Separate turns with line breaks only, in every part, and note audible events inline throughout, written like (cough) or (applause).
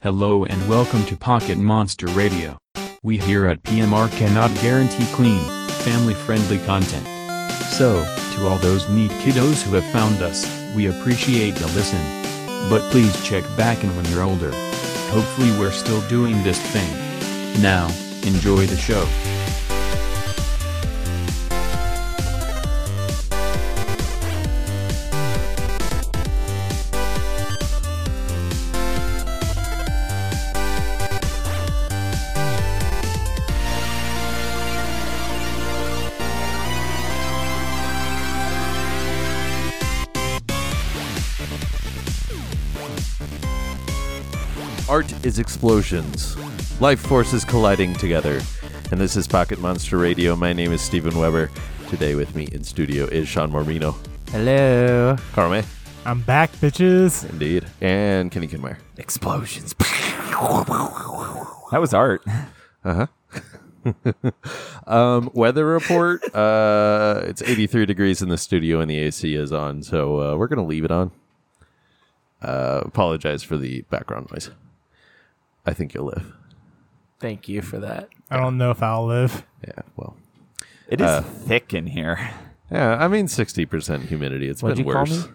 Hello and welcome to Pocket Monster Radio. We here at PMR cannot guarantee clean, family friendly content. So, to all those neat kiddos who have found us, we appreciate the listen. But please check back in when you're older. Hopefully, we're still doing this thing. Now, enjoy the show.
Art is explosions, life forces colliding together. And this is Pocket Monster Radio. My name is Steven Weber. Today with me in studio is Sean Mormino,
Hello.
Carme,
I'm back, bitches.
indeed, and Kenny Kinmeyer.
Explosions. That was art.
Um, weather report (laughs) uh, it's 83 degrees in the studio, and the AC is on, so uh, we're going to leave it on. Uh, apologize for the background noise. I think you'll live.
Thank you for that.
I don't know if I'll live.
Yeah, well.
It is thick in here.
Yeah, I mean 60% humidity. It's
What'd
been
you call
worse.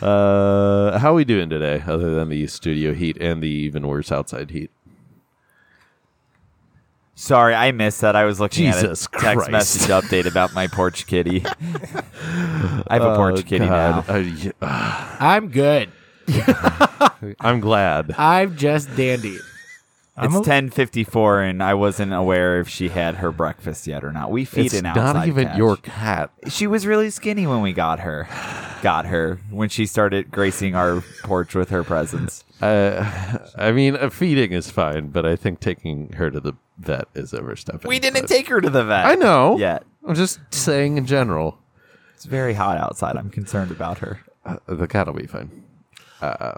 (laughs) uh, how we doing today other than the studio heat and the even worse outside heat?
(laughs) Sorry, I missed that. I was looking
Jesus
at a text
Christ.
message update about my porch kitty. I have a porch kitty
God,
now.
I- yeah, uh,
I'm good.
I'm glad.
I'm just dandy.
I'm
it's
a-
ten fifty four, and I wasn't aware if she had her breakfast yet or not. We (laughs) feed
it's
an outside
not even
cat.
your cat.
She was really skinny when we got her. Got her when she started gracing our porch with her presence.
Uh, I mean, uh, feeding is fine, but I think taking her to the vet is overstepping.
We didn't
But-
take her to the vet.
I know.
Yet
I'm just saying in general,
it's very hot outside. I'm concerned about her.
uh, the cat will be fine. Uh,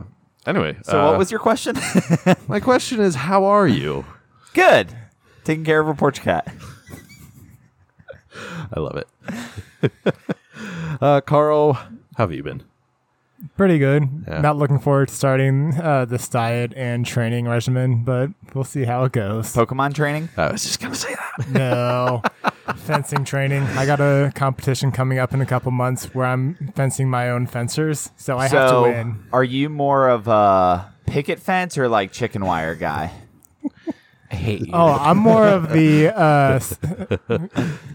anyway,
So,
uh,
what was your question? (laughs)
my question? Is how are you?
Good. Taking care of a porch cat.
I love it. (laughs) uh, Carl, how have you been?
pretty good.
Yeah.
Not looking forward to starting uh, this diet and training regimen, but we'll see how it goes.
Pokemon training.
I was just gonna say that.
no. (laughs) fencing training. I got a competition coming up in a couple months where I'm fencing my own fencers, so I have to win.
Are you more of a picket fence or like chicken wire guy?
I hate you.
Oh, I'm more of the uh, s-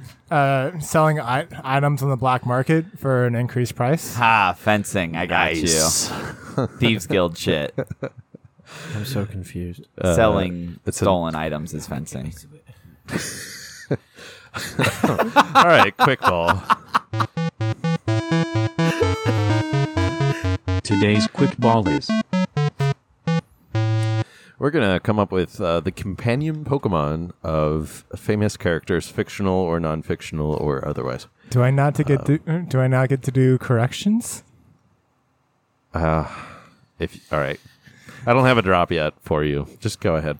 (laughs) uh, selling I- items on the black market for an increased price.
Ha, fencing. I got you. (laughs) Thieves Guild shit.
I'm so confused.
Uh, Selling
it's a-
stolen items is fencing.
All right, quick call.
Today's quick ball is
We're gonna come up with uh, the companion Pokemon of famous characters, fictional or non-fictional or otherwise.
Do I not to get to, do I not get to do corrections?
If all right, I don't have a drop yet for you. Just go (laughs) ahead.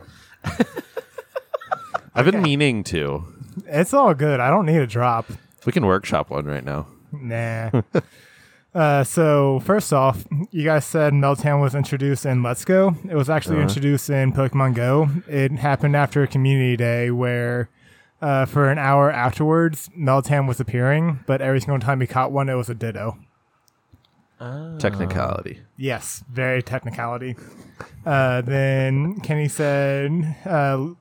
I've been meaning to.
It's all good. I don't need a drop.
We can workshop one right now.
(laughs)
Nah. uh, so first off, you guys said Meltan was introduced in Let's Go. It was actually
Uh-huh.
introduced in Pokemon Go. It happened after a community day where. Uh, for an hour afterwards, Meltan was appearing, but every single time he caught one, it was a ditto.
Technicality.
Yes, very technicality. Uh, then Kenny said uh,
Here we go.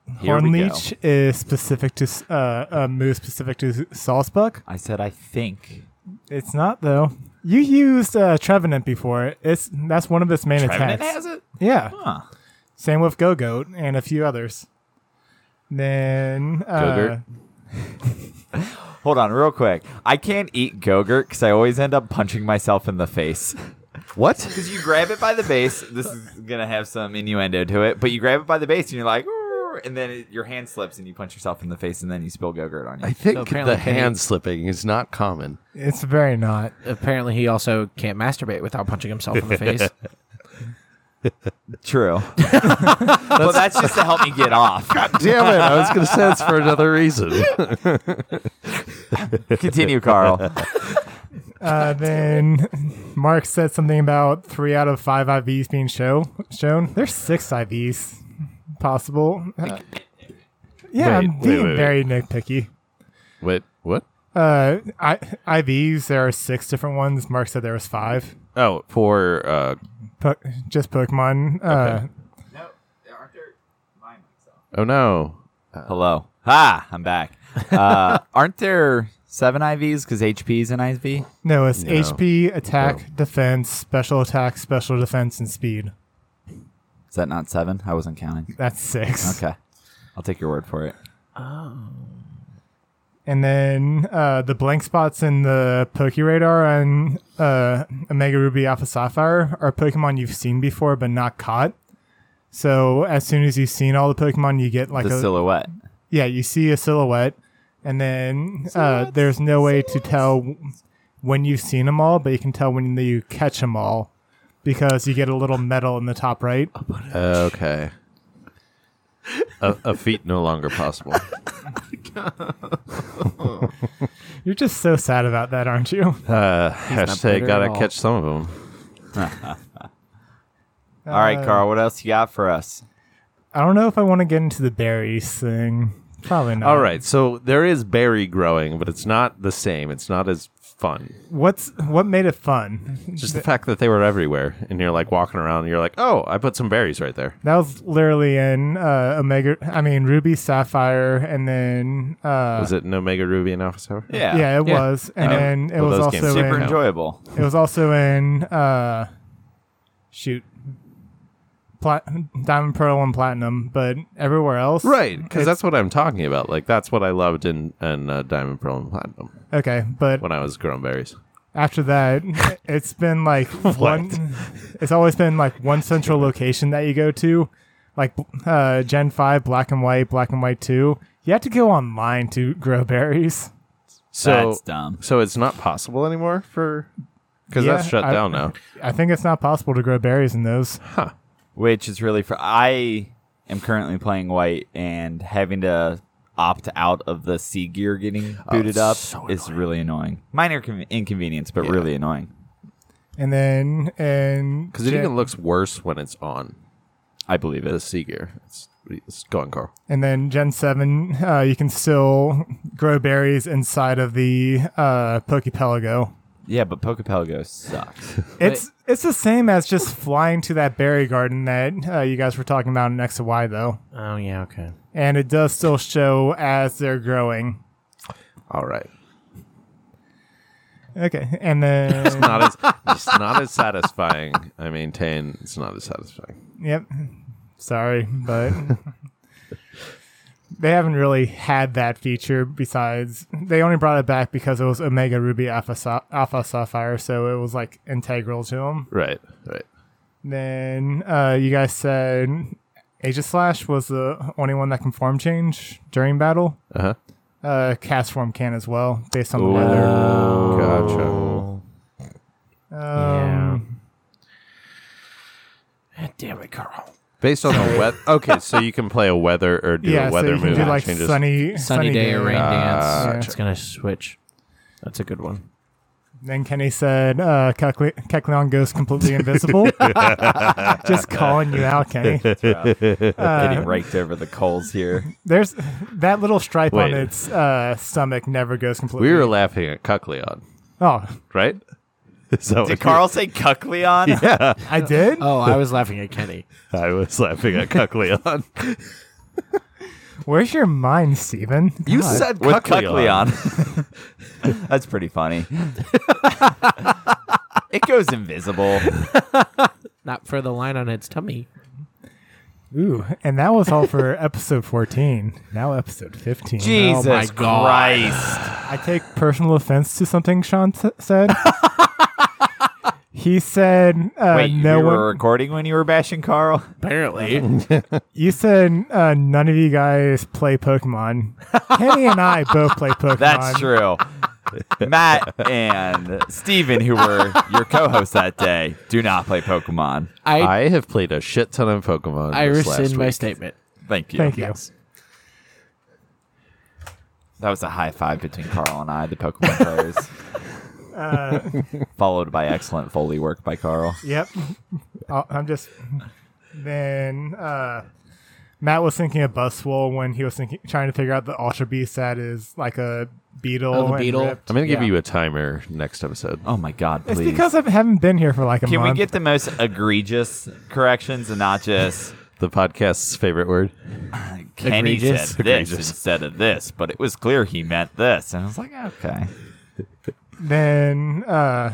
Hornleech is specific to s- uh, a move specific to Salzbuck.
I said, I think.
It's not though. You used uh, Trevenant before. It's that's one of its main
Trevenant
attacks.
has it?
Yeah.
Huh.
Same with Go Goat and a few others. Then uh,
Go-Gurt?
Hold on, real quick. I can't eat Gogurt because I always end up punching myself in the (laughs) face.
What?
Because you grab it by the base. This is going to have some innuendo to it, but you grab it by the base and you're like, "Arr," and then it, your hand slips and you punch yourself in the face and then you spill Gogurt on you.
I think
apparently
the
Kenny-
hand slipping is not common.
it's very not.
Apparently, he also can't masturbate without punching himself in the face.
True. well, that's just to help me get off.
Damn it! I was gonna say (laughs) it's for another reason.
Continue, Carl. (laughs)
Uh, then Mark said something about three out of five IVs being show, shown. There's six IVs possible. Uh, yeah,
Wait,
I'm
wait,
being
wait, wait.
very nitpicky.
Wait, what?
Uh, I, IVs, there are six different ones. Mark said there was five.
Oh, for uh,
Po- just Pokemon. Uh,
No, aren't there mine myself.
oh no,
Hello. Ha! I'm back. Uh, aren't there seven IVs because HP is an IV?
No, it's
No.
HP, attack, defense, special attack, special defense, and speed.
Is that not seven? I wasn't counting.
That's six.
Okay. I'll take your word for it.
And then uh, the blank spots in the Pokeradar and uh, Omega Ruby Alpha Sapphire are Pokemon you've seen before but not caught. So as soon as you've seen all the Pokemon, you get like
The
a
silhouette.
yeah, you see a silhouette, and then uh, there's no way to tell w- when you've seen them all, but you can tell when you catch them all because you get a little medal in the top right.
Uh, okay. a, a feat no longer possible.
You're just so sad about that, aren't you?
Uh,
bitter
hashtag
at
gotta
all.
catch some of them.
All right,
Uh,
Carl, what else you got for us?
I don't know if I want to get into the berries thing. Probably not.
All right, so there is berry growing, but it's not the same. It's not as fun.
What's what made it fun?
Just the fact that they were everywhere, and you're like walking around, and you're like, oh, I put some berries right there.
That was literally in uh, Omega. I mean, Ruby Sapphire, and then uh,
Was it an Omega Ruby and Alpha Tower?
Yeah.
yeah, it
Yeah.
was, and
Yeah.
then it
Well,
was
those
also
games
in,
Super enjoyable.
it was also in uh, shoot, Plat- Diamond Pearl and Platinum, but everywhere else,
Right, because
It's-
that's what I'm talking about. Like that's what I loved in, in uh, Diamond Pearl and Platinum
Okay, but
when I was growing berries.
after that, it's been like one. It's always been like one central location that you go to, like uh, Gen Five, Black and White, Black and White Two. You have to go online to grow berries.
So
That's dumb.
So it's not possible anymore for because that's
Yeah,
shut
I-
down now.
I think it's not possible to grow berries in those.
which is really for I am currently playing white and having to opt out of the C gear getting
Oh,
booted up is really annoying. Minor con- inconvenience, but really annoying.
And then and
Because it even looks worse when it's on
I believe
the
it.
sea gear. It's, it's going, Carl.
and then Gen Seven, uh, you can still grow berries inside of the uh, Pokepelago.
Yeah, but Pokepelgo
(laughs)
sucks.
It's it's the same as just flying to that berry garden that uh, you guys were talking about in X and Y though,
(laughs) Oh yeah, okay.
and it does still show as they're growing.
All right,
Okay, and
(laughs)
then
not as it's not as satisfying. I maintain it's not as satisfying.
yep, sorry, but (laughs) they haven't really had that feature. Besides, they only brought it back because it was Omega Ruby Alpha, Sa- Alpha Sapphire, so it was like integral to them.
Right, right.
Then uh, you guys said Aegis Slash was the only one that can form change during battle.
Uh huh.
Uh, cast form can as well, based on the weather.
Gotcha.
Um,
God Ah, damn it, Carl.
Based on the weather. Okay, so you can play a weather or do
yeah,
a
so
weather
you can
move
do
that
like
changes.
sunny,
Sunny, day, or rain dance.
Gotcha.
uh, It's gonna switch. That's a good one.
Then Kenny said, uh, Kecleon Kecleon goes
(laughs)
completely invisible. Just calling you out, Kenny.
Getting raked over the coals here.
There's that little stripe
Wait.
on its uh, stomach never goes completely.
We were laughing at Cucleon,
oh,
right? (laughs) Is that
Did
what
Carl say Cuckleon?
(laughs)
I did?
Oh, I (laughs) was laughing at Kenny.
you- I was laughing at Cucleon.
(laughs)
Where's your mind, Steven?
you
God.
said
With
Cucleon.
Cuckleon. (laughs) That's
(laughs)
pretty funny. it goes invisible.
Oh
Not for the line on its tummy.
Ooh, and that was all for episode 14. Now episode 15.
Jesus
my God.
Christ.
I take personal offense to something Sean s-
(laughs)
said. he said, uh,
Wait,
no
you
one.
were recording when you were bashing Carl?
Apparently,
You said uh, none of you guys play Pokemon.
(laughs)
Kenny and I both play Pokemon.
(laughs) That's (laughs) true. Matt and Steven, who were your co-hosts that day, do not play Pokemon.
(laughs) I I,
I have played a shit ton of Pokemon. this last
rescind my
week.
statement.
Thank you.
Thank you.
(laughs) That was a high five between Carl and I, the Pokemon players. followed by excellent Foley work by Carl.
Yep. I'll- I'm just. Then uh, Matt was thinking of Buzzwole when he was thinking, trying to figure out the Ultra Beast that is like a beetle.
Oh, the
and
beetle?
ripped.
I'm gonna give
Yeah.
you a timer next episode.
Oh my God,
It's
please.
because I haven't been here for like a
Can we
month.
get the most egregious corrections and not just
The podcast's favorite word.
Kenny
Egregious.
said this
Egregious.
instead of this, but it was clear he meant this. And I was like, okay.
Then uh,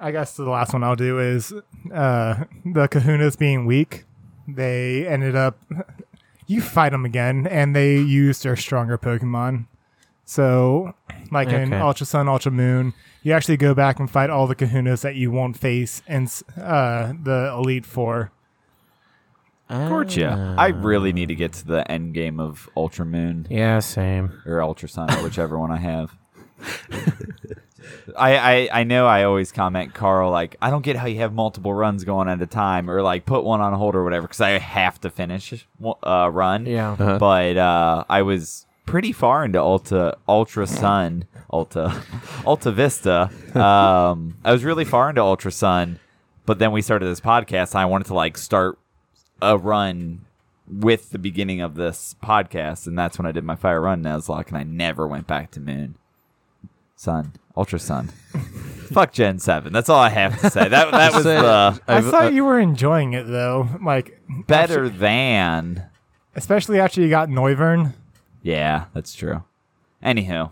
I guess the last one I'll do is uh, the Kahunas being weak. They ended up you fight them again, and they used their stronger Pokemon. So, like in
Okay.
Ultra Sun, Ultra Moon, you actually go back and fight all the Kahunas that you won't face in uh, the Elite Four.
Gorgia.
Uh,
I really need to get to the end game of Ultra Moon
Yeah, same.
or Ultra Sun or whichever one
(laughs)
I have. I, I I know I always comment Carl like I don't get how you have multiple runs going at a time or like put one on hold or whatever because I have to finish uh, run.
Yeah.
But uh, I was pretty far into Ultra Ultra Sun (laughs) Ultra Ultra Vista. Um, I was really far into Ultra Sun, but then we started this podcast. And I wanted to like start a run with the beginning of this podcast, and that's when I did my fire run Nuzlocke, and I never went back to Moon, Sun, Ultra Sun. Fuck Gen Seven. That's all I have to say. That that was uh, the
I thought
uh,
you were enjoying it though, like
better than.
especially after you got Noivern.
Yeah, that's true. Anywho,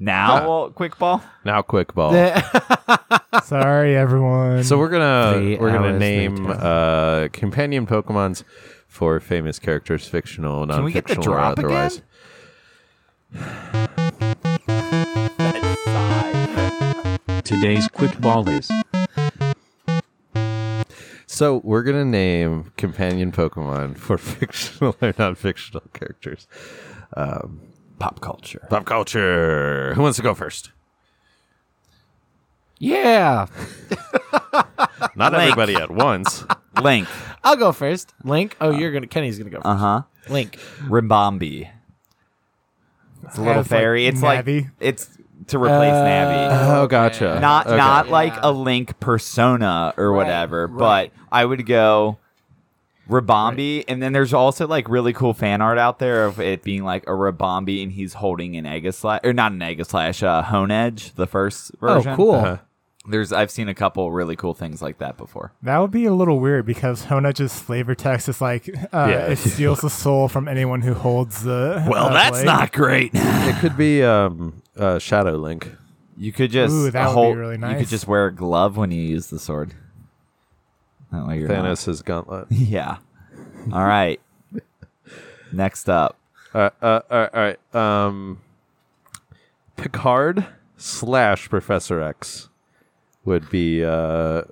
now well, quick ball.
Now, quick ball.
Sorry, everyone.
So we're gonna
Three
we're gonna
hours,
name
three times.
uh, companion Pokemon's for famous characters, fictional, non-fictional,
we get the
or
drop
otherwise.
again? Sigh.
Today's quick ball is
So we're gonna name companion Pokemon for (laughs) fictional or non-fictional characters. Um,
Pop culture.
Pop culture. Who wants to go first?
Yeah.
Not
Link.
everybody at
(laughs)
once.
Link.
I'll go first. Link. Oh, you're gonna. Kenny's gonna go first.
Uh huh.
Link.
Rimbombi. It's a little
As, like,
fairy. it's
Navi?
like it's to replace
Uh,
Navi.
oh, gotcha.
Not
Okay.
not like
Yeah.
a Link persona or whatever, but I would go Rabombi, and then there's also like really cool fan art out there of it being like a Rabombi, and he's holding an Slash or not an Aegislash, uh, Honedge, the first version.
Oh, cool.
Uh-huh.
There's I've seen a couple really cool things like that before.
That would be a little weird because Honedge's flavor text is like uh, it steals
(laughs)
the soul from anyone who holds the.
Well,
uh,
that's
blade.
not great.
It could be um, uh, Shadow Link.
You could just
Ooh, that would be
hold-
really
You
nice.
could just wear a glove when you use the sword. That way you're not-
Thanos' gauntlet.
(laughs) Yeah. All right. Next up,
Uh, uh, all right, all right. Um, Picard slash Professor X would be uh,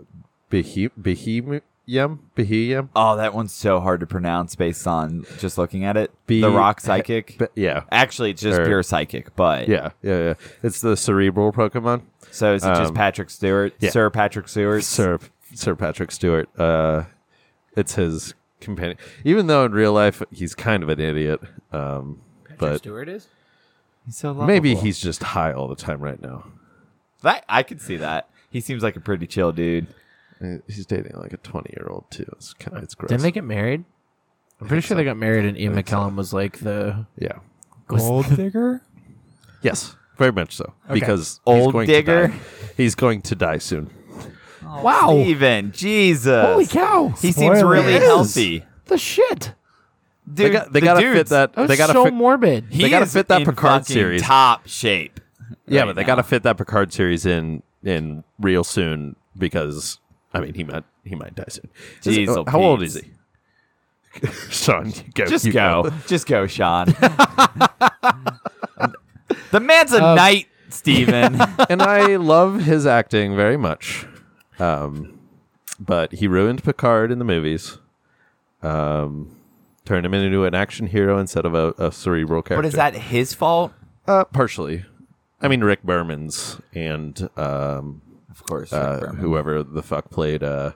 Behem Behem Behem
oh, that one's so hard to pronounce based on just looking at it.
Be-
the rock psychic.
Be- yeah.
Actually, it's just
Or-
pure psychic, but
Yeah, yeah, yeah. It's the cerebral Pokemon.
So is it just
Um,
Patrick Stewart?
yeah.
Sir Patrick Stewart.
Sir Sir Patrick Stewart. Uh, it's his companion. Even though in real life he's kind of an idiot, um, but
Stewart is.
He's so lovable.
maybe he's just high all the time right now.
That I could see that. He seems like a pretty chill dude.
Uh, He's dating like a twenty-year-old too. It's kind of it's gross.
Didn't they get married? I'm pretty sure they got married, and Ian McKellen was like the
yeah.
gold digger.
Yes, very much so. Because he's
Old
going
digger?
to die. he's going to die soon.
wow.
Even Jesus.
Holy cow!
He seems
Spoiler.
really
It
is.
healthy.
the shit.
Dude,
They got they
the
gotta fit
dude's-
that.
That was
They gotta
so
fit.
morbid.
He
gotta
is
fit that
in
Picard
fucking
series.
top shape.
yeah,
right
but they
now.
gotta fit that Picard series in in real soon because I mean he might he might die soon. Is-
Jeez,
how old
Pete.
is he? (laughs) Sean, you go.
Just
you
go. (laughs) Just
(laughs)
go, Sean. the man's
Um,
a knight, Steven.
(laughs) and I love his acting very much. Um, but he ruined Picard in the movies. Um, turned him into an action hero instead of a, a cerebral character.
but is that his fault?
Uh, partially. I mean, Rick Berman's and um,
Of course.
uh, whoever the fuck played uh,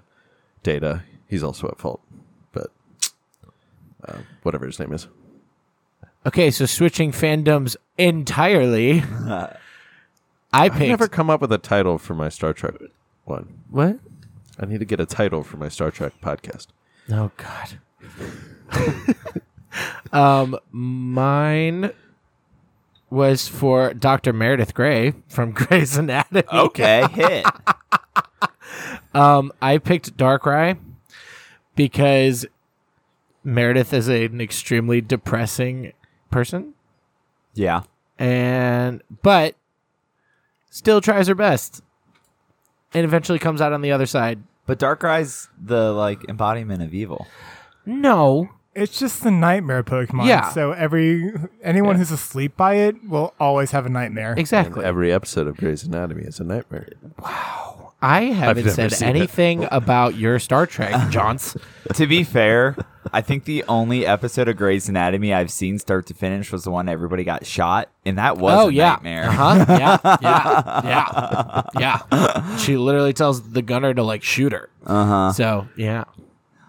Data, he's also at fault. But uh, whatever his name is.
Okay, so switching fandoms entirely. I
I've
picked.
never come up with a title for my Star Trek one.
what?
I need to get a title for my Star Trek podcast.
Oh God. (laughs) um, mine was for Dr. Meredith Grey from (laughs) Grey's Anatomy.
(laughs)
Okay, hit.
Um, I picked Darkrai because Meredith is an extremely depressing person,
Yeah.
and but still tries her best, and eventually comes out on the other side.
But Darkrai's the like embodiment of evil.
No,
It's just the nightmare Pokemon.
Yeah.
So every anyone who's asleep by it will always have a nightmare.
And uh,
exactly.
every episode of Grey's Anatomy is a nightmare.
I haven't
never
said
seen it.
anything about your
(laughs)
Star Trek, Johns.
to be fair, I think the only episode of Grey's Anatomy I've seen start to finish was the one everybody got shot, and that was
oh
a
yeah,
(laughs)
nightmare.
uh-huh. yeah, yeah, yeah, yeah. She literally tells the gunner to like shoot her. Uh
Uh-huh.
huh. So yeah,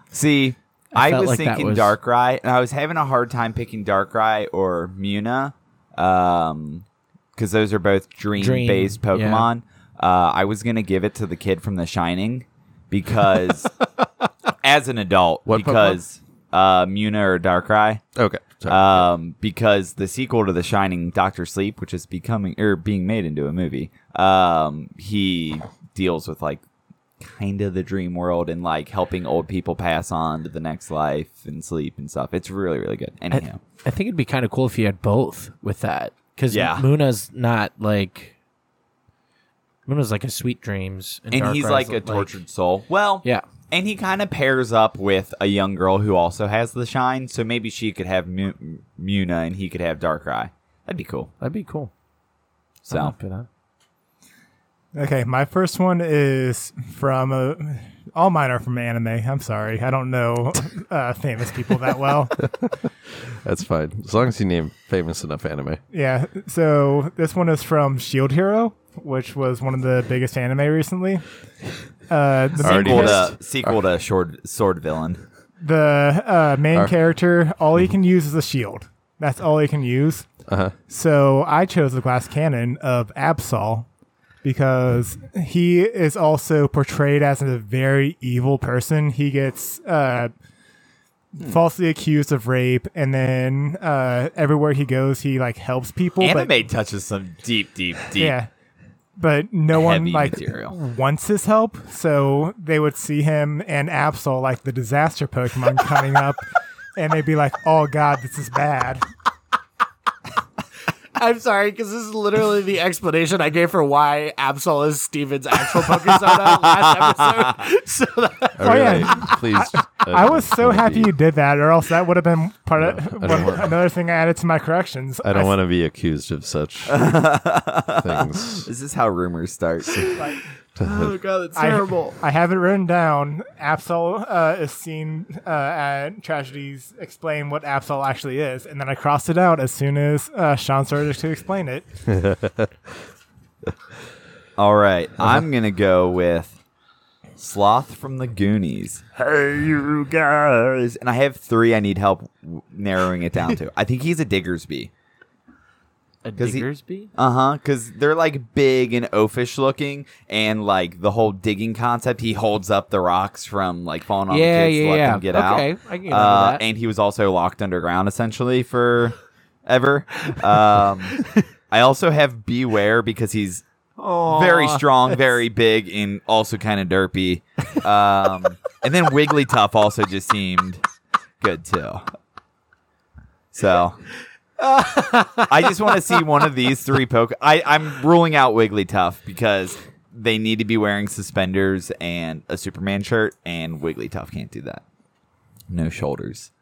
See,
I
I,
felt
was
like that
thinking
was-
Darkrai, and I was having a hard time picking Darkrai or Muna, um, because those are both dream-based
Dream, yeah.
Pokemon. Uh, I was gonna give it to the kid from The Shining
(laughs)
because, as an adult,
What Pokemon?
because uh, Muna or Darkrai.
Okay. Sorry.
Uh,
um, because the sequel to The Shining, Doctor Sleep, which is becoming or being made into a movie, um, he deals with like kind of the dream world and like helping old people pass on to the next life and sleep and stuff. It's really really good. Anyhow,
I think it'd be kind of cool if you had both with that because
Yeah.
Muna's not like Muna's like a sweet dreams,
and he's
Darkrai's
like a tortured soul. Well,
Yeah.
and he kind of pairs up with a young girl who also has the shine, so maybe she could have Mu- Muna and he could have Darkrai. That'd be cool.
That'd be cool.
So.
I'm up for that.
Okay, my first one is from uh all mine are from anime. I'm sorry, I don't know uh, famous people that
(laughs)
well.
That's fine. As long as you name famous enough anime.
yeah, so this one is from Shield Hero, which was one of the biggest anime recently. Uh, the
Already
main,
Sequel
char-
missed.
to, sequel to Sword, Sword Villain.
the uh, main character, all he can use is a shield. That's all he can use.
Uh-huh.
So I chose the glass cannon of Absol because he is also portrayed as a very evil person. He gets uh, falsely accused of rape, and then uh, everywhere he goes, he like helps people.
Anime
but,
touches some deep, deep, deep.
yeah. But no one
Heavy
like
material.
wants his help, so they would see him and Absol like the
(laughs)
disaster Pokemon coming up, and they'd be like, "Oh God, this is bad."
(laughs) I'm sorry because this is literally the explanation I gave for why Absol is Steven's actual Pokemon last
(laughs)
episode. So that,
Oh,
yeah.
Please.
I was so happy you did that, or else that would have been part of
I don't
one-
want-
another thing I added to my corrections.
I don't want to be accused of such
(laughs)
things.
This is how rumors start. (laughs)
oh god, that's
I-
terrible.
I have it written down. Absol uh, is seen uh, at tragedies explain what Absol actually is, and then I crossed it out as soon as uh, Sean started to explain it.
All right, I'm gonna go with Sloth from the Goonies. Hey, you guys! And I have three. I need help w- narrowing it down to. I think he's a Diggersby.
A
he-
Diggersby?
Uh huh. Because they're like big and oafish looking, and like the whole digging concept. He holds up the rocks from like falling on
Yeah,
the kids
yeah,
to let
yeah.
them get
Okay,
out.
I can get
uh,
into that.
And he was also locked underground
(laughs)
essentially for ever. Um, I also have Beware because he's very
(laughs)
strong, very big, and also kind of derpy. Um, and then Wigglytuff also just seemed good too. So I just want to see one of these three poke. I, I'm ruling out Wigglytuff because they need to be wearing suspenders and a Superman shirt, and Wigglytuff can't do that. No shoulders.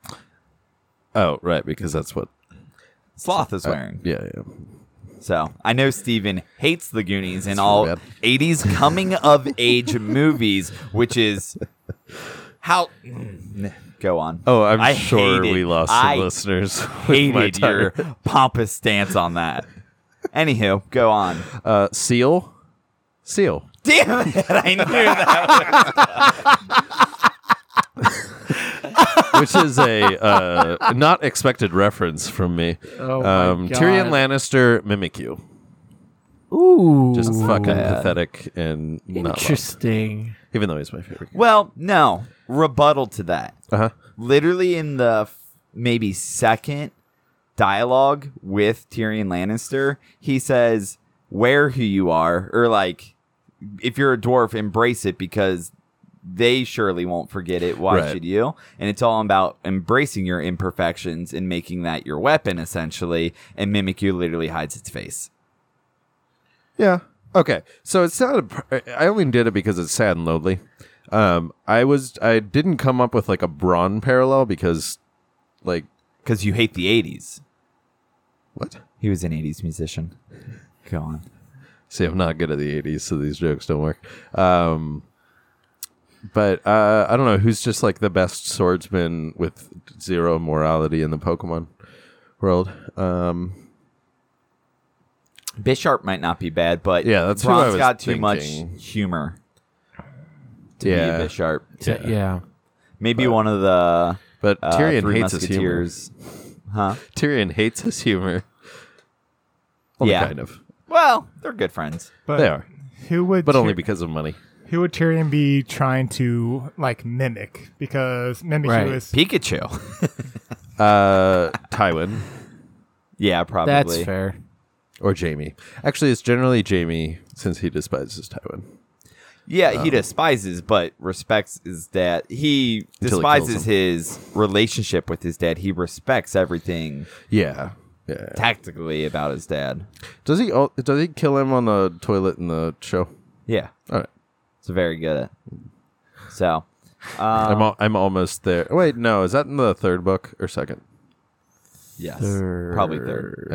Oh, right, because that's what.
Sloth
Uh,
is wearing.
Yeah, yeah.
So I know Steven hates the Goonies and all
really bad.
80s coming of age movies, which is how. Go on.
Oh, I'm
I
sure
hated-
we lost
I
some listeners. (laughs) with my
Hated your
tire.
pompous stance on that. Anywho, go on.
uh, seal. Seal.
Damn it! I knew that.
which is a (laughs) uh, not expected reference from me.
Oh my
um,
God.
Tyrion Lannister Mimikyu.
Ooh.
Just fucking
bad.
pathetic and not loved,
interesting.
even though he's my favorite.
Well, no. Rebuttal to that.
Uh huh.
Literally in the f- maybe second dialogue with Tyrion Lannister, he says, "Wear who you are," or like, "If you're a dwarf, embrace it because they surely won't forget it. Why
Right.
should you?" And it's all about embracing your imperfections and making that your weapon, essentially. And Mimikyu literally hides its face.
Yeah. Okay. So it's not. A, pr- I only did it because it's sad and lonely. Um, I was. I didn't come up with like a brawn parallel because, like,
Because you hate the 80s.
what?
He was an 80s musician. Go on.
See, I'm not good at the '80s, so these jokes don't work. Um, but uh, I don't know who's just like the best swordsman with zero morality in the Pokemon world. Um,
Bisharp might not be bad, but
Yeah, that's who I
Ron's
was
got too
thinking.
much humor
(laughs)
to
Yeah.
be Bisharp.
Yeah.
Maybe one of the
but
uh,
Tyrion
Three
hates his humor.
Musketeers. Huh?
Tyrion hates his humor. Only
Yeah.
kind of.
Well, they're good friends.
But
They are,
Who would
but only
Tyr-
because of money.
who would Tyrion be trying to like mimic? Because mimic
Right.
is
Pikachu. (laughs)
Uh, Tywin.
yeah, probably.
That's fair.
or Jamie. Actually, it's generally Jamie since he despises Tywin.
Yeah,
Uh-huh.
he despises, but respects his dad. He
Until he
despises
kills
his relationship with his dad. He respects everything
Yeah. Yeah.
tactically about his dad.
Does he oh, does he kill him on the toilet in the show?
Yeah,
All right.
it's very good at. So,
I'm al- I'm almost there. Wait, no, is that in the third book or second?
yes, probably third.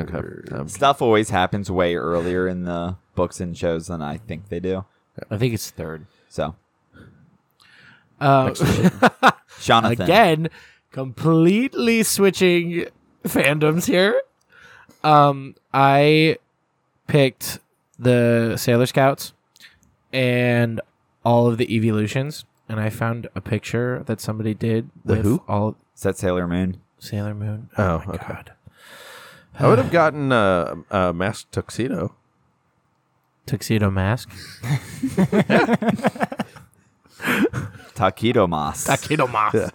Okay. Um,
stuff always happens way earlier in the books and shows than I think they do.
I think it's third.
So,
Uh,
Jonathan,
again, completely switching fandoms here. Um, I picked the Sailor Scouts and all of the evolutions, and I found a picture that somebody did
The
with
who?
all
is that Sailor Moon?
Sailor Moon.
Oh,
my
okay.
god,
I would have gotten uh, a masked tuxedo. (laughs)
tuxedo mask,
Taquito Moss.
tuxedo mask.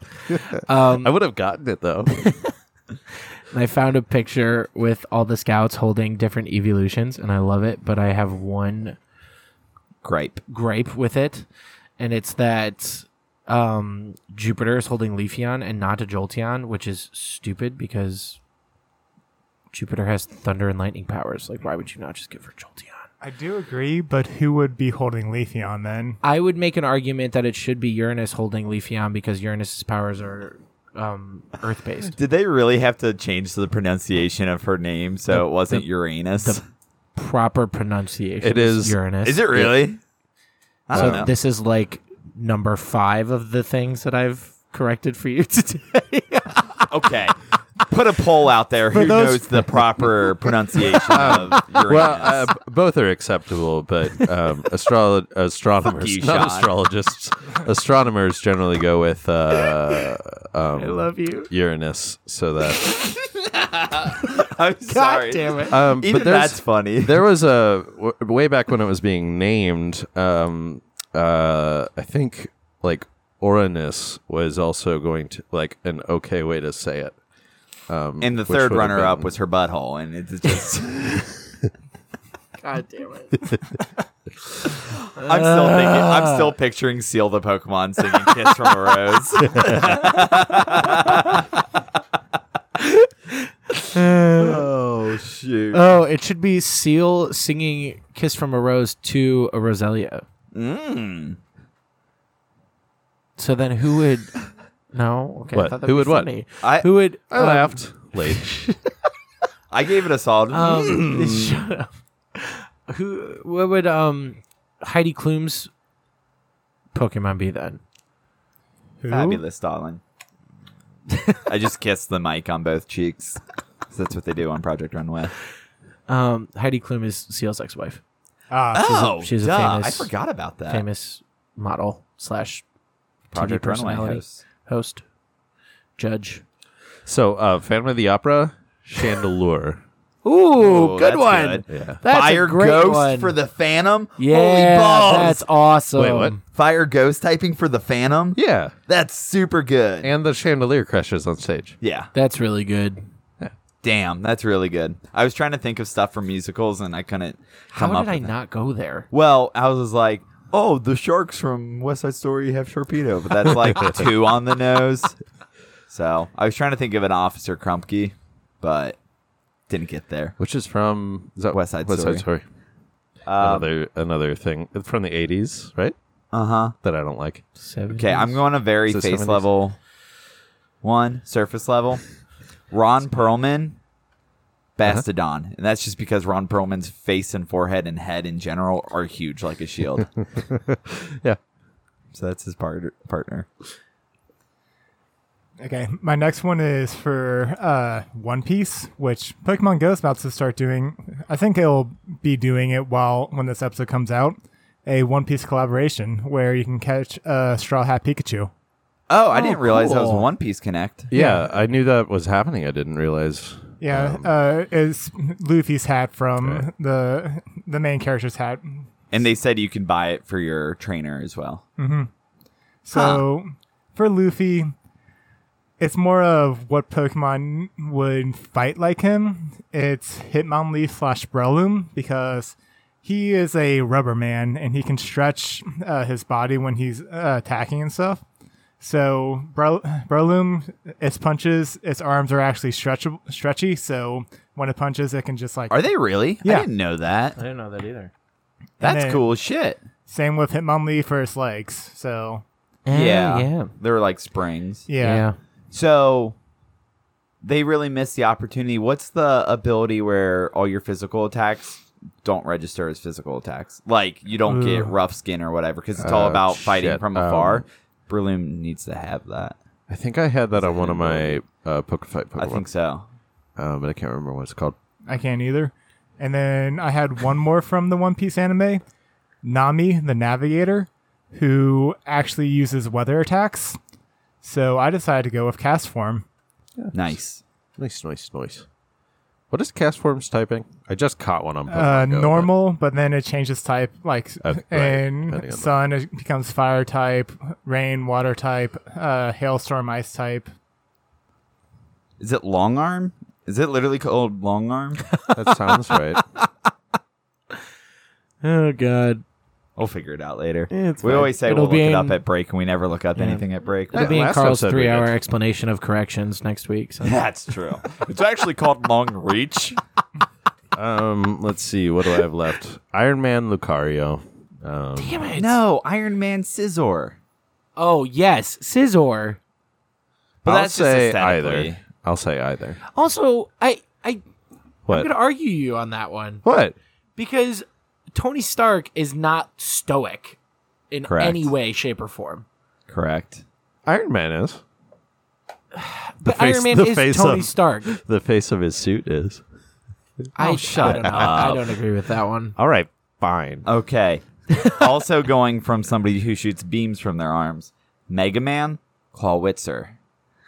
I would have gotten it though.
And I found a picture with all the scouts holding different evolutions, and I love it. But I have one
Gripe.
gripe with it, and it's that um, Jupiter is holding Leafeon and not a Jolteon, which is stupid because Jupiter has thunder and lightning powers. Like, why would you not just give her Jolteon?
I do agree, but who would be holding Leafeon then?
I would make an argument that it should be Uranus holding Leafeon because Uranus's powers are um, Earth
(laughs)
based.
Did they really have to change the pronunciation of her name so it wasn't Uranus?
Proper pronunciation.
It is-
Uranus.
is it really? I
So
don't know.
this is like number five of the things that I've corrected for you (laughs) today.
okay. Put a poll out there. Who
those-
knows the proper pronunciation of Uranus?
(laughs) well, uh, b- both are acceptable, but um, astrolo- astronomers,
you,
not
Sean.
astrologists, astronomers generally go with uh,
I love you.
Uranus, so that.
(laughs) I'm sorry.
Damn it.
Um,
(laughs) Even
but there's-
that's funny.
there was a w- way back when it was being named. Um, uh, I think like Orinus was also going to like an okay way to say it.
and the
which
third
would've
runner-up
been-
was her butthole, and it's just.
God damn it.
I'm still thinking.
Ah.
I'm still picturing Seal the Pokemon singing "Kiss from a Rose." oh shoot!
Oh, it should be Seal singing "Kiss from a Rose" to a Roselia. So then, who would? No, okay.
What?
I thought that'd
Who
be
would what?
funny.
I-
who would?
I Oh, laughed late.
I gave it a solid.
Um, (laughs) shut up. Who? What would um Heidi Klum's Pokemon be then?
Who?
Fabulous, darling. I just kissed the mic on both cheeks. So that's what they do on Project Runway.
Um, Heidi Klum is Seal's ex-wife,
Ah,
Oh,
she's a
duh,
famous-
I forgot about that.
famous model slash
Project
TV personality.
Runway host.
host, judge.
So, uh, Phantom of the Opera, Chandelure.
Ooh, good
that's
one.
good.
Yeah.
That's
Fire
a great
Ghost
one.
for the Phantom.
yeah,
Holy balls.
that's awesome.
Wait, what?
Fire Ghost typing for the Phantom.
Yeah.
That's super good.
And the chandelier crashes on stage.
yeah.
That's really good.
Damn, that's really good. I was trying to think of stuff for musicals and I couldn't
How
come up
did I
with it.
not go there?
Well, I was like, oh, the sharks from West Side Story have torpedo, but that's
(laughs)
like two on the nose. So I was trying to think of an Officer Crumpke, but didn't get there.
Which is from is that
West Side
West Side
Story.
Story. Um, another another thing from the eighties, right?
Uh huh.
That I don't like.
Seven.
Okay, I'm going a very
So
face
70s.
level one, surface level. Ron Perlman, Bastodon. And that's just because Ron Perlman's face and forehead and head in general are huge like a shield.
Yeah.
so that's his part- partner.
Okay, my next one is for uh, One Piece, which Pokemon Go is about to start doing. I think it'll be doing it while when this episode comes out. A One Piece collaboration where you can catch uh, Straw Hat Pikachu.
Oh, I didn't realize that was
cool.
One Piece Connect.
Yeah, I knew that was happening. I didn't realize.
Yeah, uh, it's Luffy's hat from
Okay.
the the main character's hat.
And they said you can buy it for your trainer as well.
So for Luffy, it's more of what Pokemon would fight like him. It's Hitmonlee slash Breloom because he is a rubber man and he can stretch uh, his body when he's uh, attacking and stuff. So Bre- Breloom, its punches, its arms are actually stretchable, stretchy. So when it punches, it can just like
Are they really? I
Yeah.
didn't know that.
didn't know that either.
That's
they-
cool as shit.
same with Hitmonlee for its legs. So
yeah.
yeah.
They're like springs.
yeah.
So they really missed the opportunity. What's the ability where all your physical attacks don't register as physical attacks? Like you don't get
Ooh.
rough skin or whatever because it's all
Oh,
about fighting
shit.
from
Um,
afar. Breloom needs to have that.
I think I had that on one of my uh, poker fight Pokemon,
I think so.
uh, but I can't remember what it's called.
I can't either. And then I had one more from the One Piece anime, Nami the Navigator, who actually uses weather attacks. So I decided to go with cast form.
Nice.
Nice, nice, nice. What is cast forms typing? I just caught one on Pokemon
Uh,
Go, but-
normal, but then it changes type. Like
Uh, right, depending on
in
the-
sun, it becomes fire type, rain, water type, uh, hailstorm, ice type.
Is it long arm? Is it literally called long
(laughs)
arm?
That sounds right.
Oh god.
I'll figure it out later.
Yeah, it's
we
fine.
always say
It'll
we'll look
be
it
in-
up at break, and we never look up anything at break.
It'll be in
last
Carl's
episode we
three-hour
did.
explanation of corrections next week. So.
(laughs) That's true. it's actually called long reach.
Um, let's see. What do I have left? Iron Man Lucario. Um,
(laughs) Damn it.
No, Iron Man Scizor.
Oh yes, Scizor.
But
I'll
that's just
say
aesthetically.
either. I'll say either.
Also, I I I'm
What?
gonna argue you on that one
What?
because Tony Stark is not stoic in
Correct.
any way, shape, or form.
Correct.
Iron Man is. The
But Iron Man
the
is
face
Tony
of,
Stark.
The face of his suit is.
I shut I don't know. I don't agree with that one.
All right, fine.
Okay. (laughs) also going from somebody who shoots beams from their arms, Mega Man, Clawitzer.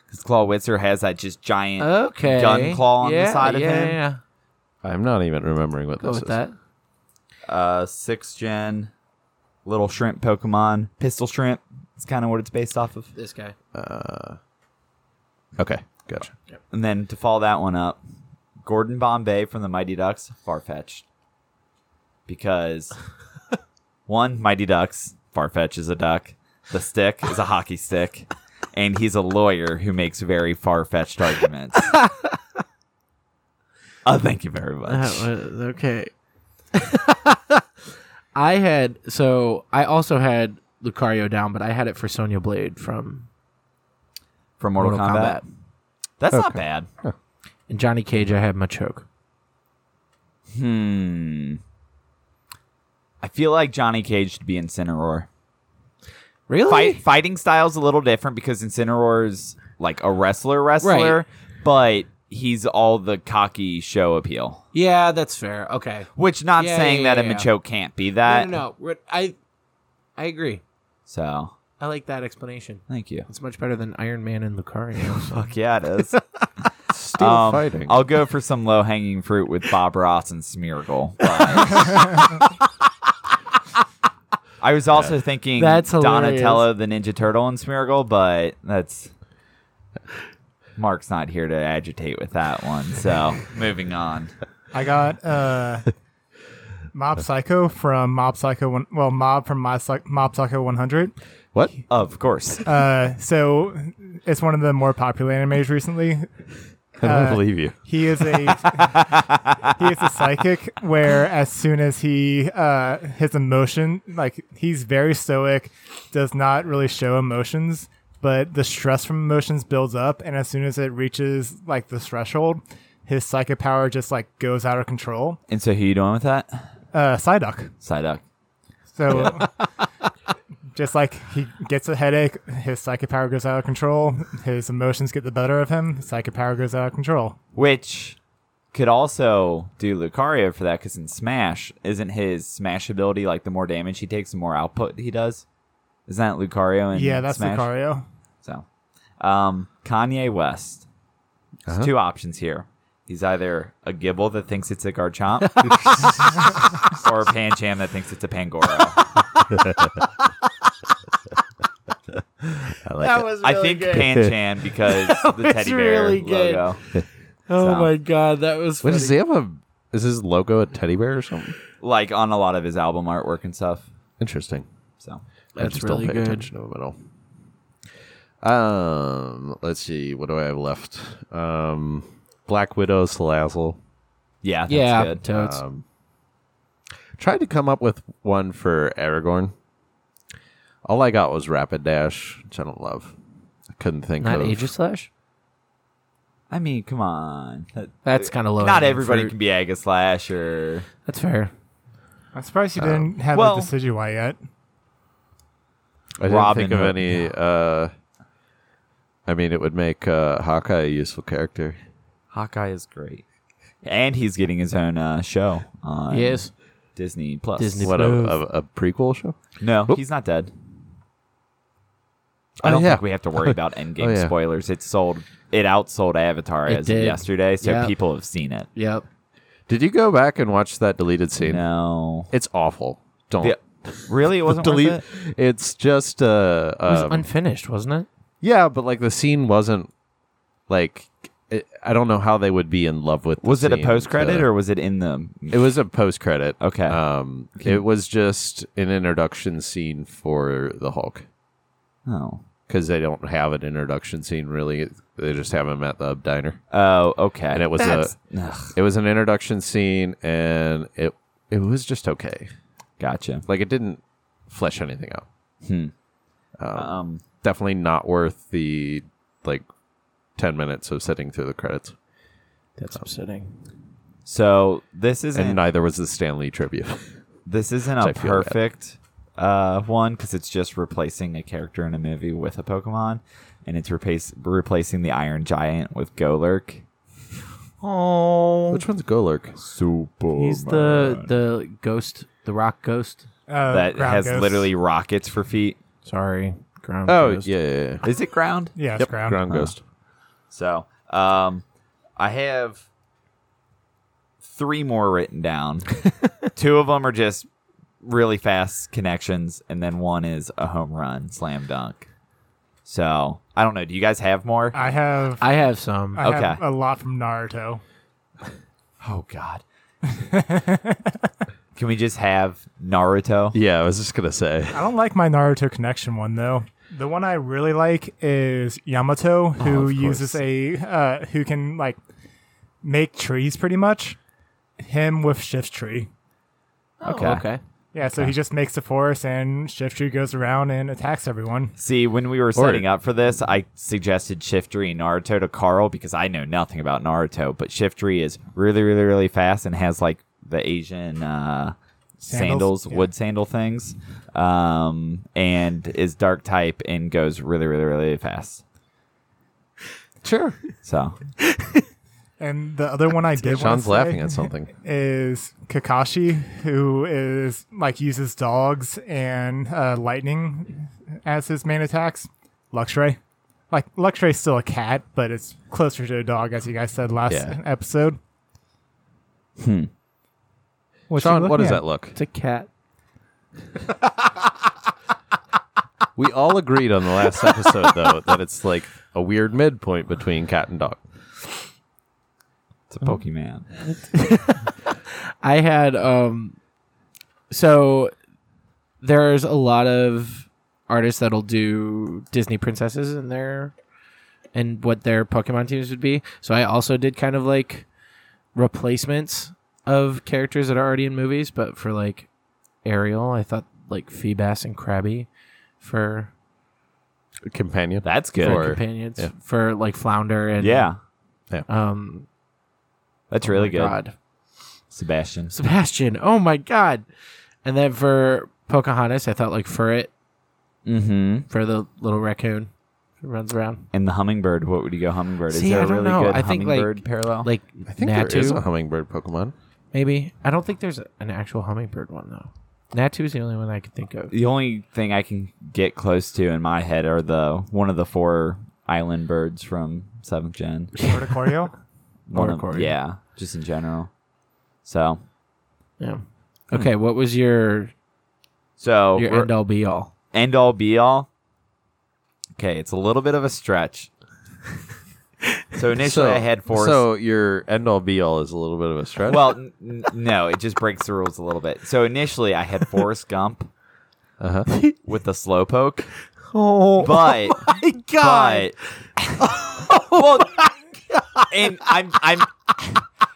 Because Clawitzer has that just giant
Okay.
gun claw on the side of him.
Yeah,
I'm not even remembering what
go
this
with
is.
that.
Uh, sixth gen, little shrimp Pokemon, pistol shrimp. It's kind of what it's based off of.
This guy.
Okay, gotcha.
And then to follow that one up, Gordon Bombay from the Mighty Ducks, Farfetch'd.
(laughs)
Because one, Mighty Ducks, Farfetch is a duck. The stick is a hockey stick. And he's a lawyer who makes very far
(laughs)
fetched arguments. oh, thank you very much.
okay. I had so I also had Lucario down, but I had it for Sonya Blade from
From Mortal,
Mortal
Kombat.
Kombat.
That's not bad.
And Johnny Cage, I had Machoke.
I feel like Johnny Cage should be Incineroar.
Really?
Fight, fighting style's a little different because Incineroar's like a wrestler wrestler, but he's all the cocky show appeal.
Yeah, that's fair. Okay.
Which not
Yeah,
saying
yeah,
that
yeah,
a
yeah.
Machoke can't be that.
no, no, no. We're- I, I agree.
So
I like that explanation.
thank you.
(laughs) It's much better than Iron Man and Lucario. so.
Fuck yeah, it is.
Still
Um,
fighting.
I'll go for some low hanging fruit with Bob Ross
(laughs)
and Smeargle. I was also thinking
That's hilarious.
Donatello the Ninja Turtle and Smeargle, but that's Mark's not here to agitate with that one. So
(laughs)
moving on.
I got uh, Mob Psycho from Mob Psycho. One, well, Mob from My Psych- Mob Psycho 100.
what?
Of course.
Uh, so it's one of the more popular animes recently.
I don't
uh,
believe you.
He is a he is a psychic where as soon as he uh his emotion like he's very stoic, does not really show emotions, but the stress from emotions builds up and as soon as it reaches like the threshold, his psychic power just like goes out of control.
And so who you doing with that?
Uh Psyduck.
Psyduck.
So (laughs) just like he gets a headache, his psychic power goes out of control, his emotions get the better of him, psychic power goes out of control.
Which could also do Lucario for that because in Smash, isn't his Smash ability like the more damage he takes, the more output he does? Isn't that Lucario in
Yeah, that's
Mm, Smash?
Lucario.
So, um, Kanye West. There's two options here. He's either a Gibble that thinks it's a Garchomp, or a Pancham that thinks it's
(laughs)
a Pangoro.
I like
That
it.
was
I think
(laughs)
Pancham because the
was
teddy bear
really good.
logo.
Oh
so.
my god, that was.
What
funny.
does he have a? Is his logo a teddy bear or something?
Like on a lot of his album artwork and stuff.
Interesting.
So,
I
That's
just
really
don't pay
good.
attention to him at all. Um, let's see. What do I have left? Um, Black Widow Salazzle.
yeah, that's
Yeah,
good.
totes.
Um, tried to come up with one for Aragorn. All I got was Rapid Dash, which I don't love. I couldn't think
not
of.
Aegis Slash.
I mean, come on. That-
That's kind of low.
Not
hanging
everybody
fruit.
can be Aga Slash or.
That's fair.
I'm surprised you didn't have
Oh. well-
a Decidueye yet.
I didn't
Robin
think of
Hood,
any. Uh, I mean, it would make uh, Hawkeye a useful character.
Hawkeye is great. And he's getting his own uh, show on
Yes.
Disney Plus.
Disney
What a,
Smooth.
a, a prequel show?
No,
Oop.
he's not dead.
Oh,
I don't
yeah.
think we have
(laughs)
to worry about Endgame
Oh, yeah.
spoilers. It sold, it outsold Avatar
It
as of
did.
yesterday, so
Yeah.
people have seen it.
Yep.
Did you go back and watch that deleted scene?
No,
It's awful. Don't
The- really, it wasn't
delete.
worth it.
It's just uh,
It was
um,
unfinished, wasn't it?
yeah, but like the scene wasn't like it, I don't know how they would be in love with. the
Was it a
scene
post credit
to-
or was it in the?
It was a post credit.
Okay.
Um, it was just an introduction scene for the Hulk
Oh,
because they don't have an introduction scene really. They just have him at the diner,
oh, okay.
and it was
That's-
a
Ugh,
it was an introduction scene, and it it was just okay.
gotcha.
Like it didn't flesh anything out.
Um,
definitely not worth the like 10 minutes of sitting through the credits
That's upsetting.
so this
and
isn't
neither was the stanley
(laughs)
tribute
this isn't
which
a
I feel bad.
perfect uh, one because it's just replacing a character in a movie with a Pokemon, and it's replace, replacing the Iron Giant with Golurk.
Oh,
which one's golurk
Super.
he's the the ghost, the rock ghost.
Uh,
that
Ground
has
Ghost.
literally rockets for feet.
Sorry, ground.
oh
ghost.
yeah, yeah, yeah.
Is it ground?
yeah, it's
Yep,
ground.
ground ghost
So, um, I have three more
(laughs)
written down. Two of them are just really fast connections, and then one is a home run slam dunk. So I don't know. Do you guys have more?
I have
I have some.
I have
okay.
a lot from Naruto.
oh God. (laughs) Can we just have Naruto?
yeah i was just gonna say
I don't like my Naruto connection one though. The one I really like is
Oh,
Yamato, who uses a uh, who can like make trees pretty much. Him with shift tree.
Okay.
Oh, okay.
Yeah, so he just makes a forest and shift tree goes around and attacks everyone.
See, when we were setting up for this, I suggested Shiftry and Naruto to Carl because I know nothing about Naruto, but Shiftry is really, really, really fast and has like the Asian uh, sandals,
Sandals, yeah.
wood sandal things, um, and is dark type and goes really, really, really fast.
sure
So,
And the other one I did wanna
sean's laughing
say
at
(laughs)
something
is Kakashi, who is like uses dogs and uh, lightning as his main attacks. Luxray. Like Luxray's still a cat, but it's closer to a dog, as you guys said last
Yeah. Hmm.
episode. Hmm. What you
Sean,
looking
what does
at?
that look?
It's a cat.
We all agreed on the last episode, though, (laughs) that it's like a weird midpoint between cat and dog.
It's a Pokemon.
I had um so there's a lot of artists that'll do Disney princesses in their and what their Pokemon teams would be. So I also did kind of like replacements of characters that are already in movies, but for like Ariel, I thought like Feebas and Krabby for
Companion.
That's
good.
good.
for
Or-
companions
yeah.
for like Flounder and
yeah,
um
that's really good.
Oh God.
Sebastian.
Sebastian. Oh my god. And then for Pocahontas, I thought like Furret
Mm-hmm.
for the little raccoon who runs around.
And the hummingbird. What would you go hummingbird?
See,
Is there
I
a
don't
really
know.
good
I think, like-
hummingbird parallel?
Like
I think there is a
Natu,
hummingbird Pokemon.
maybe. I don't think there's an actual hummingbird one though. Natu is the only one I can think of.
the only thing I can get close to in my head are the one of the four island birds from seventh gen.
Verticorio?
One of-
Watercory.
yeah, just in general. So,
Yeah.
Hmm.
Okay, what was your
so
your
Oh, we're-
end all be all?
end all be all. Okay, it's a little bit of a stretch. (laughs) so initially, I had four.
So your end all be all is a little bit of a stretch.
well, n- n- no, it just breaks the rules a little bit. So initially, I had Forrest Gump
Uh-huh.
(laughs) with the slowpoke,
Oh
but
my
but (laughs) well, and I'm I'm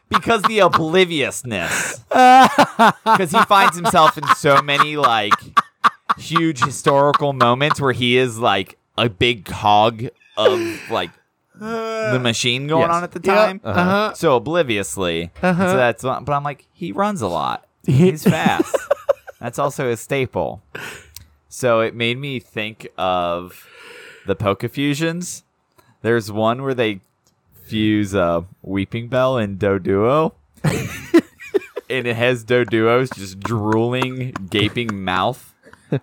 because
(laughs)
the obliviousness because he finds himself in so many like huge historical moments where he is like a big cog of like the machine going
Yes.
on at the time.
Uh huh.
So obliviously, And so that's why- but I'm like he runs a lot. He's fast. that's also his staple. So it made me think of the Poke fusions. There's one where they fuse uh, Weeping Bell and Doduo. and it has Doduo's just drooling, gaping mouth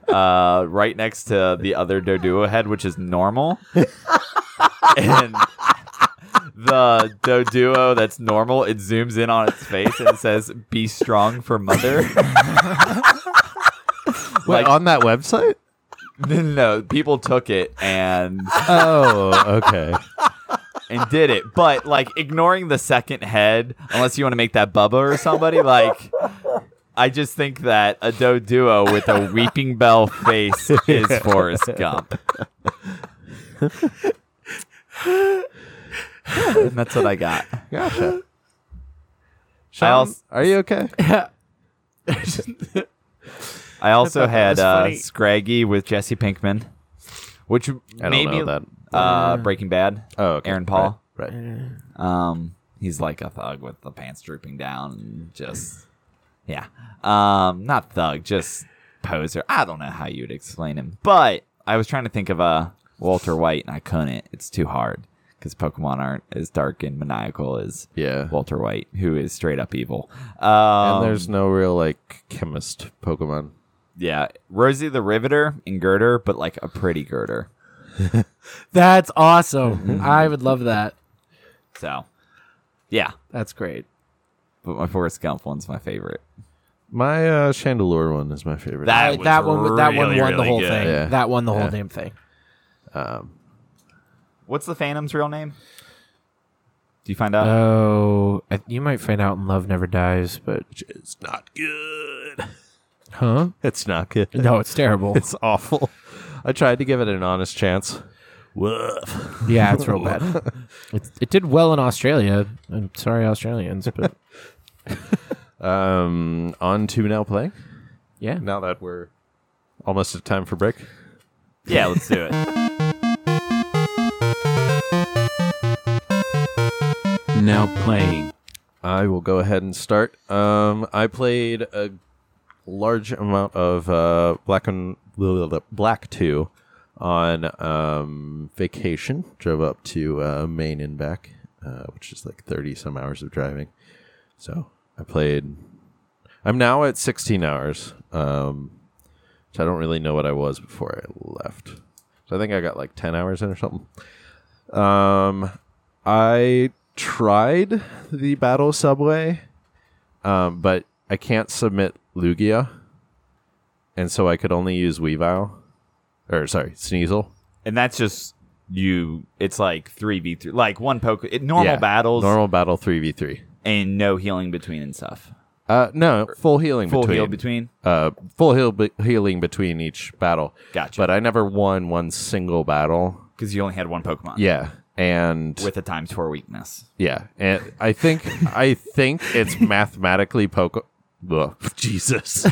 uh, right next to the other Doduo head, which is normal. and the Doduo that's normal, it zooms in on its face and it says, Be strong for mother.
Wait,
like-
on that website?
no, no, no. People took it and. (laughs)
Oh, okay.
and did it. But like ignoring the second head, unless you want to make that Bubba or somebody, like I just think that a do duo with a weeping bell face is
(laughs)
Forrest Gump. and that's what I got.
Gotcha.
I
Sean,
als-
are you okay?
I also
thought that
had
was
uh,
funny.
Scraggy with Jesse Pinkman, which
I don't
made
know
me
that.
Uh, Breaking Bad.
Oh, okay.
Aaron Paul.
Right. right.
Um, he's like a thug with the pants drooping down, and just yeah. Um, not thug, just poser. I don't know how you'd explain him, but I was trying to think of a Walter White, and I couldn't. It's too hard because Pokemon aren't as dark and maniacal as
Yeah.
Walter White, who is straight up evil. Um,
and there's no real like chemist Pokemon.
yeah, Rosie the Riveter and Girder, but like a pretty Girder.
That's
Mm-hmm.
awesome. I would love that.
So yeah,
That's great.
but my Forrest Gump one's my favorite.
My uh, Chandelure one is my favorite.
That
That,
was
one that one
really,
won the
really
whole
good.
thing.
Yeah.
That won the whole
Yeah.
damn thing.
What's the Phantom's real name? Do you find
Uh,
out?
Oh, I- you might find out in Love Never Dies, but
it's not good.
huh?
It's not good. (laughs)
No, it's terrible.
It's awful. I tried to give it an honest chance. Woof.
yeah, it's real
(laughs)
bad. It, it did well in Australia. I'm sorry, Australians,
(laughs)
but
Um, on to now playing.
yeah,
Now that we're almost at time for break.
yeah, let's do it.
Now playing.
I will go ahead and start. Um, I played a large amount of uh, Black and Black Two on um, vacation. Drove up to uh, Maine and back, uh, which is like thirty some hours of driving. So I played. I'm now at sixteen hours, um, which I don't really know what I was before I left. So I think I got like 10 hours in or something. Um, I tried the Battle Subway, um, but I can't submit Lugia. And so I could only use Weavile. Or, sorry, Sneasel.
(laughs) and that's just you. It's like three v three, like one poke. It, normal
Yeah,
battles
Normal battle 3v3.
and no healing between and stuff.
Uh, no, full healing
Full
between.
heal between.
uh, full heal be- healing between each battle.
Gotcha.
But I never won one single battle.
because you only had one Pokemon.
Yeah, and
with a times four weakness.
yeah, and I think I think it's mathematically poke. Ugh, Jesus.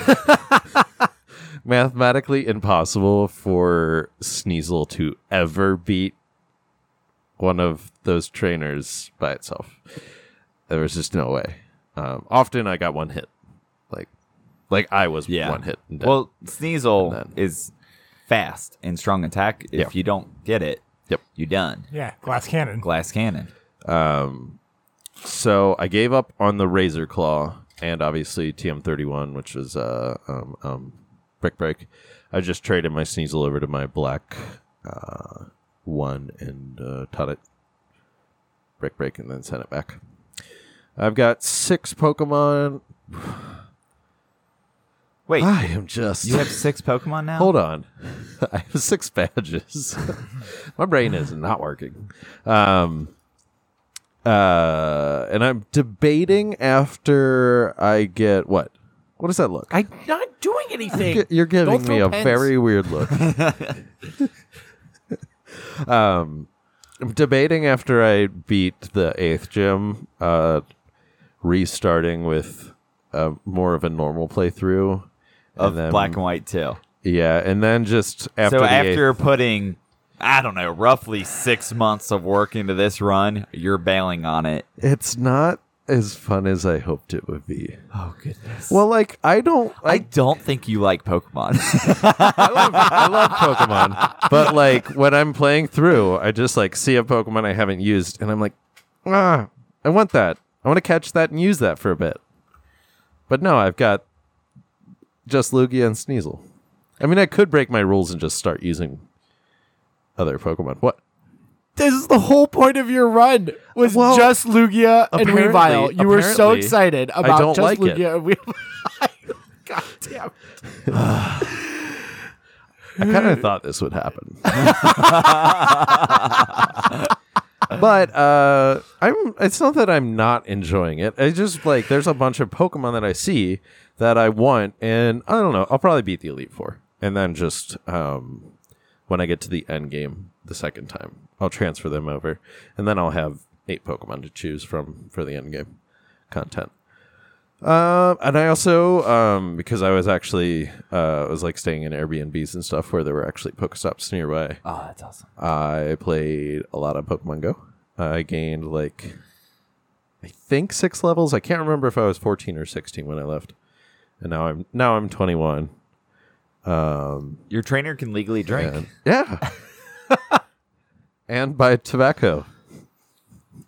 (laughs) mathematically impossible for Sneasel to ever beat one of those trainers by itself. There was just no way. Um, often I got one hit, like like I was
Yeah.
one hit. and dead.
Well, Sneasel
And then-
is fast and strong attack. If
Yeah.
you don't get it,
Yep.
you done.
(laughs) Yeah, glass cannon.
Glass cannon.
so I gave up on the Razor Claw and obviously TM31, which is uh, um, um, Brick Break. I just traded my Sneasel over to my black uh, one and uh, taught it Brick Break and then sent it back. I've got six Pokemon.
Wait,
I am just.
you have six Pokemon now?
Ah. Hold on. (laughs) I have six badges. (laughs) My brain is not working. Um uh and I'm debating after I get what? What does that look?
I'm not doing anything.
G- You're giving
Don't
me
throw
a
pens.
very weird
(laughs)
look. um, Um, I'm debating after I beat the eighth gym, uh, restarting with uh, more of a normal playthrough
Of
and then-
black and white too.
Yeah, and then just after
so
the
after
eighth-
putting, I don't know, roughly six months of work into this run, you're bailing on it.
it's not as fun as I hoped it would be.
Oh goodness.
Well, like I don't,
I
I
don't think you like Pokemon. (laughs)
I love, I love Pokemon, but like when I'm playing through, I just like see a Pokemon I haven't used, and I'm like, ah, I want that. I want to catch that and use that for a bit. But no, I've got just Lugia and Sneasel. I mean, I could break my rules and just start using other Pokemon. What?
this is the whole point of your run was
Well,
just Lugia and
apparently-
Weavile. You were so
apparently,
excited about
don't
just
like it.
Lugia and (laughs) Weavile. God damn.
I kind of thought this would happen. (laughs) but uh, I'm. It's not that I'm not enjoying it. I just like there's a bunch of Pokemon that I see that I want, and I don't know. I'll probably beat the Elite Four, and then just um, when I get to the end game the second time, I'll transfer them over, and then I'll have eight Pokemon to choose from for the end game content. Um, and I also, um, because I was actually, uh, I was like staying in Airbnbs and stuff where there were actually Pokestops nearby.
oh, that's awesome.
I played a lot of Pokemon Go. I gained like, I think six levels. I can't remember if I was fourteen or sixteen when I left, and now I'm now I'm twenty one.
Your trainer can legally drink.
And yeah, (laughs) and by tobacco.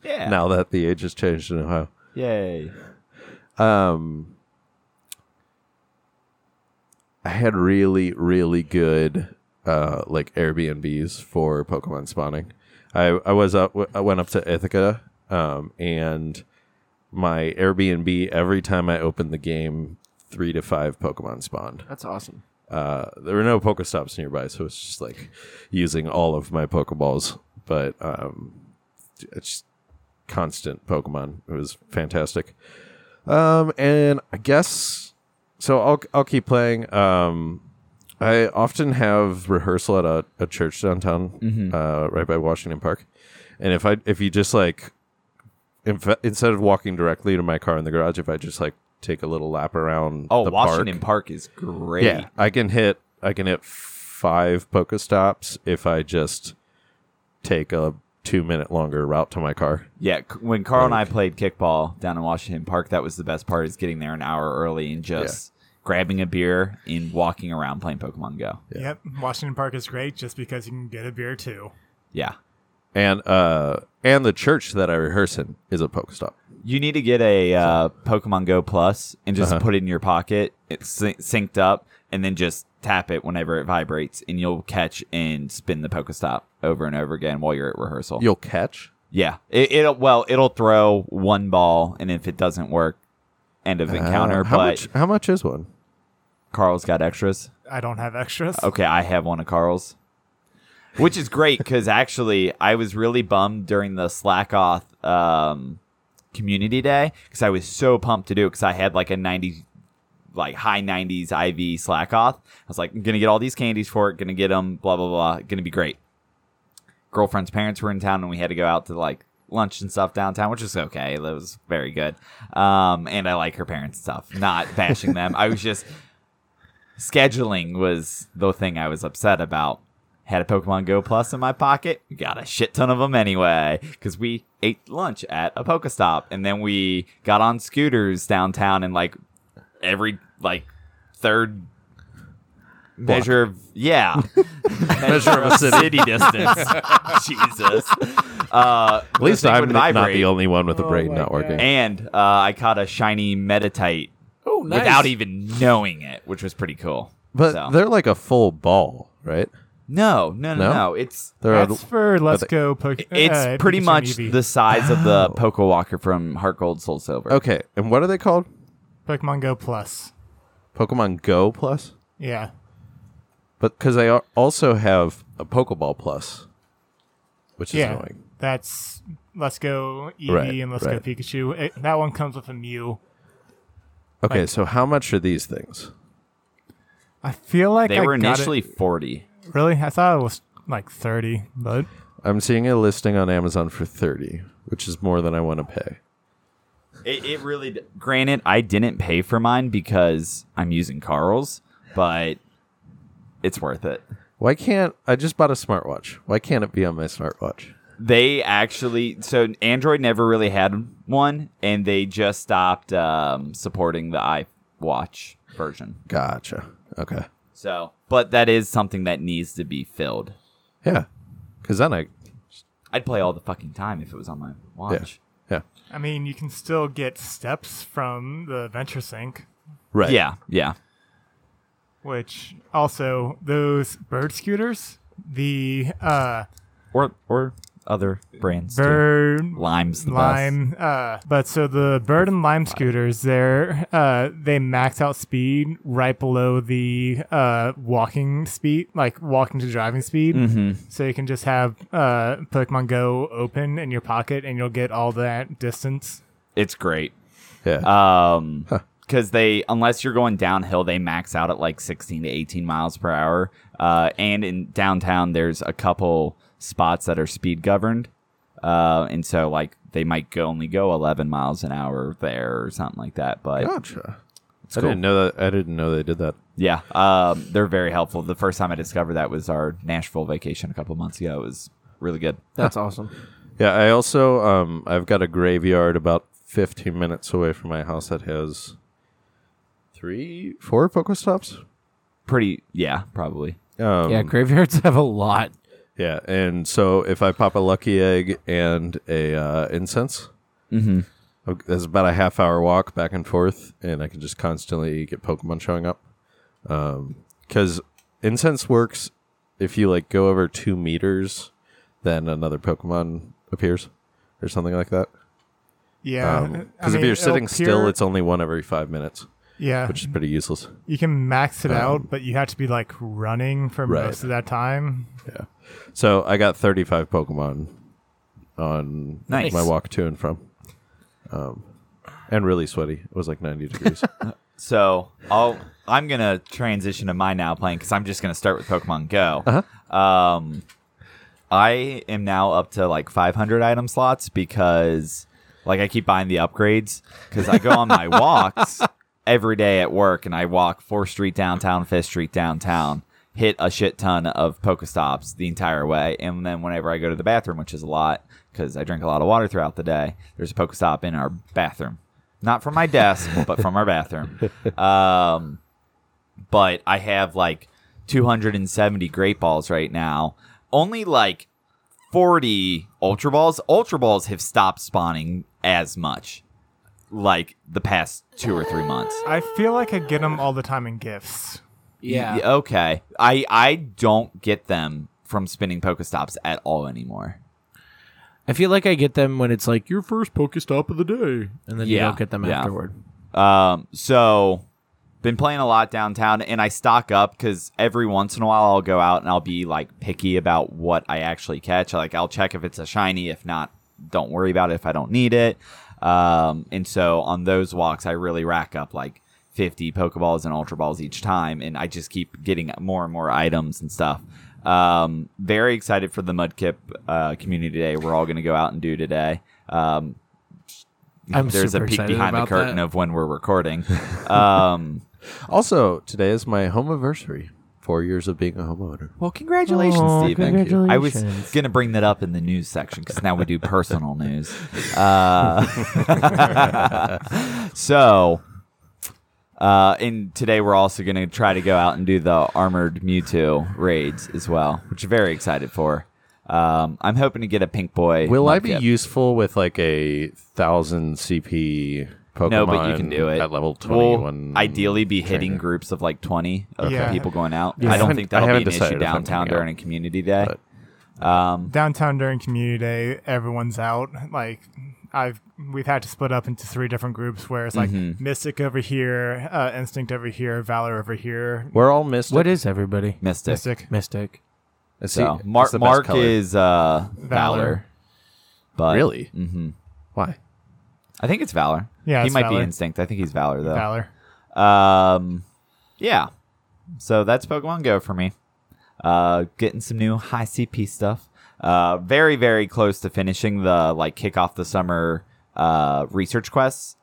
Yeah.
Now that the age has changed in Ohio.
Yay.
um I had really really good uh like Airbnbs for Pokemon spawning. I I was up I went up to Ithaca um and my Airbnb every time I opened the game 3 to 5 Pokemon spawned.
That's awesome.
Uh there were no Pokestops nearby so it's just like using all of my Pokeballs but um it's just constant Pokemon. It was fantastic. Um, and I guess so. I'll I'll keep playing. Um, I often have rehearsal at a, a church downtown,
Mm-hmm.
uh, right by Washington Park. And if I if you just like, if, instead of walking directly to my car in the garage, if I just like take a little lap around.
Oh,
the
Washington
park,
Park. is great.
yeah, I can hit I can hit five Pokestops if I just take a two minute longer route to my car.
Yeah, c- when Carl and I played kickball down in Washington Park, that was the best part is getting there an hour early and just grabbing a beer and walking around playing Pokemon Go.
Yep, Washington Park is great just because you can get a beer too.
Yeah.
and uh and the church that I rehearse in is a Pokestop.
You
Uh-huh.
need to get a uh, Pokemon Go Plus and just put it in your pocket. It's syn- synced up and then just tap it whenever it vibrates, and you'll catch and spin the Pokestop over and over again while you're at rehearsal.
You'll catch.
yeah, it, it'll well, it'll throw one ball, and if it doesn't work, end of encounter.
Uh, how
but
much? How much is
(laughs)
one?
Carl's got extras.
I don't have extras.
Okay, I have one of Carl's, which is great because actually I was really bummed during the Slackoth um, community day because I was so pumped to do it because I had like a 90, like high 90s IV Slackoth. I was like, I'm going to get all these candies for it, going to get them, blah, blah, blah. Going to be great. Girlfriend's parents were in town and we had to go out to like lunch and stuff downtown, which was okay. That was very good. Um, and I like her parents' and stuff, not bashing them. I was just scheduling was the thing I was upset about. Had a Pokemon Go Plus in my pocket, got a shit ton of them anyway, because we ate lunch at a Pokestop, and then we got on scooters downtown, and like every like third measure, of,
(laughs)
yeah, measure of a city, distance. Jesus, uh,
At least
thing
I'm
would
not
vibrate.
the only one with the
Oh
brain
my
not working.
God.
And uh, I caught a shiny Meditite
Oh, nice.
without even knowing it, which was pretty cool.
But
So.
they're like a full ball, right?
No, no, no,
No?
no. It's
They're a-
That's for Let's
but-
Go Poke.
it's
uh,
pretty
Pikachu
much
Eevee.
the size of the Poke Walker from Heart Gold Soul Silver.
okay. And what are they called?
Pokemon Go Plus.
Pokemon Go Plus.
Yeah.
But because they al- also have a Pokeball Plus, which is
yeah.
annoying.
That's Let's Go Eevee
Right,
and Let's
right.
Go Pikachu. It- that one comes with a Mew.
Okay, so how much are these things?
I feel like
They
I
were
got it-
initially 40.
Really? I thought it was like 30, but
I'm seeing a listing on Amazon for thirty, which is more than I want to pay.
It, it really d- Granted, I didn't pay for mine because I'm using Carl's, but it's worth it.
Why can't I just bought a smartwatch? Why can't it be on my smartwatch?
They actually, so Android never really had one, and they just stopped um, supporting the iWatch version.
Gotcha. Okay.
So, but that is something that needs to be filled.
Yeah. Because then I.
I'd play all the fucking time if it was on my
Yeah.
watch.
Yeah.
I mean, you can still get steps from the Venture Sync,
Right.
Yeah, yeah.
which also those bird scooters, the uh,
Or or other brands. too.
bird
Lime's the best.
lime. Uh, but so the bird and lime scooters, they're uh, they max out speed right below the uh, walking speed, like walking to driving speed.
Mm-hmm.
So you can just have uh, Pokemon Go open in your pocket, and you'll get all that distance.
It's great.
Yeah.
Um, because they unless you're going downhill, they max out at like 16 to 18 miles per hour. Uh, and in downtown, there's a couple spots that are speed governed. Uh, and so like they might go only go 11 miles an hour there or something like that. But
gotcha.
it's
I
cool.
didn't know that. I didn't know they did that.
Yeah, um, they're very helpful. The first time I discovered that was our Nashville vacation a couple months ago. It was really good.
That's awesome.
Yeah. I also um I've got a graveyard about 15 minutes away from my house that has three, four Pokestops.
Pretty, yeah, probably.
Um,
yeah, graveyards have a lot.
Yeah, and so if I pop a lucky egg and a uh, incense, mm-hmm. that's about a half hour walk back and forth, and I can just constantly get Pokemon showing up. Because incense works if you like go over two meters, then another Pokemon appears or something like that.
Yeah,
Because
I
Um, if you're
mean, it'll Mm-hmm.
sitting still,
appear-
it's only one every five minutes,
yeah,
which is pretty useless.
You can max it out, but you have to be like running for
Right.
most of that time.
So I got 35 Pokemon on
Nice.
my walk to and from. Um, and really sweaty. It was like 90
(laughs)
degrees.
So I'll, I'm gonna transition to my now playing because I'm just gonna start with Pokemon Go. Um, I am now up to like 500 item slots because, like, I keep buying the upgrades because I go on my walks every day at work and I walk Fourth Street downtown, Fifth Street downtown, hit a shit ton of Pokestops the entire way, and then whenever I go to the bathroom, which is a lot because I drink a lot of water throughout the day, there's a Pokestop in our bathroom. Not from my desk, but from our bathroom. Um, but I have like 270 great balls right now. Only like 40 ultra balls. Ultra balls have stopped spawning as much like the past two or three months.
I feel like I get them all the time in gifts.
Yeah.
Y- Okay. I I don't get them from spinning Pokestops at all anymore.
I feel like I get them when it's like your first Pokestop of the day, and then you
Yeah,
don't get them
yeah.
afterward.
Um, so been playing a lot downtown, and I stock up because every once in a while I'll go out and I'll be like picky about what I actually catch. Like I'll check if it's a shiny. If not, don't worry about it if I don't need it. Um, and so on those walks, I really rack up like. 50 Pokeballs and Ultra Balls each time, and I just keep getting more and more items and stuff. Um, very excited for the Mudkip uh, community day. We're all going to go out and do today. Um,
I'm
there's a
super
peek
excited
behind the
about
curtain
that.
of when we're recording. Um,
Also, today is my home anniversary. Four years of being a homeowner.
well, congratulations,
Aw,
Steve.
Thank you.
congratulations.
I was going to bring that up in the news section because now we do
(laughs)
personal news. Uh, (laughs) so, uh, and today we're also going to try to go out and do the armored Mewtwo raids as well, which I'm very excited for. Um, I'm hoping to get a pink boy.
Will I be
Mudkip.
useful with like a thousand CP Pokemon?
No, but you can do it
at level
We'll
twenty-one.
ideally, be hitting
trainer.
groups of like twenty of
Yeah.
people going out.
Yeah.
I
I
don't
haven't-
think
I
that'll
haven't
be an issue
decided if I'm
downtown
coming out.
during a community day. Um,
But-
downtown during community day everyone's out like i've we've had to split up into three different groups where it's like
Mm-hmm.
mystic over here uh, instinct over here valor over here
We're all mystic.
what is everybody?
Mystic.
mystic
Mystic.
It's the-
So
it's
Mark
the best
Mark
color.
is uh, Valor, but
really
hmm
why?
I think it's Valor.
Yeah,
he
it's
might be
Valor.
Instinct. I think he's Valor though.
valor
Um, yeah. So that's Pokemon Go for me. Uh, getting some new high CP stuff. Uh, very very close to finishing the like kick off the summer uh research quests.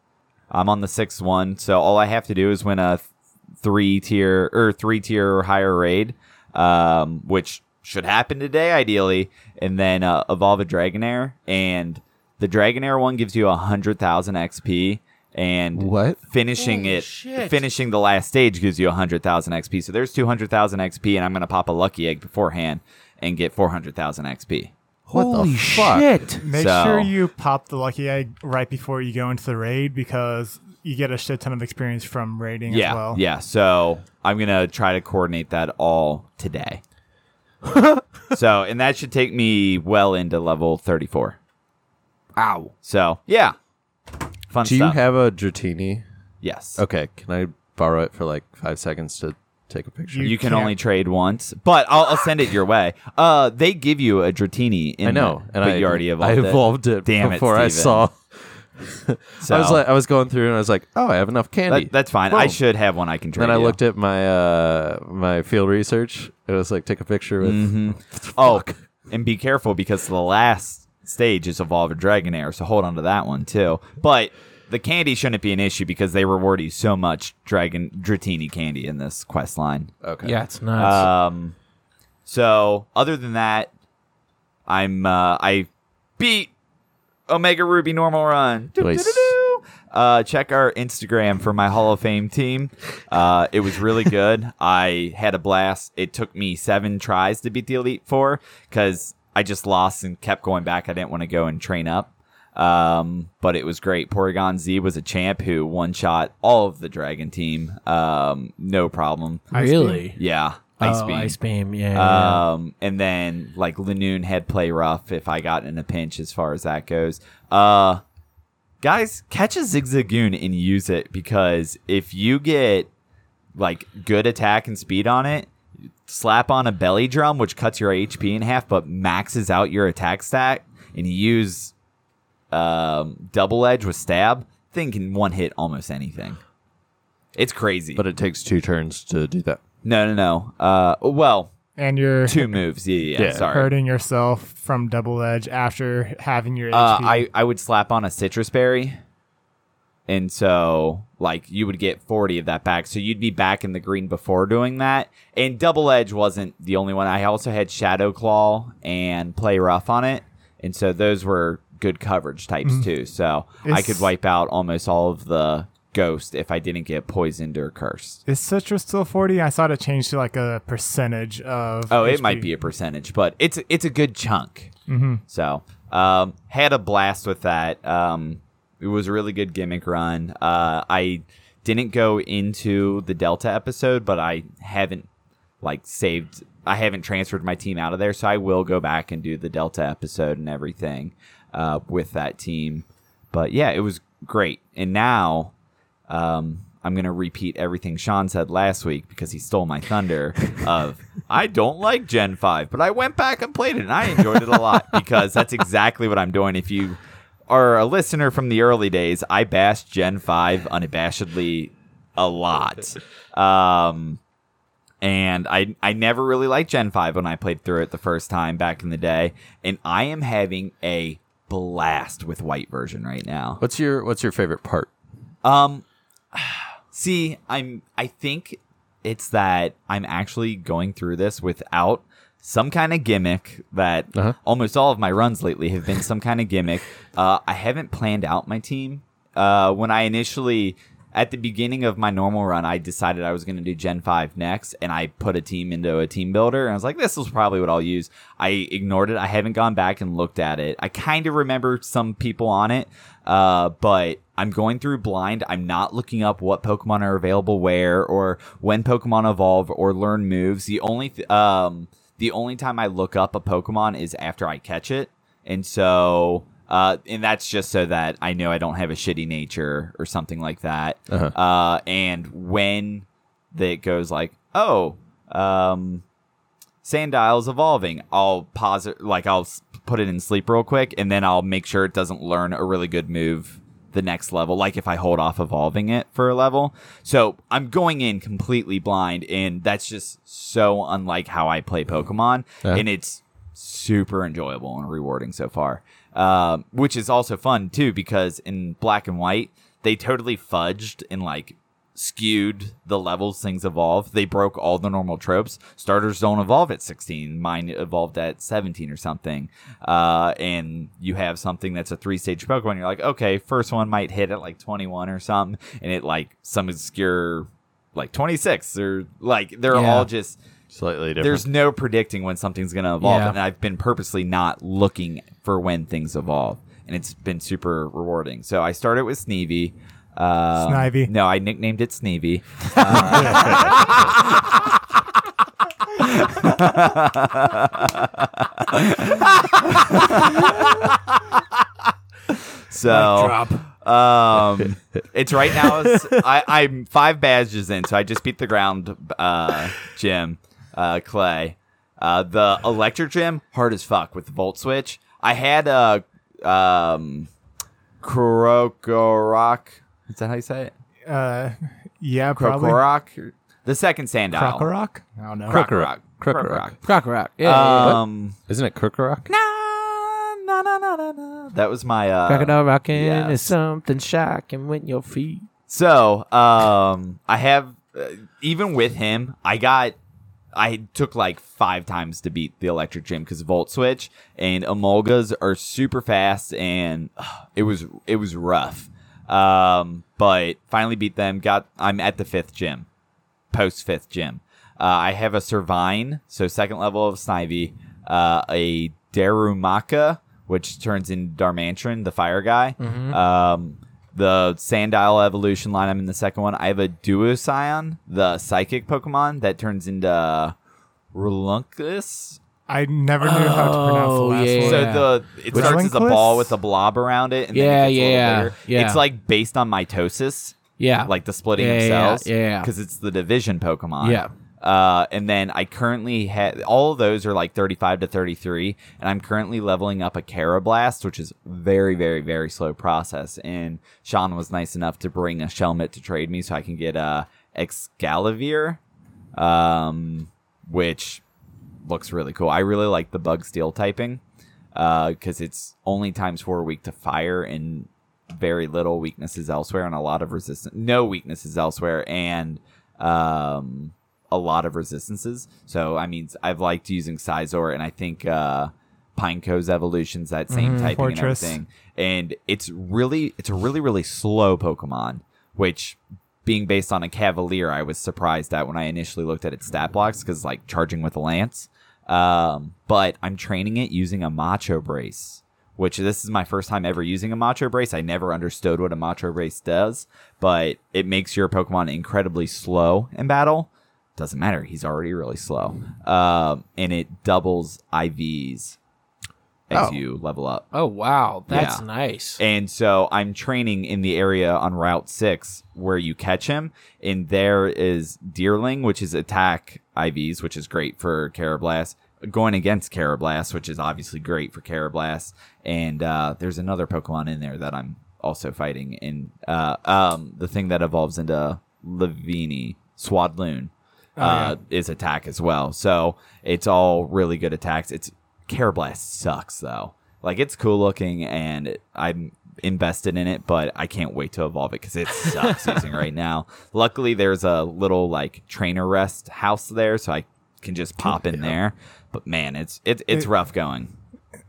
I'm on the sixth one, so all I have to do is win a th- three tier or three tier or higher raid, um, which should happen today ideally, and then uh, evolve a Dragonair. And the Dragonair one gives you a hundred thousand XP. And
What?
finishing it finishing the last stage gives you 100000 xp so there's 200000 xp and i'm gonna pop a lucky egg beforehand and get 400000 xp
What the
Holy
fuck?
shit!
make
So-
sure you pop the lucky egg right before you go into the raid because you get a shit ton of experience from raiding
yeah
as well
yeah so i'm gonna try to coordinate that all
(laughs)
today so and that should take me well into level 34 ow so yeah fun
Do you
stuff
have a Dratini?
yes
Okay, can I borrow it for like five seconds to take a picture?
You
You can
can't-
only trade once, but I'll, I'll send it your way. Uh, they give you a Dratini. In
I know,
there,
and
but
I
you already
I
evolved it.
evolved it
Damn it,
before I
Steven.
saw.
So
I was like, I was going through and I was like, oh, I have enough candy.
That, that's fine. I
Boom.
should have one I can trade.
Then I
you.
looked at my uh my field research. It was like take a picture with
Oh, and be careful because the last stage is Evolve a Dragonair, so hold on to that one too. But the candy shouldn't be an issue because they reward you so much Dragon Dratini candy in this quest line.
okay.
Yeah, it's nuts.
Um, so other than that, I'm uh, I beat Omega Ruby Normal Run. Doo, doo,
Nice.
doo, doo. Uh, check our Instagram for my Hall of Fame team. Uh, it was really
(laughs)
good. I had a blast. It took me seven tries to beat the Elite Four because I just lost and kept going back. I didn't want to go and train up. Um, but it was great. Porygon Z was a champ who one shot all of the Dragon team. Um, no problem.
really?
Yeah.
oh,
Beam.
Uh, Ice Beam. Yeah. yeah.
Um, and then like Lanoon had play rough if I got in a pinch as far as that goes. Uh, guys, catch a Zigzagoon and use it because if you get like good attack and speed on it, slap on a belly drum which cuts your HP in half but maxes out your attack stat, and you use um, double edge with stab. Thing can one hit almost anything. It's crazy.
But it takes two turns to do that.
no, no, no. Uh, well,
and you're
two moves. Yeah, yeah. yeah.
Yeah.
Sorry.
hurting yourself from double edge after having your
Uh,
HP.
I, I would slap on a citrus berry. And so, like, you would get 40 of that back. So you'd be back in the green before doing that. And Double Edge wasn't the only one. I also had Shadow Claw and Play Rough on it. And so those were good coverage types, too. So I
Mm. It's-
could wipe out almost all of the ghost if I didn't get poisoned or cursed.
is citrus still 40 i saw it change to like a percentage of
Oh, it
HP.
might be a percentage, but it's it's a good chunk. So um, had a blast with that. Um, it was a really good gimmick run. Uh, I didn't go into the Delta episode, but I haven't like saved. I haven't transferred my team out of there, so I will go back and do the Delta episode and everything uh, with that team. But yeah, it was great. And now um, I'm going to repeat everything Sean said last week because he stole my thunder of I don't like Gen 5, but I went back and played it and I enjoyed it a lot because that's exactly what I'm doing. If you are a listener from the early days, I bashed Gen 5 unabashedly a lot. Um, and I I never really liked Gen 5 when I played through it the first time back in the day, and I am having a blast with white version right now.
What's your What's your favorite part?
Um, see, I'm. I think it's that I'm actually going through this without some kind of gimmick. That
Uh-huh.
almost all of my runs lately have been some kind of gimmick. Uh, I haven't planned out my team. Uh, when I initially at the beginning of my normal run, I decided I was going to do Gen Five next, and I put a team into a team builder, and I was like, "This is probably what I'll use." I ignored it. I haven't gone back and looked at it. I kind of remember some people on it, uh, but I'm going through blind. I'm not looking up what Pokemon are available where or when Pokemon evolve or learn moves. The only th- um the only time I look up a Pokemon is after I catch it. And so uh and that's just so that I know I don't have a shitty nature or something like that.
Uh-huh.
Uh and when that goes like, "Oh, um Sandile's evolving. I'll pause it, like I'll s- put it in sleep real quick, and then I'll make sure it doesn't learn a really good move the next level. Like if I hold off evolving it for a level, so I'm going in completely blind, and that's just so unlike how I play Pokemon,
Yeah.
and it's super enjoyable and rewarding so far. Um, which is also fun too because in Black and White they totally fudged and like skewed the levels things evolve. They broke all the normal tropes. Starters don't evolve at 16. Mine evolved at 17 or something. Uh, and you have something that's a three stage Pokemon. You're like, okay, first one might hit at like 21 or something, and it like some obscure like 26 or like they're
Yeah.
all just
Slightly different.
there's no predicting when something's going to evolve,
Yeah.
and I've been purposely not looking for when things evolve, and it's been super rewarding. So I started with Sneevee. Uh,
Snivy.
No, I nicknamed it Sneevee. so um, it's right now. It's, I, I'm five badges in, so I just beat the ground uh, gym, uh, Clay. Uh, the electric gym, hard as fuck with the volt switch. I had a um, Krokorok. Is that how you say it?
Uh, yeah, probably.
Krokorok. The second sand owl.
Krokorok? I don't know.
Krokorok.
Krokorok.
Crocker Rock. Yeah. yeah, yeah.
Um,
Isn't it Kirkorok?
na, na, na, na, na. That was my uh,
Crocodile rocking
yeah.
is something shocking when your feet.
So, um, I have uh, even with him, I got I took like five times to beat the electric gym because Volt Switch and Emolgas are super fast, and ugh, it was it was rough. Um, but finally beat them. Got I'm at the fifth gym, post fifth gym. Uh, I have a Servine, so second level of Snivy, uh, a Darumaka, which turns into Darmantron, the fire guy. Um, the Sandile evolution line, I'm in the second one. I have a Duocyon, the psychic Pokemon, that turns into Relunkus.
I never knew how to pronounce the
Oh,
last
yeah.
one.
So the it
Which
starts as a
Relinquis?
ball with a blob around it, and
Yeah,
then it gets a
yeah,
little bigger.
yeah.
It's like based on mitosis,
Yeah.
like the splitting
Yeah,
of
yeah,
cells,
yeah, yeah.
because it's the division Pokemon.
Yeah.
Uh, and then I currently have all of those are like 35 to 33, and I'm currently leveling up a Carablast, which is very, very, very slow process. And Sean was nice enough to bring a Shelmet to trade me, so I can get a Excalibur, um, which looks really cool. I really like the bug steel typing because it's only times four weak to fire and very little weaknesses elsewhere and a lot of resistance. No weaknesses elsewhere and um, a lot of resistances. So I mean, I've liked using Sizor and I think uh, Pineco's evolutions that same typing
Fortress.
and everything. And it's really it's a really really slow Pokemon, which being based on a Cavalier, I was surprised at when I initially looked at its stat blocks because like charging with a lance. Um, but I'm training it using a macho brace, which this is my first time ever using a Macho Brace. I never understood what a Macho Brace does, but it makes your Pokemon incredibly slow in battle. Doesn't matter. He's already really slow. Um, and it doubles IVs as
Oh.
you level up.
Oh wow, that's
Yeah.
nice.
And so I'm training in the area on Route 6 where you catch him. And there is Deerling, which is attack IVs, which is great for Carablast, going against Carablast, which is obviously great for Carablast. And uh, there's another Pokemon in there that I'm also fighting in uh, um, the thing that evolves into Levini, Swadloon.
Oh,
Uh, is attack as well, so it's all really good attacks. It's Carablast sucks though. Like it's cool looking and I'm invested in it, but I can't wait to evolve it because
(laughs)
it sucks using right now. Luckily, there's a little like trainer rest house there, so I can just pop in there. But man, it's it, it's
It-
rough going.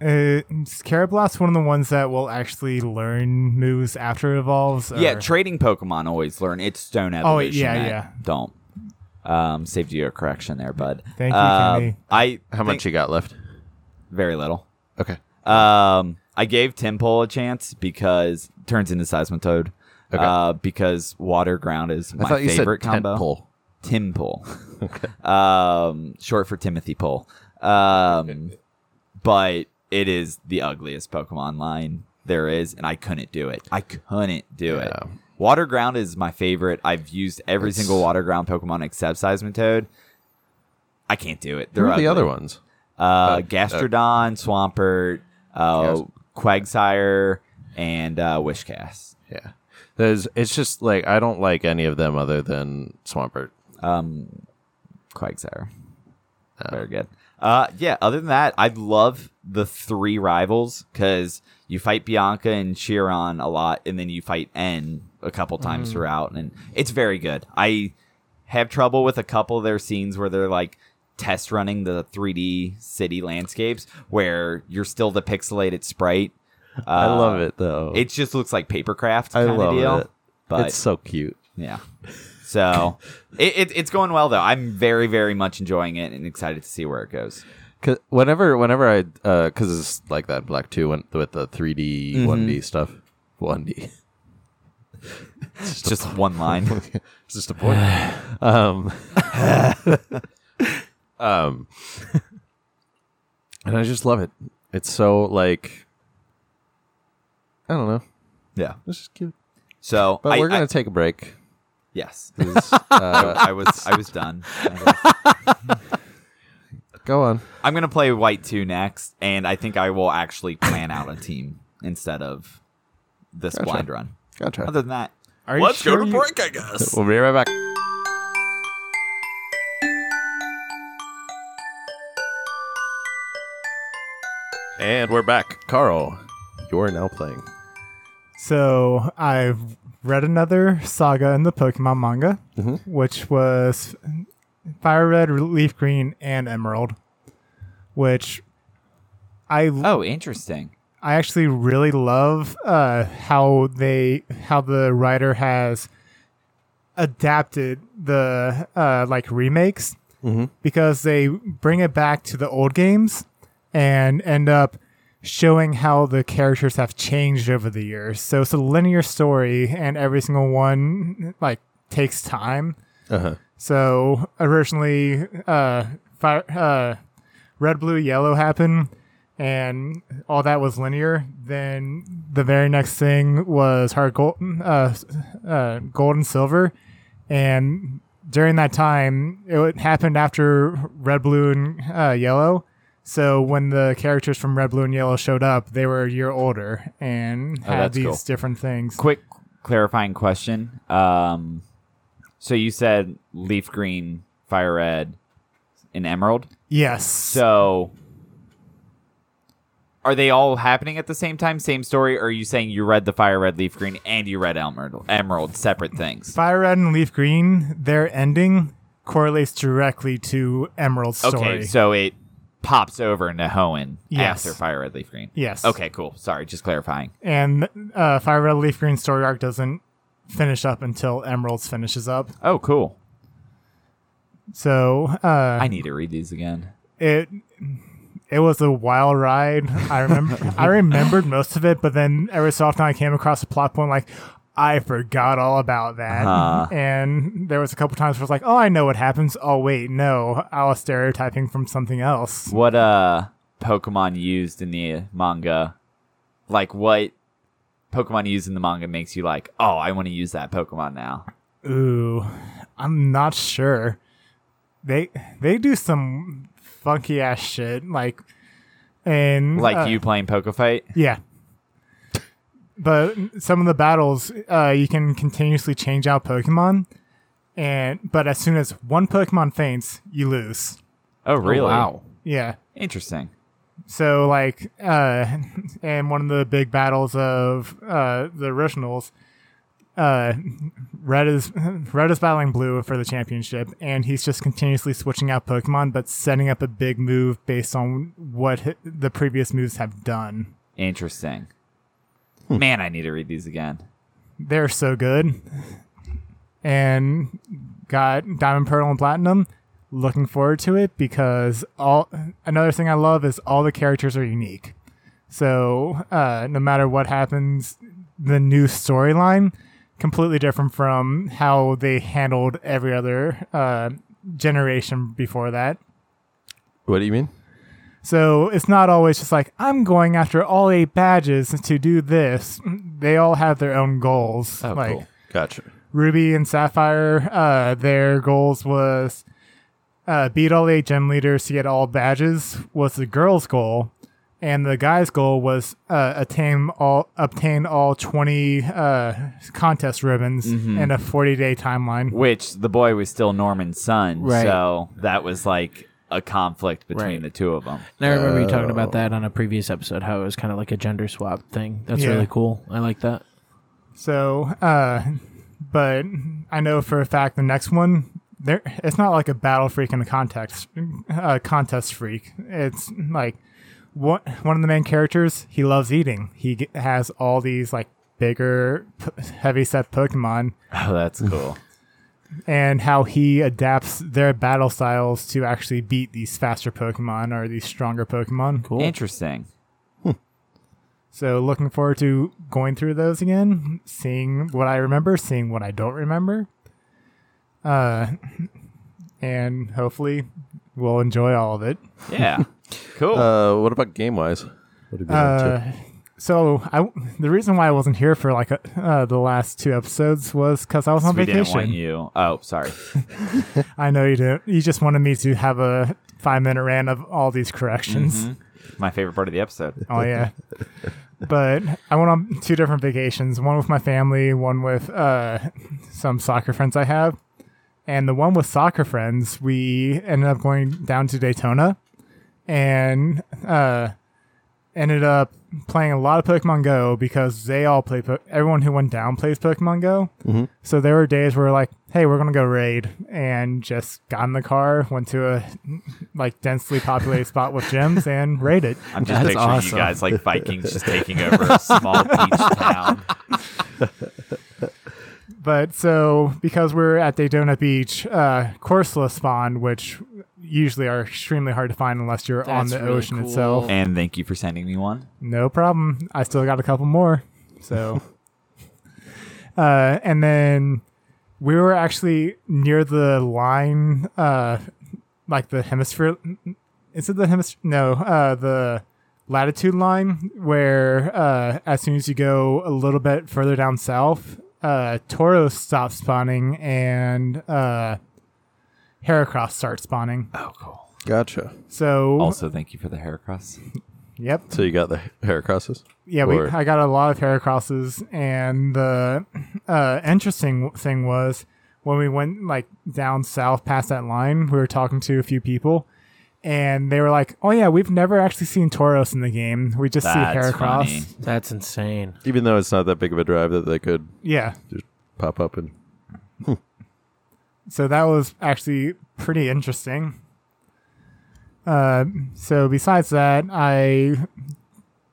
Uh, is Carablast one of the ones that will actually learn moves after it evolves? Or?
Yeah, trading Pokemon always learn. It's Stone
Uh. Oh,
Evolution.
yeah,
that
yeah.
Don't. Um, saved you a correction there, bud.
Thank you,
Um,
Kenny.
I
How much you got left?
very little.
Okay.
Um, I gave Temple a chance because turns into Seismitoad.
Okay.
Uh, because water ground is my
I thought you said
favorite combo.
tentpole. (laughs)
Timpole. um, short for Timothy Pole. Um, but it is the ugliest Pokemon line there is, and I couldn't do it. I couldn't do it.
Yeah.
Water ground is my favorite. I've used every
It's-
single water ground Pokemon except Seismitoad. I can't do it.
Who
They're
are the
ugly.
other ones?
Uh, Gastrodon, Swampert, uh,
Gas-
Quagsire, and uh, Wishcast.
Yeah. There's, it's just like, I don't like any of them other than Swampert.
Um, Quagsire. Very good. Uh, yeah, other than that, I love the three rivals because you fight Bianca and Chiron a lot, and then you fight N a couple
Mm.
times throughout, and it's very good. I have trouble with a couple of their scenes where they're like test running the 3D city landscapes where you're still the pixelated sprite.
I
Uh,
love it, though.
It just looks like paper craft
I
kind of
love
deal.
it.
But
it's so cute. (laughs)
yeah. So it, it, it's going well though. I'm very, very much enjoying it and excited to see where it goes.
Cause whenever, whenever I, uh 'cause cause it's like that Black Two went with the 3D,
Mm-hmm.
1D stuff, 1D.
It's just one line.
(laughs) it's just a
(sighs)
point.
(laughs)
um, um, and I just love it. It's so like, I don't know.
yeah.
It's just cute.
So
But
I,
we're gonna
I-
take a break. (laughs)
yes.
'cause,
I, (laughs)
uh,
I was I
(laughs)
was done. I guess.
go on.
I'm gonna play White Two next, and I think I will actually plan out a team instead of this blind run.
Gotcha.
Other than that,
Are you sure you-
I guess.
(laughs) We'll be right back. And we're back. Carl, you're now playing.
So I've read another saga in the Pokemon manga,
Mm-hmm.
which was Fire Red, Leaf Green, and Emerald, which I
Oh, interesting.
I actually really love uh, how they how the writer has adapted the uh, like remakes because they bring it back to the old games and end up showing how the characters have changed over the years. So it's a linear story, and every single one like takes time.
Uh-huh.
So originally, uh, fire, uh, red, blue, yellow happened, and all that was linear. Then the very next thing was hard gold, uh, uh, gold and silver, and during that time, it would- happened after red, blue, and uh, yellow. So when the characters from red, blue, and yellow showed up, they were a year older and had
Oh, that's
these
cool.
different things.
quick clarifying question. Um, so you said leaf green, fire red, and emerald.
Yes.
So are they all happening at the same time? Same story? Or are you saying you read the fire red, leaf green, and you read emerald? Emerald, separate things.
Fire Red and Leaf Green, their ending correlates directly to Emerald's story.
Okay, so it pops over into Hoenn
Yes.
after fire red, leaf green.
yes.
Okay, cool. Sorry, just clarifying.
And uh, Fire Red and Leaf Green story arc doesn't finish up until Emerald's finishes up.
Oh, cool.
So uh,
I need to read these again.
it it was a wild ride. I remember
(laughs)
I remembered most of it, but then every so often I came across a plot point like I forgot all about that.
Uh-huh.
And there was a couple times where I was like, "Oh, I know what happens." Oh, wait, no, I was stereotyping from something else.
What uh Pokemon used in the manga? Like what Pokemon used in the manga makes you like, oh, I want to use that Pokemon now.
Ooh, I'm not sure. They they do some funky ass shit like and
Like
uh,
you playing Pokefight.
Yeah. But some of the battles, uh, you can continuously change out Pokemon, and but as soon as one Pokemon faints, you lose.
Oh really?
wow.
Yeah.
Interesting.
So like, uh, (laughs) and one of the big battles of uh, the originals, uh, Red is (laughs) Red is battling Blue for the championship, and he's just continuously switching out Pokemon, but setting up a big move based on what hi- the previous moves have done.
Interesting. Man, I need to read these again.
they're so good. And got Diamond Pearl and Platinum. Looking forward to it because all another thing I love is all the characters are unique. So uh, no matter what happens, the new storyline completely different from how they handled every other uh, generation before that.
What do you mean?
So it's not always just like I'm going after all eight badges to do this. They all have their own goals.
Oh,
like
cool.
Gotcha.
Ruby and Sapphire, uh, their goals was uh, beat all eight gym leaders to get all badges was the girls' goal, and the guys' goal was uh, attain all obtain all twenty uh, contest ribbons in a forty day timeline.
Which the boy was still Norman's son,
Right.
so that was like a conflict between
Right.
the two of them.
And I remember you talking about that on a previous episode, how it was kind of like a gender swap thing. That's
Yeah.
really cool. I like that.
So, uh, but I know for a fact the next one there it's not like a battle freak and a context uh, contest freak. It's like one one of the main characters he loves eating. He g- has all these like bigger p- heavy set Pokemon
Oh, that's cool.
and how he adapts their battle styles to actually beat these faster Pokemon or these stronger Pokemon.
Cool.
Interesting.
So looking forward to going through those again, seeing what I remember, seeing what I don't remember. Uh and hopefully we'll enjoy all of it.
Yeah. cool.
Uh, what about game wise? What have you been up to?
Uh so I the reason why I wasn't here for like uh, the last two episodes was cuz I was on
we
vacation.
didn't want you. Oh, sorry.
I know you didn't. You just wanted me to have a 5 minute rant of all these corrections.
Mm-hmm. My favorite part of the episode.
Oh yeah. but I went on two different vacations, one with my family, one with uh some soccer friends I have. And the one with soccer friends, we ended up going down to Daytona and uh ended up playing a lot of Pokemon Go because they all play po- everyone who went down plays Pokemon Go. So there were days where like, hey, we're gonna go raid, and just got in the car, went to a like densely populated (laughs) spot with gyms, and raided.
I'm just
That's
picturing
awesome.
you guys like Vikings
(laughs)
just taking over a small beach town.
But so because we're at Daytona Beach, uh, Corsola spawn, which usually are extremely hard to find unless you're on
That's
the
really
ocean
cool.
itself.
And thank you for sending me one.
No problem. I still got a couple more. So, uh, and then we were actually near the line, uh, like the hemisphere. Is it the hemisphere? No, uh, the latitude line where uh, as soon as you go a little bit further down south, uh, Tauros stops spawning and uh, Heracross starts spawning.
Oh, cool.
Gotcha.
So,
Also, thank you for the hair cross.
yep.
So you got the hair crosses?
Yeah, we,
Or-
I got a lot of Heracrosses, and the uh, interesting thing was when we went like down south past that line, we were talking to a few people, and they were like, "Oh yeah, we've never actually seen Tauros in the game. We just see
That's
Heracross."
funny.
That's insane.
Even though it's not that big of a drive that they could
Yeah,
just pop up and
so that was actually pretty interesting. Uh, so besides that, I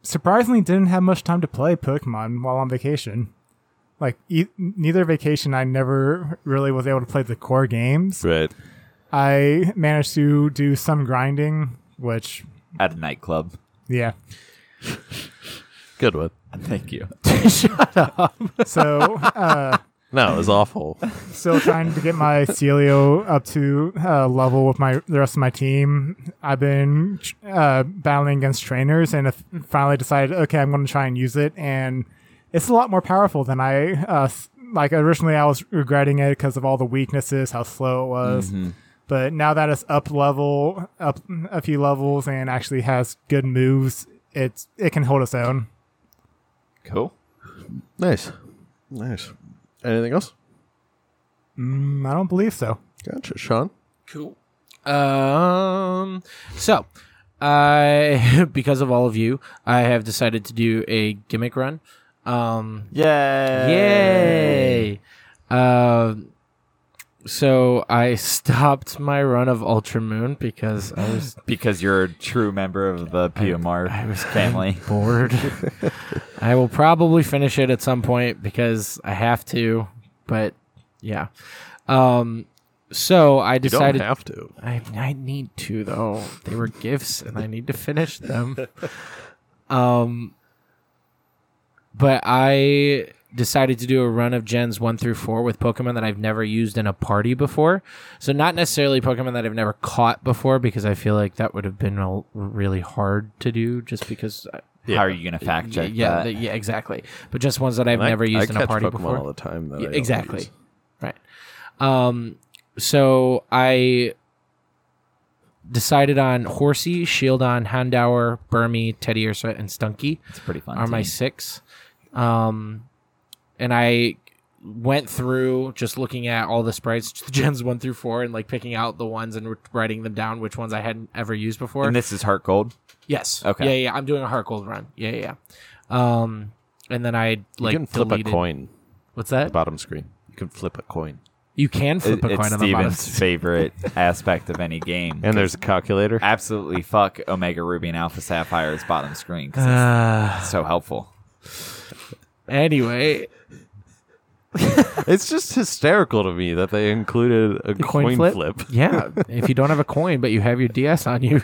surprisingly didn't have much time to play Pokemon while on vacation. Like e- neither vacation, I never really was able to play the core games.
right.
I managed to do some grinding, which
at a nightclub.
Yeah.
Good one.
Thank you.
So, uh,
No, it was awful.
still trying to get my Celio up to uh, level with my the rest of my team. I've been uh, battling against trainers, and if- finally decided, okay, I'm going to try and use it, and it's a lot more powerful than I uh, s- like. Originally, I was regretting it because of all the weaknesses, how slow it was. But now that it's up level, up a few levels, and actually has good moves, it's it can hold its own.
Cool.
(laughs) Nice. Nice. Anything else?
Mm, I don't believe so.
Gotcha. Sean?
Cool. Um. So, I (laughs) because of all of you, I have decided to do a gimmick run. Um.
Yay.
Yay! Um. So I (laughs) stopped my run of Ultramoon because I was
Because you're a true member of the PMR (laughs) family.
bored. (laughs) I will probably finish it at some point because I have to, but yeah. Um so I
You
decided
don't have to.
I I need to though. They were gifts and I need to
(laughs)
finish them. Um but I decided to do a run of gens 1 through 4 with Pokemon that I've never used in a party before. So not necessarily Pokemon that I've never caught before because I feel like that would have been a, really hard to do just because I-
How are you going to fact check
yeah,
that?
th- yeah, exactly. But just ones that I've
I-
never
I
used in a
catch
party
Pokemon
before.
all the time. That I
Yeah,
don't
exactly.
use.
Right. Um, so I decided on Horsey, Shieldon, Handour, Burmy, Teddy Ursa, and Stunky
it's pretty fun.
are my
team.
six. Um, and I went through just looking at all the sprites, (laughs) gens one through four, and like picking out the ones and writing them down, which ones I hadn't ever used before.
and this is Heart Gold.
Yes.
Okay.
Yeah, yeah. I'm doing a heart gold run. Yeah, yeah. yeah. Um, and then I like
you can flip
deleted.
a coin.
What's
The
that?
bottom screen. You can flip a coin.
You can flip
It-
a coin
it's
on the bottom. (laughs)
Steven's favorite aspect of any game.
And there's a calculator.
absolutely fuck Omega Ruby and Alpha Sapphire's bottom screen because it's so helpful.
Uh, Anyway,
(laughs) It's just hysterical to me that they included a coin, flip. (laughs)
Yeah. if you don't have a coin but you have your DS on you, (laughs)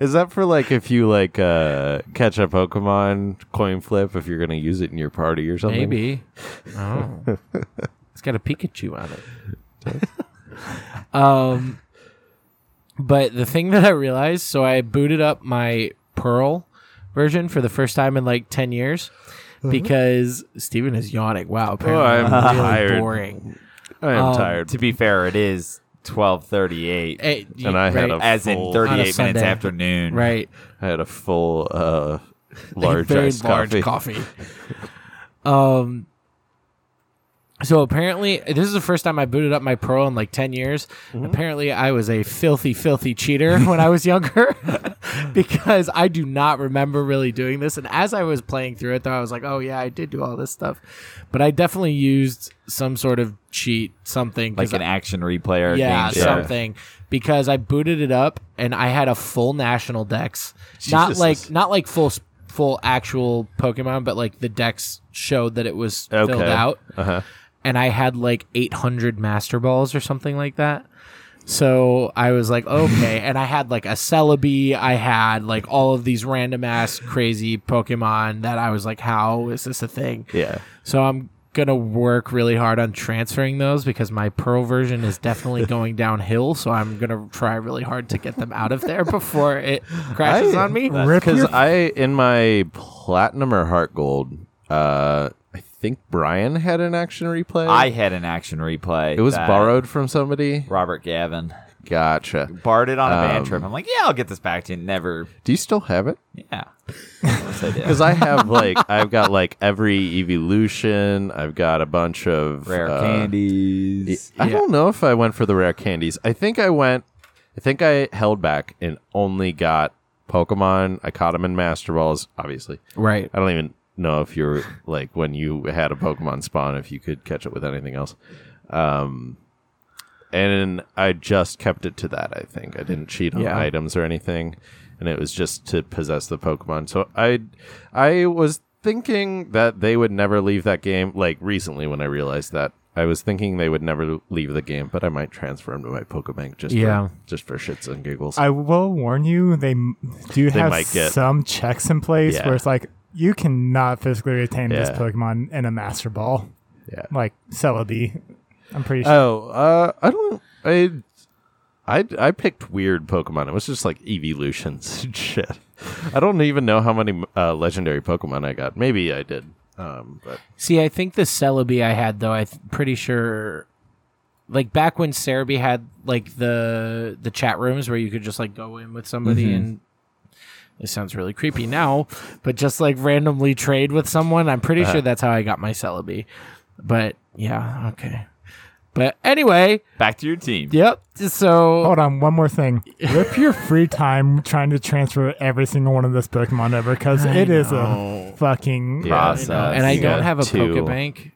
Is that for like if you like uh catch a Pokemon coin flip if you're gonna use it in your party or something?
maybe.
(laughs)
Oh. It's got a Pikachu on it. um but the thing that I realized, so I booted up my Pearl version for the first time in like 10 years because Steven is yawning. Wow, apparently
Uh-huh. Oh, I'm
really
tired.
boring.
I am
Um,
tired.
To be fair, it is twelve thirty-eight,
Eh, y-
And I had
right,
a-
as in
full-
On a
thirty-eight minutes
Sunday.
after noon.
right
I had a full
(laughs)
uh large
very
iced
large
coffee.
coffee. (laughs) um. So apparently, this is the first time I booted up my Pearl in like ten years. Apparently, I was a filthy, filthy cheater (laughs) when I was younger, because I do not remember really doing this. And as I was playing through it, though, I was like, "Oh yeah, I did do all this stuff," but I definitely used some sort of cheat, something 'cause
Like an action replay or a
yeah,
game show.
something. Because I booted it up and I had a full national dex, not
Jesus.
like not like full s- full actual Pokemon, but like the dex showed that it was filled
Okay.
out,
Uh-huh.
and I had like 800 Master Balls or something like that. So I was
(laughs)
like, okay, and I had like a Celebi, I had like all of these random ass crazy Pokemon that I was like, how is this a thing?
(laughs) Yeah.
So I'm gonna work really hard on transferring those because my Pearl version is definitely
(laughs)
going downhill. So I'm gonna try really hard to get them out of there before it crashes
I-
on me.
Rip
Because
your
I in my platinum or heart gold, uh I think Brian had an action replay.
I had an action replay.
it was
that
borrowed from somebody.
Robert Gavin
Gotcha.
barred it on a van
Um,
trip. I'm like, yeah, I'll get this back to you. Never.
Do you still have it?
Yeah. Yes, I did.
Because I (laughs) have like I've got like every evolution. I've got a bunch of
(laughs) Rare
uh,
candies.
I don't know if I went for the rare candies. I think I went. I think I held back and only got Pokemon. I caught them in Master Balls. Obviously,
Right.
I don't even know if you're like when you had a Pokemon spawn if you could catch it with anything else. Um, and I just kept it to that. I think I didn't cheat on
Yeah.
items or anything, and it was just to possess the Pokemon. So I, I was thinking that they would never leave that game. Like recently, when I realized that I was thinking they would never leave the game, but I might transfer them to my Pokebank just
Yeah.
for, just for shits and giggles.
I will warn you, they m- do
They
have
might get-
some checks in place
Yeah.
where it's like you cannot physically retain
Yeah.
this Pokemon in a Master Ball,
yeah.
like Celebi. I'm pretty sure.
Oh, uh, I don't. I, I I picked weird Pokemon. It was just like evolutions (laughs) and shit. I don't even know how many uh, legendary Pokemon I got. Maybe I did. Um, but
See, I think the Celebi I had though, I'm pretty sure, like back when Cerebi had like the the chat rooms where you could just like go in with somebody and. This sounds really creepy now, but just like randomly trade with someone, I'm pretty sure that's how I got my Celebi. But yeah, okay. But anyway,
Back to your team.
yep. So
Hold on, one
(laughs)
more thing. Rip your free time trying to transfer every single one of this Pokemon over because it is a fucking.
Yeah.
Process.
and I
You
don't
got
have a
two.
Pokebank.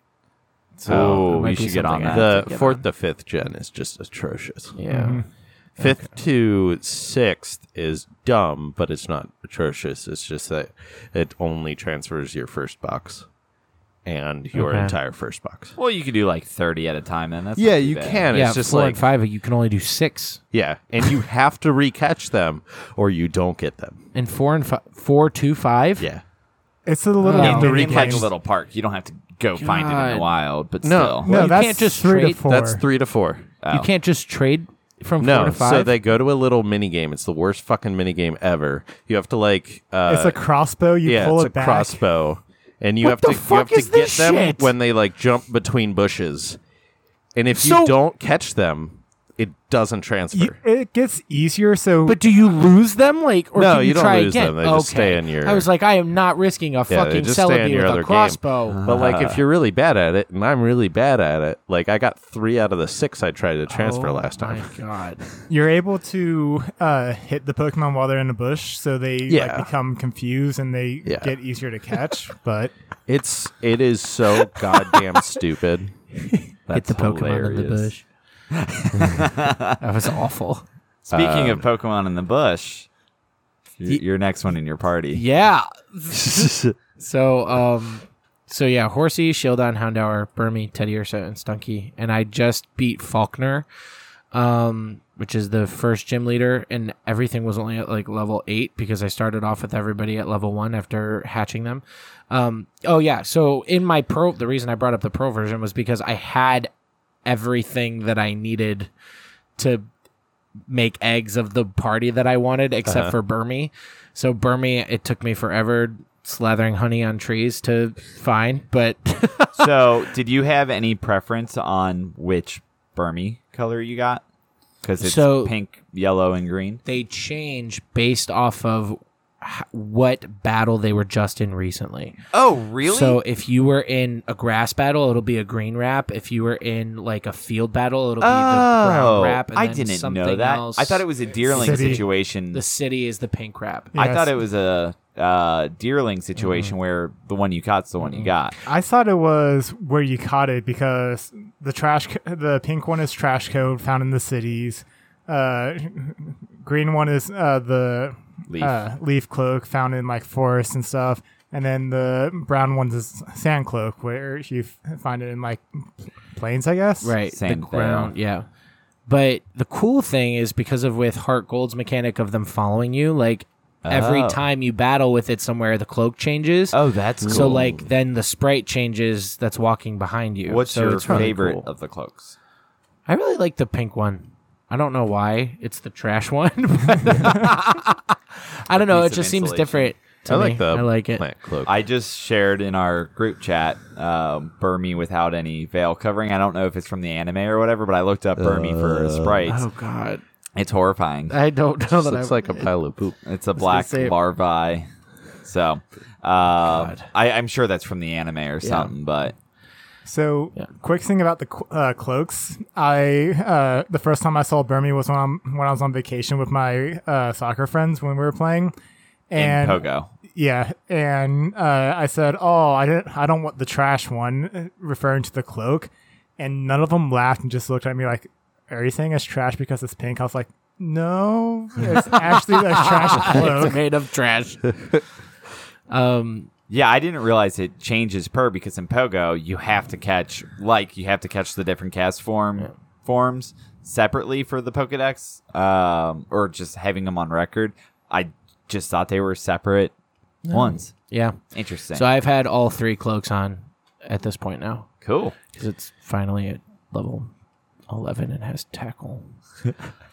So
Oh,
we
might be
should get on
something I
that.
have
the
to get
fourth to fifth gen is just atrocious.
Yeah.
Fifth to sixth is dumb, but it's not atrocious. It's just that it only transfers your first box and your
Okay.
entire first box.
well, you could do like 30 at a time then. That's not
Yeah,
too
you
bad.
can.
yeah,
it's just
four
like
and five. You can only do six,
Yeah, and you have to recatch them or you don't get them.
and four and fi- four, two, five.
Yeah.
It's a little.
Yeah,
In,
the
in, like a
recatch.
little park. You don't have to go find it in
God.
the wild, but
No.
still.
No,
you
that's
can't just
three
trade-
to four.
That's 3 to 4.
Oh.
You can't just trade from four
No,
to five.
so they go to a little mini game. It's the worst fucking mini game ever. You have to like uh
it's a crossbow. You
yeah,
pull
it's
it
a
back.
crossbow. And you
What
have
the
to you have
fuck
to
is
get
this
them
shit?
when they like jump between bushes. And if you
So-
don't catch them, it doesn't transfer.
You- it gets easier. So
but do you lose them? Like, or
No,
can you,
you don't
try
lose
again?
them. They just stay in your-
I was like, I am not risking a
Yeah, they
fucking
just stay in
Celebi
your
with
other
a crossbow. (laughs)
Game. But like,
Ah.
if you're really bad at it, and I'm really bad at it, like I got three out of the six I tried to transfer
Oh
last time.
My God.
you're able to uh, hit the Pokemon while they're in a bush, so they
Yeah.
like, become confused and they
Yeah.
get easier to
(laughs)
catch. but
It's it is so
(laughs)
goddamn stupid.
Hit the Pokemon in the
hilarious.
bush. (laughs) that was awful.
Speaking of Pokemon in the bush, your, your next one in your party.
Yeah. so um so yeah, Horsey, Shieldon, Houndour, Burmy, Teddy Ursa, and Stunky. And I just beat Faulkner, um, which is the first gym leader, and everything was only at like level eight because I started off with everybody at level one after hatching them. Um oh yeah, so in my pro the reason I brought up the pro version was because I had everything that I needed to make eggs of the party that I wanted, except
Uh-huh.
for Burmy. So Burmy, it took me forever slathering honey on trees to find,
(laughs)
but
so, did you have any preference on which Burmy color you got? Because it's
So-
pink, yellow, and green.
they change based off of h- what battle they were just in recently.
Oh, really?
So if you were in a grass battle, it'll be a green wrap. If you were in like a field battle, it'll be the brown wrap. And
Oh, I
then
didn't
something
know that.
Else.
I thought it was a deerling
City.
situation.
the city is the pink wrap.
I
Yes.
thought it was a uh, deerling situation
Mm-hmm.
where the one you caught's the one you got.
I thought it was where you caught it because the trash, c- the pink one is trash code found in the cities. Uh, (laughs) green one is uh, the
Leaf.
uh, leaf cloak found in like forests and stuff. And then the brown one's is sand cloak, where you f- find it in like plains, I guess.
right the
Sand
ground yeah but the cool thing is because of with heart gold's mechanic of them following you like every
Oh.
time you battle with it somewhere the cloak changes
Oh, that's cool.
so like then the sprite changes that's walking behind you
what's
so
your
it's really
favorite
cool.
of the cloaks?
i really like the pink one i don't know why it's the trash (laughs) one but i don't know
piece
it
of
just seems
insulation.
different to
I
me
like the
i like it
plant cloak.
I just shared in our group chat um, Burmy without any veil covering. I don't know if it's from the anime or whatever, but I looked up Burmy for sprites.
oh god
It's horrifying.
i don't know
It
that i
looks
(laughs)
like a pile of poop.
It's a black
say-
larvae. So uh, I, I'm sure that's from the anime or something, but
So, quick thing about the qu- uh, cloaks. I uh, the first time I saw Burmy was when, I'm, when I was on vacation with my uh, soccer friends when we were playing.
in
And
Pogo.
yeah, and uh, I said, "Oh, I didn't. I don't want the trash one," uh, referring to the cloak. And none of them laughed and just looked at me like, "Are you saying it's trash because it's pink?" I was like,
(laughs)
"No, it's actually a trash cloak."
made of trash Um,
Yeah, I didn't realize it changes per because in Pogo you have to catch like you have to catch the different cast form forms separately for the Pokedex, um, or just having them on record. I just thought they were separate ones.
yeah.
Interesting.
So I've had all three cloaks on at this point now
cool.
because it's finally at level eleven and has tackle.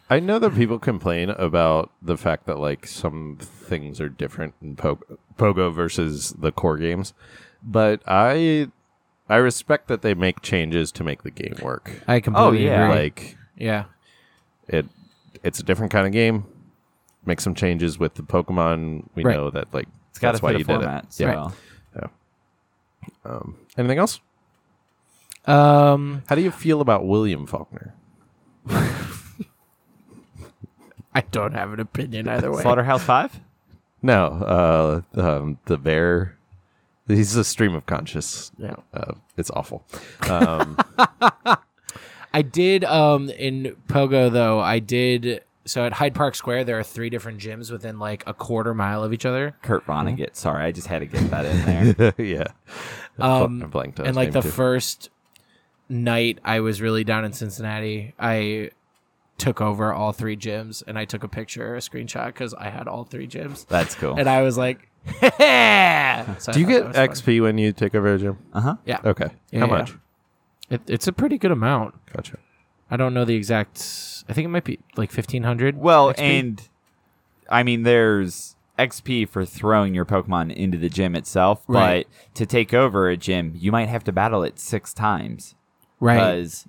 I know that people complain about the fact that like some things are different in po- Pogo versus the core games, but I I respect that they make changes to make the game work.
I completely
yeah.
agree.
Like
Oh, yeah,
it it's a different kind of game. Make some changes with the Pokemon. We
Right.
know that like
It's got to
that's why
fit
you
a format.
did
So
it. Yeah. Anything else?
um,
How do you feel about William Faulkner?
I don't have an opinion either way.
Slaughterhouse (laughs) Five.
No, uh, um, the bear. He's a stream of conscious.
(laughs) Yeah.
Uh, it's awful. (laughs)
I did um in Pogo though. I did so at Hyde Park Square. There are three different gyms within like a quarter mile of each other.
Kurt Vonnegut. Sorry, I just had to get that in (laughs) there.
yeah.
Um,
I blanked on
and
his
like
name,
the
too.
first night I was really down in Cincinnati, I took over all three gyms and I took a picture, a screenshot because I had all three gyms,
That's cool.
and I was like, (laughs) yeah. So I
Do you
thought
get
that was fun.
XP when you take over a gym?
Uh huh.
Yeah.
Okay.
Yeah,
How
yeah,
much?
It, it's a pretty good amount.
Gotcha.
I don't know the exact. I think it might be like fifteen hundred.
Well, and I mean, there's XP for throwing your Pokemon into the gym itself,
Right.
but to take over a gym, you might have to battle it six times.
right?
Because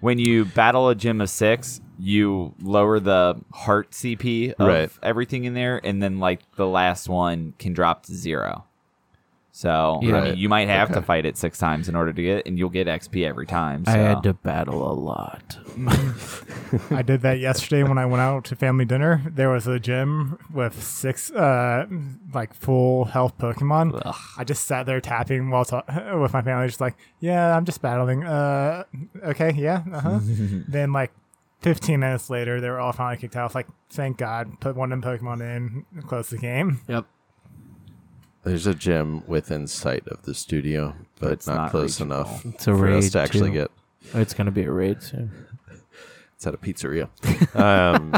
when you battle a gym of six, you lower the heart CP of
Right.
everything in there, and then like the last one can drop to zero. So I
Yeah.
mean, you might have to fight it six times in order to get it, and you'll get XP every time. So.
I had to battle a lot.
I did that yesterday when I went out to family dinner. There was a gym with six, uh, like full health Pokemon. I just sat there tapping while ta- (laughs) with my family, just like, yeah, I'm just battling. Uh, okay, yeah, uh
(laughs)
huh. then like. 15 minutes later, they were all finally kicked out. I was like, thank God, put one of them Pokemon in, close the game.
Yep.
There's a gym within sight of the studio, but
it's
not,
not
close
reachable.
enough
It's a
for us
raid,
to actually
too.
get.
It's gonna be a raid soon.
It's at a
(laughs)
pizzeria. um,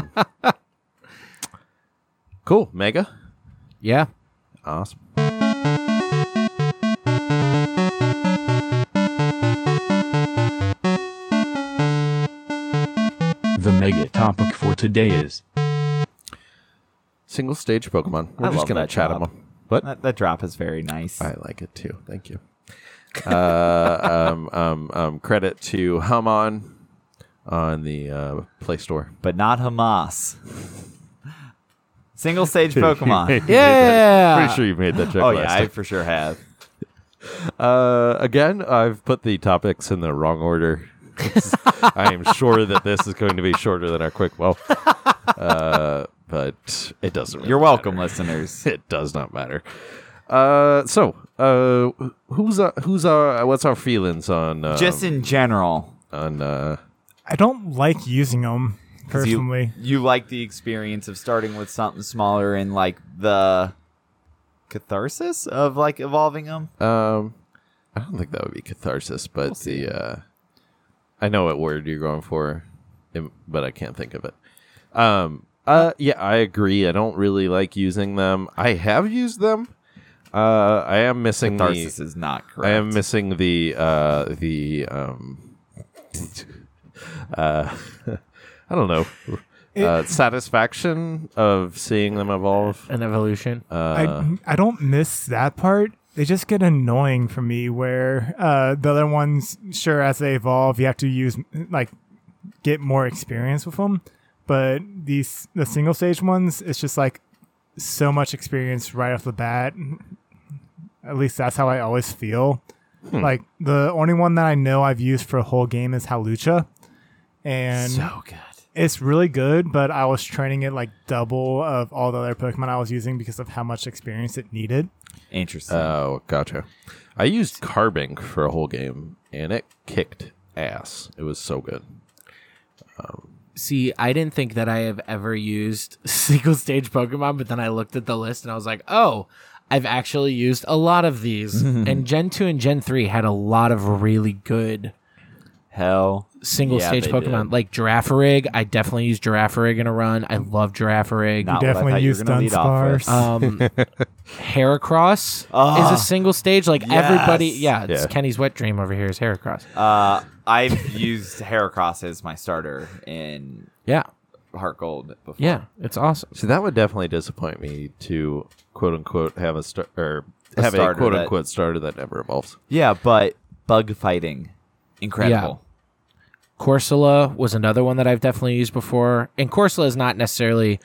cool. Mega.
Yeah.
Awesome.
The mega topic for today is
Single stage Pokemon. We're
I
just
love
gonna
that
chat them
job.
up. What?
That, that drop is very nice.
I like it too. Thank you. uh, (laughs) um, um, um, credit to Hamon on the uh, Play Store.
but not Hamas.
(laughs)
Single stage Pokemon.
Yeah.
Pretty sure you made that joke
oh yeah,
last
I
time.
for sure have.
Uh, again, I've put the topics in the wrong order. (laughs) I am sure that this is going to be shorter than our quick well, uh, but it doesn't. Really
You're welcome,
matter. (laughs)
listeners.
It does not matter. Uh, so uh, who's uh, who's our what's our feelings on uh,
Just in general,
on uh,
I don't like using them
'cause you-
personally.
you, like the experience of starting with something smaller and like the catharsis of like evolving them.
Um, I don't think that would be catharsis, but the uh, I know what word you're going for, im- but I can't think of it. Um, uh, yeah, I agree. I don't really like using them. I have used them. Uh, I am missing
Catharsis
the.
is not correct.
I am missing the uh the um. (laughs) uh, (laughs) I don't know. Uh, satisfaction of seeing them evolve.
An evolution.
Uh.
I, I don't miss that part. They just get annoying for me. Where uh, the other ones, sure, as they evolve, you have to use like get more experience with them. But these the single stage ones, it's just like so much experience right off the bat. At least that's how I always feel. Like the only one that I know I've used for a whole game is Halucha, and
so good.
it's really good, but I was training it like double of all the other Pokemon I was using because of how much experience it needed.
Interesting.
Oh, gotcha. I used Carbink for a whole game, and it kicked ass. It was so good.
See, I didn't (laughs) think that I have ever used single stage Pokemon, but then I looked at the list and I was like, oh, I've actually used a lot
(laughs)
of these, and Gen two and Gen three had a lot of really good
Hell,
single
Yeah,
stage
they
Pokemon,
did.
like Girafarig. I definitely use Girafarig in a run. I love Girafarig.
Not what I
definitely
thought you were
used
gonna lead off with.
Dunsparce.
Um,
(laughs)
Heracross
Ah.
is a single stage. Like everybody, yeah, it's
Yeah.
Kenny's wet dream over here is Heracross.
Uh, I've used Heracross as my starter in
yeah,
Heart Gold before.
yeah, it's awesome.
So that would definitely disappoint me to quote unquote have a star or
A
have a
starter
quote
that-
unquote starter that never evolves.
Yeah, but bug fighting, incredible.
Corsola was another one that I've definitely used before, and Corsola is not necessarily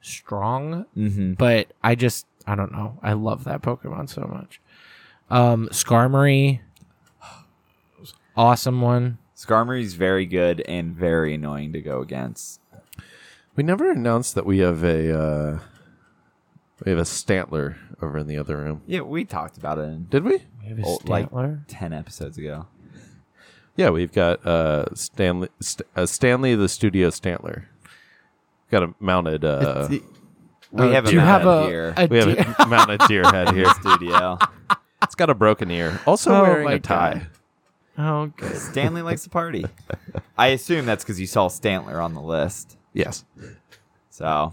strong,
Mm-hmm.
but I just I don't know. I love that Pokemon so much. Um,
(gasps)
Skarmory, awesome one.
Skarmory's very good and very annoying to go against.
We never announced that we have a uh, we have a Stantler over in the other room.
Yeah, we talked about it in
Did we?
We have a
Oh, like-
Stantler.
ten episodes ago.
Yeah, we've got uh, Stanley St- uh, Stanley the Studio Stantler. Got a mounted. Uh,
It's- we have
Oh, uh, Do
a
you
map
have a,
here.
a
we have (laughs)
deer-
a mounted deer head (laughs) here.
studio.
It's got a broken ear. Also
Oh
wearing
my
a tie.
God. oh, good.
Stanley likes to party. I assume that's because you saw Stantler on the list.
Yes.
So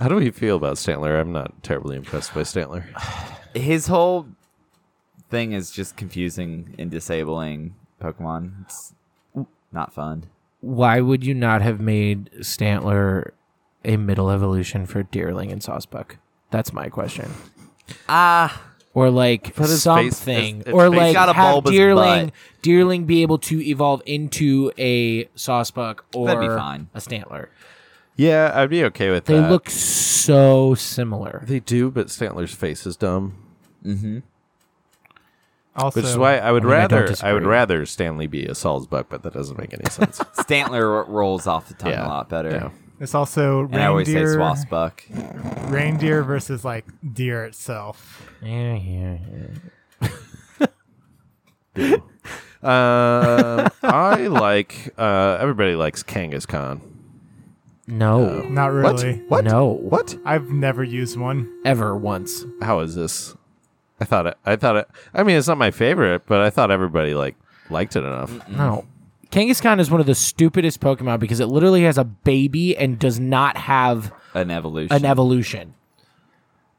How do we feel about Stantler? I'm not terribly impressed by Stantler.
his whole thing is just confusing and disabling Pokemon. It's not fun.
why would you not have made Stantler a middle evolution for Deerling and Saucebuck? That's my question.
Ah,
Or like
his face-
something,
his- his
or
face-
like
He's got a
have
bulbous
Deerling,
butt.
Deerling be able to evolve into a Saucebuck or
That'd be fine.
a Stantler.
Yeah, I'd be okay with
They
that.
look so similar.
They do, but Stantler's face is dumb,
also,
which is why I would
I mean, I don't
rather I, would
disagree.
rather Stanley be a Salzbuck, but that doesn't make any (laughs) sense.
Stantler rolls off the tongue
Yeah.
a lot better.
Yeah.
it's also
And I always say
reindeer,
Swastbuck.
reindeer versus like deer itself.
Yeah, yeah, yeah.
Um I (laughs) like uh, everybody likes Kangaskhan.
No,
Not really.
What?
no,
What?
I've never used one.
ever once.
How is this? I thought it. I thought it. I mean, it's not my favorite, but I thought everybody like liked it enough.
No. Kangaskhan is one of the stupidest Pokemon because it literally has a baby and does not have
An evolution.
an e- evolution.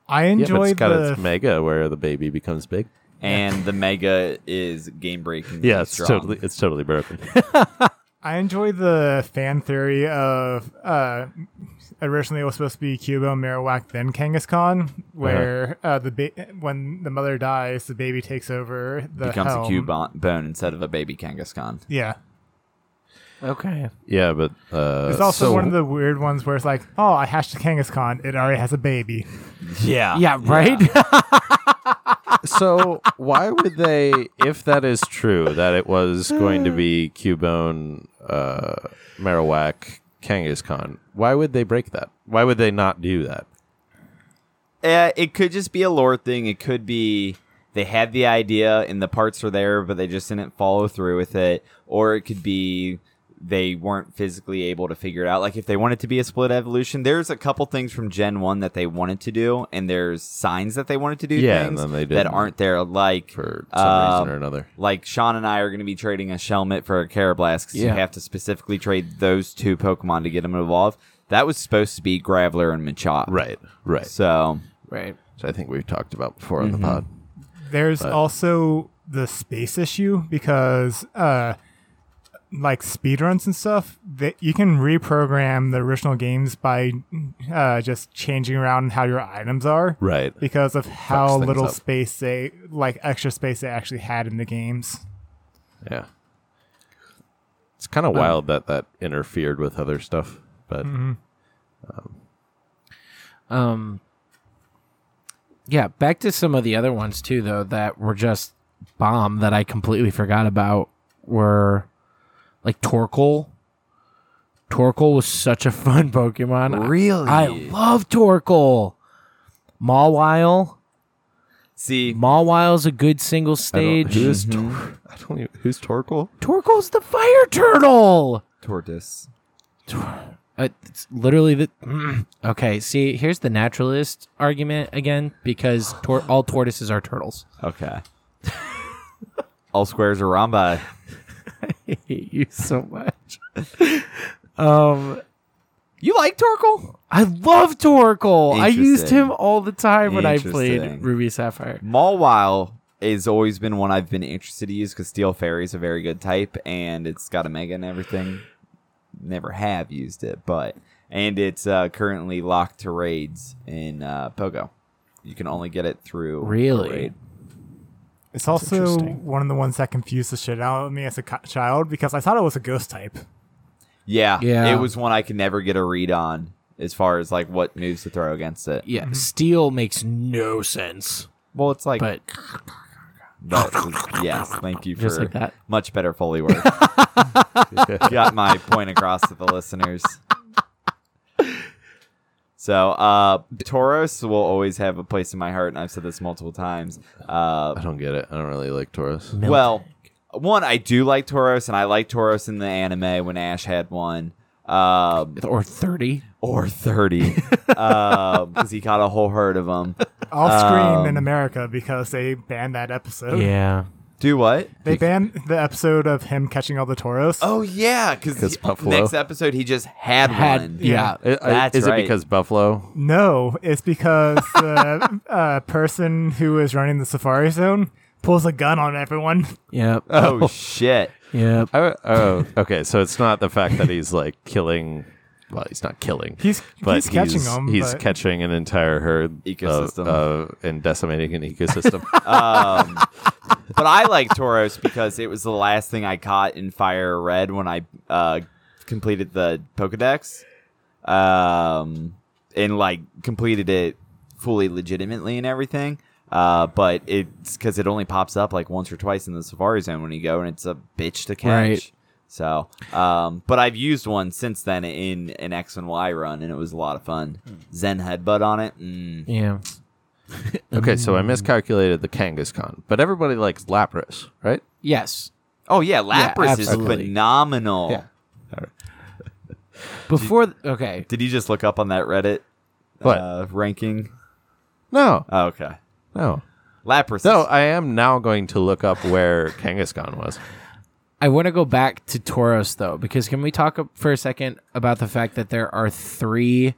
I
Yeah, but
enjoy
it's got
the
its mega where the baby becomes big.
and the mega is game breaking.
Yeah, it's
strong.
totally it's totally broken.
I enjoy the fan theory of uh, originally it was supposed to be Cubo, Marowak, then Kangaskhan,
Uh-huh.
where uh the ba- when the mother dies, the baby takes over. The
becomes a
helm.
cube bon- bone instead of a baby Kangaskhan.
Yeah,
Okay.
yeah, but uh,
it's also
so-
one of the weird ones where it's like, oh, I hatched a Kangaskhan, it already has a baby.
(laughs)
Yeah.
Yeah, right? (laughs)
so why would they if that is true that it was going to (sighs) be cubone uh marowak kangaskhan why would they break that why would they not do that
Uh, it could just be a lore thing. It could be they had the idea and the parts are there, but they just didn't follow through with it. Or it could be they weren't physically able to figure it out. Like if they wanted to be a split evolution, there's a couple things from Gen One that they wanted to do, and there's signs that they wanted to do
Yeah, and
things
then they
that
didn't
aren't there. Like
for some
um,
reason or another
like Sean and I are going to be trading a Shelmet for a Carablast because
Yeah.
you have to specifically trade those two Pokemon to get them to evolve. That was supposed to be Graveler and Machop.
right right Mm-hmm. so,
So
right.
i think we've talked about before on the pod
There's also the space issue because uh like speedruns and stuff that you can reprogram the original games by uh just changing around how your items are
right
because of how
things
little
up.
space they like extra space they actually had in the games
yeah it's kind of wild that that interfered with other stuff but
Um Yeah, back to some of the other ones too though that were just bomb that I completely forgot about were like Torkoal. Torkoal was such a (laughs) fun Pokemon. I-
Really?
I, love Torkoal. Mawile.
see,
Mawile's a good single
I don't-
stage.
who's Tor- i don't even who's torkoal
Torkoal's the fire turtle.
tortoise.
Uh, It's literally the. (clears throat) okay, see, here's the naturalist argument again because tor- all tortoises are turtles. (laughs)
Okay. (laughs) All squares are rhombi.
I hate you so much. (laughs) um,
You like Torkoal?
I love Toracle. I used
Interesting.
him all the time when I played
Interesting.
Ruby Sapphire.
Mawile has always been one I've been interested to use because Steel Fairy's a very good type and it's got a mega and everything. Never have used it, but and it's uh, currently locked to raids in uh, Pogo. You can only get it through a
Really?
raid.
It's also
interesting.
one of the ones that confused the shit out of me as a co- child because I thought it was a ghost type.
Yeah,
Yeah.
It was one I could never get a read on as far as like what moves to throw against it.
Yeah, steel makes no sense,
Well, it's like
but
But yes, thank you
(laughs)
for
Just like that.
much better
(laughs)
Foley work. Got my point across to the listeners. So uh Taurus will always have a place in my heart, and I've said this multiple times.
I
Uh,
don't get it. I don't really like Taurus.
well, one, I do like Taurus, and I like Taurus in the anime when Ash had one. Um,
or thirty.
or (laughs) 30 because he caught a whole herd of them
I'll
Um,
scream in America because they banned that episode.
Yeah,
do what
They banned the episode of him catching all the toros.
oh yeah because
'Cause Buffalo.
next episode he just had,
had
one
yeah.
Yeah.
I- I-
That's
is
right.
it because Buffalo?
No, it's because (laughs) the uh, person who is running the safari zone pulls a gun on everyone.
Yep.
(laughs)
oh shit
Yep.
I, oh, okay. So it's not the fact that he's like killing. Well, he's not killing.
He's- he's catching 'em,
He's
but-
catching an entire herd
Ecosystem.
of, uh, and decimating an
(laughs)
ecosystem.
but I like Toros because it was the last thing I caught in Fire Red when I uh, completed the Pokedex, um, and like completed it fully legitimately and everything. Uh, but it's because it only pops up like once or twice in the Safari Zone when you go, and it's a bitch to catch.
Right.
So, um, but I've used one since then in an X and Y run, and it was a lot of fun. Zen headbutt on it. Mm.
Yeah.
okay, so I miscalculated the Kangaskhan, but everybody likes Lapras, right?
Yes.
Oh yeah, Lapras is
absolutely.
phenomenal.
Yeah.
(laughs) Before th- okay.
Did you just look up on that Reddit
What?
Uh, ranking?
No,
Oh, okay.
no,
Lapras.
no.
is-
I am now going to look up where Kangaskhan was.
I want to go back to Tauros though, because can we talk a- for a second about the fact that there are three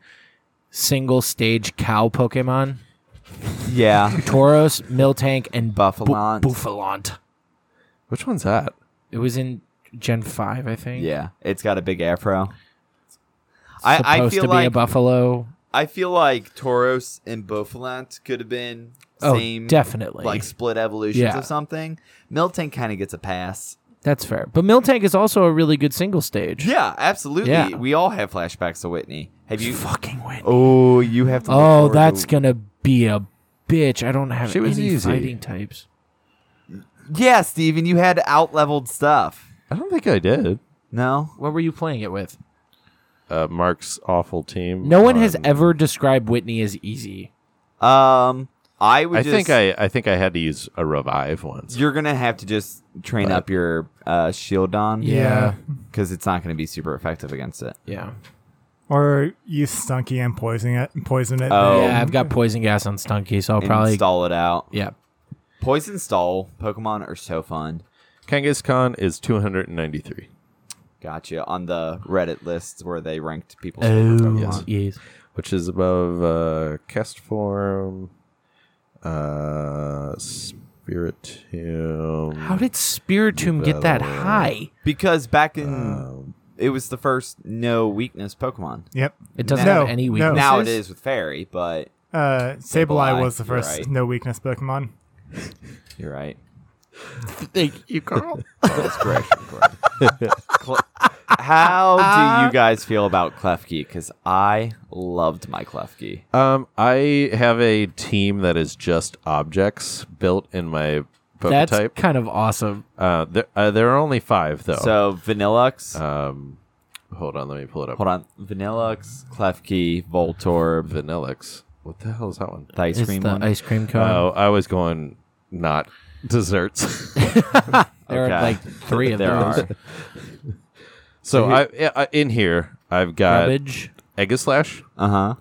single stage cow Pokemon? (laughs)
yeah. (laughs)
Tauros, Miltank, and Bu-
Buffalant.
Buffalant.
Which one's that?
It was in Gen Five, I think.
yeah. It's got a big afro.
Supposed
I, I feel
to be a
like
buffalo.
I feel like Tauros and Bofalant could have been
Oh,
same
definitely.
like split evolutions
Yeah.
of something. Miltank kind of gets a pass.
That's fair. But Miltank is also a really good single stage.
Yeah, absolutely.
Yeah.
We all have flashbacks to Whitney. Have you?
Fucking win.
Oh, you have to. look
Oh,
forward
that's
to-
gonna be a bitch. I don't have
She was
any
easy.
fighting types.
yeah, Steven, You had out leveled stuff.
I don't think I did.
No.
What were you playing it with?
Uh, Mark's awful team.
No one has
on-
ever described Whitney as easy.
Um, I would.
I
just,
think I, I think I had to use a revive once.
You're gonna have to just train
But-
up your uh, shield on.
Yeah.
because it's not going to be super effective against it.
Yeah.
Or use Stunky and poison it. Poison it.
Oh.
then.
Yeah, I've got poison gas on Stunky, so I'll
And
probably
stall it out.
Yeah.
Poison stall Pokemon are so fun.
Kangaskhan is 293.
Gotcha. On the Reddit lists where they ranked people.
Oh, yes.
which is above uh, cast form, uh, spiritum.
How did Spiritomb get that high?
Because back in it was the first no weakness Pokemon.
Yep.
It doesn't
No,
have any
no.
weaknesses.
Now it is with Fairy, but
Uh, Sableye
Sableye,
was the
you're
first
right.
no weakness Pokemon.
you're right.
Thank you,
(laughs)
Carl.
That's correct. correct. Cle- How
Uh,
do you guys feel about Klefki? Because I loved my Klefki.
Um, I have a team that is just objects built in my
That's
prototype.
kind of awesome.
uh, there, uh, there are only five though.
So Vanillux,
um, hold on, let me pull it up.
hold on, Vanillux, Klefki, Voltorb,
Vanillix. What the hell is that one?
the ice
It's
cream
the
one.
ice cream cone.
Oh, I was going
(laughs)
not (laughs) desserts.
There
Okay.
are like three of
There
those.
are.
so I, I in here I've got
Cabbage.
Eggislash,
Uh huh.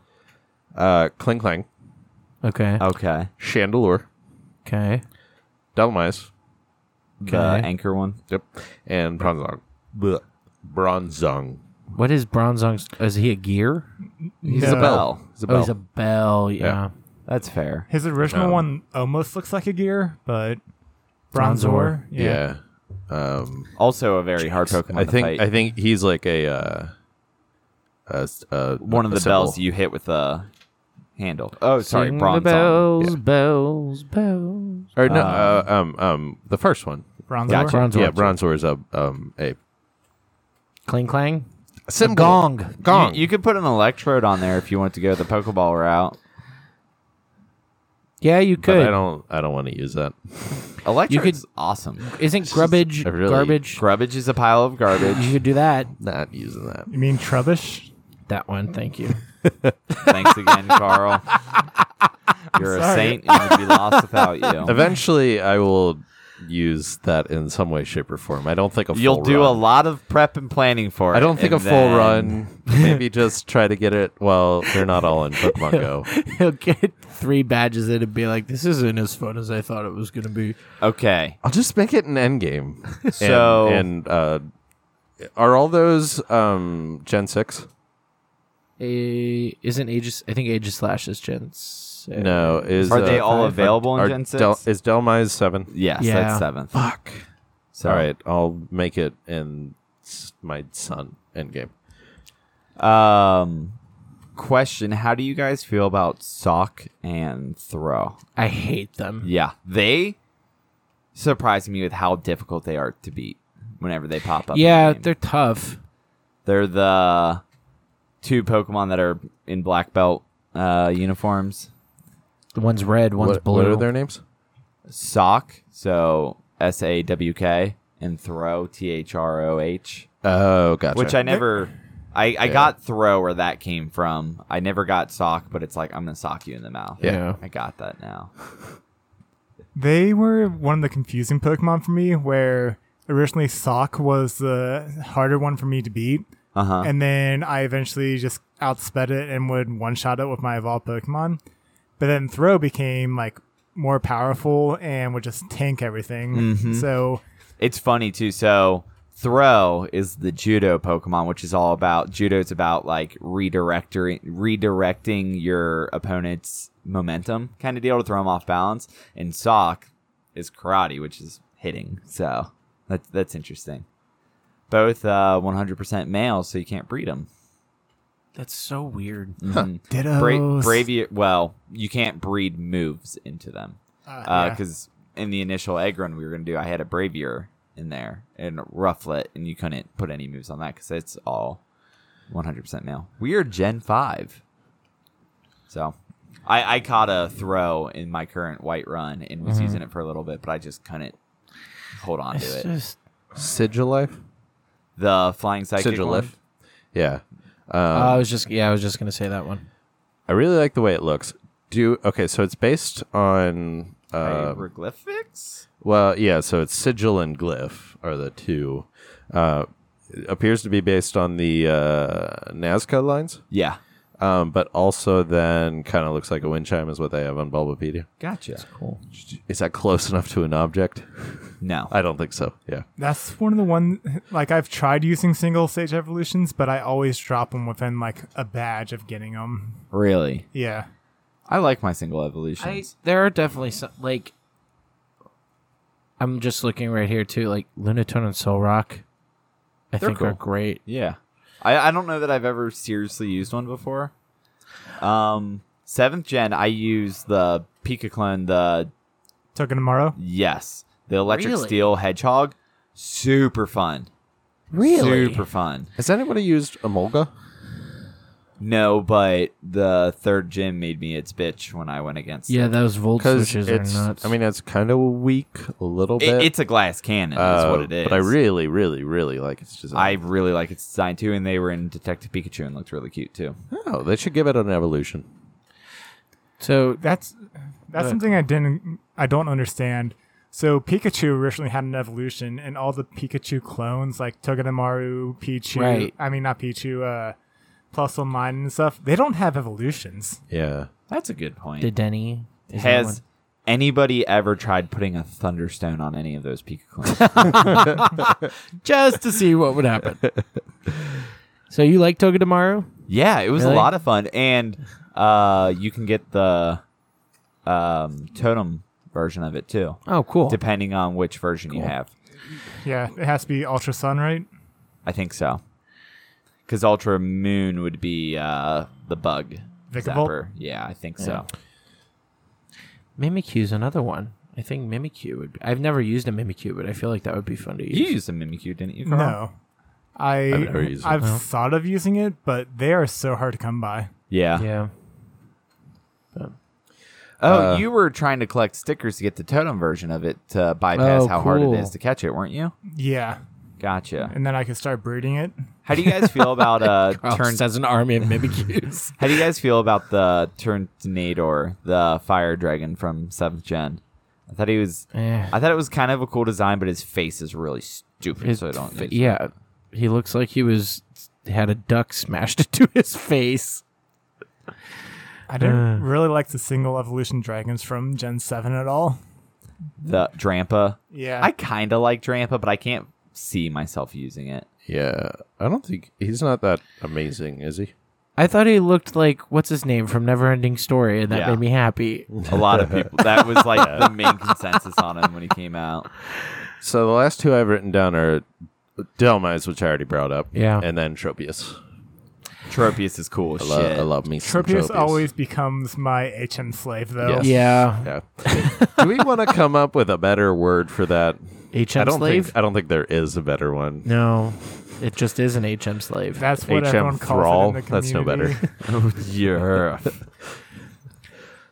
uh, Clang Clang,
Okay.
oh.
Okay.
Chandelure,
Okay.
Delmise,
The
Okay.
anchor one.
yep, and Bronzong. Blech. Bronzong.
What is Bronzong's? Is he a gear?
He's
No.
a bell.
It's a
Oh, he's a
bell.
bell.
Yeah.
Yeah.
That's fair.
His original
Um,
No.
one almost looks like a gear, but
Bronzor.
Bronzor.
yeah. Um,
Also a very hard Pokemon.
I
to
think
fight.
I think he's like a, uh, a s- a-
one of
a
the
symbol.
bells you hit with a handle. Oh, sorry,
Sing the
bronze.
bells,
Yeah.
bells, bells.
Or no, uh, um, um, the first one.
Bronzor.
Gotcha.
Bronzor.
yeah, Bronzor is a um a
Cling clang.
symbol.
Gong.
Gong.
You, you could put an electrode on there if you want to go the Pokeball route.
Yeah, you
but I
could.
don't. I don't want to use that.
Electrode's
could-
awesome.
Isn't
(laughs)
grubbage
I really-
garbage?
Grubbage is a pile of
you
garbage.
could do that.
Not using that.
You mean Trubbish?
That one. Thank you. (laughs)
Thanks again, (laughs) Carl. You're a
sorry.
saint and we'd be lost without you.
Eventually, I will use that in some way, shape, or form. I don't think a full
(laughs) You'll do a
run.
lot of prep and planning for it.
I don't think a
and
full
then- (laughs)
run. Maybe just try to get it. Well, they're not all in Pokemon
(laughs)
Go.
He'll get three badges in and be like, "This isn't as fun as I thought it was going to be."
Okay.
I'll just make it an
(laughs)
endgame. And-
So-
and, uh, are all those um, Gen Six?
A isn't Aegis? I think Aegis Slash is Gen. six.
No, is
Are they
uh,
all
are-
available in
are
Gen 6?
Del- is Delmise seven?
Yes,
Yeah.
that's seventh.
Fuck.
So,
All right, I'll make it in s- my son endgame.
Um, question: How do you guys feel about sock and throw?
I hate them.
Yeah, they surprise me with how difficult they are to beat whenever they pop up. in
Yeah,
the game.
they're tough.
they're the two Pokemon that are in black belt uh, uniforms.
The one's red, one's
What,
blue.
what are their names?
Sock, so S A W K, and throw T H R O H.
Oh, gotcha.
Which I never. I, I got throw where that came from. I never got sock, but it's like I'm gonna sock you in the mouth.
Yeah.
I got that now.
They were one of the confusing Pokemon for me, where originally Sock was the harder one for me to beat,
Uh huh.
and then I eventually just outsped it and would one shot it with my evolved Pokemon. But then Throw became like more powerful and would just tank everything. So
It's funny too. So throw is the judo Pokemon, which is all about judo. It's about like redirecting redirecting your opponent's momentum, kind of deal to throw them off balance. And sock is karate, which is hitting. So that's that's interesting. Both uh, 100% male, so you can't breed them.
That's so weird.
Ditto.
Oh,
Bra- Bravia, well, you can't breed moves into them.
Ah,
Because in the initial egg run we were going to do, I had a Bravier in there and Rufflet, and you couldn't put any moves on that because it's all 100% male. We are Gen 5. So I, I caught a throw in my current white run and was using it for a little bit, but I just couldn't hold on to
Mm-hmm. It's
it.
just
Sigilife?
the Flying Psychic.
Sigilife.
One,
Yeah.
oh, I was just yeah, I was just gonna say that one.
I really like the way it looks. Do okay, so it's based on uh,
hieroglyphics?
well, yeah, so it's sigil and glyph are the two. Uh, it appears to be based on the uh, Nazca lines,
Yeah.
um, but also then kind of looks like a wind chime is what they have on Bulbapedia.
Gotcha.
Cool.
Is that close enough to an object?
No.
I don't think so. Yeah.
(laughs) That's one of the one like I've tried using single stage evolutions, but I always drop them within like a badge of getting them.
Really?
Yeah,
I like my single evolutions.
there are definitely some like. I'm just looking right here too, like Lunatone and Solrock. I
They're
think are
cool.
great.
yeah. I, I don't know that I've ever seriously used one before. Um seventh gen I use the Pika clone, the
token tomorrow.
yes. The electric
Really?
steel hedgehog. Super fun. Super fun.
Has anybody used Emolga?
No, but the third gym made me its bitch when I went against
Yeah,
it.
those volt
Because
switches are
it's,
nuts.
I mean, it's kind of weak a little
It-
bit.
it's a glass cannon, is
Uh,
what it is.
But I really, really, really like its design.
I really like its design too, and they were in Detective Pikachu and looked really cute too.
Oh, they should give it an evolution.
so
That's that's something I didn't I don't understand. So Pikachu originally had an evolution, and all the Pikachu clones, like Togedemaru, Pichu,
Right.
I mean not Pichu, uh, plus or mine and stuff, they don't have evolutions.
Yeah.
That's a good point.
The Denny is that
Has anybody ever tried putting a thunderstone on any of those Pikachu?
one. just to see what
(laughs)
would happen. so you like Togedemaru?
yeah, it was
Really?
a lot of fun, and uh, you can get the um, totem version of it too,
Oh, cool.
depending on which version you have.
Yeah, it has to be Ultra Sun, right?
I think so, because Ultra Moon would be uh, the bug
Vicavolt?
zapper. Yeah, I think so.
Mimikyu's another one. I think Mimikyu would. Be, I've never used a Mimikyu, but I feel like that would be fun to use.
You used a Mimikyu, didn't you? Carl?
No. I
I've never used it.
I've thought of using it, but they are so hard to come by.
Yeah.
Yeah.
Oh,
Uh,
you were trying to collect stickers to get the totem version of it to bypass
Oh,
how hard
cool.
it is to catch it, weren't you?
Yeah,
Gotcha.
and then I could start breeding it.
How do you guys
(laughs)
feel about uh turn
Turns as Oh, an army of (laughs) Mimikyus.
How do you guys feel about the Turnador, the fire dragon from 7th gen? I thought he was
Eh.
I thought it was kind of a cool design, but his face is really stupid, so I don't
His-
use it.
yeah, he looks like he was had a duck smashed (laughs) into his face.
I didn't really like the single evolution dragons from Gen Seven at all.
the Drampa.
Yeah,
I kind of like Drampa, but I can't see myself using it.
Yeah. I don't think he's not that amazing, is he?
I thought he looked like what's his name from Neverending Story, and that
Yeah.
made me happy.
A lot of
(laughs)
people that was like the main consensus on him when he came out.
So the last two I've written down are Delmise, which I already brought up.
Yeah.
And then Tropius.
Tropius is cool as
I,
shit.
lo- I love me. some
Tropius always becomes my HM slave, though.
Yes.
Yeah,
Yeah. Do we want to come up with a better word for that? I
HM
don't
slave.
think I don't think there is a better one.
no, it just is an HM slave.
That's what
HM
everyone calls
thrall?
it in the
That's no better.
community.
yeah.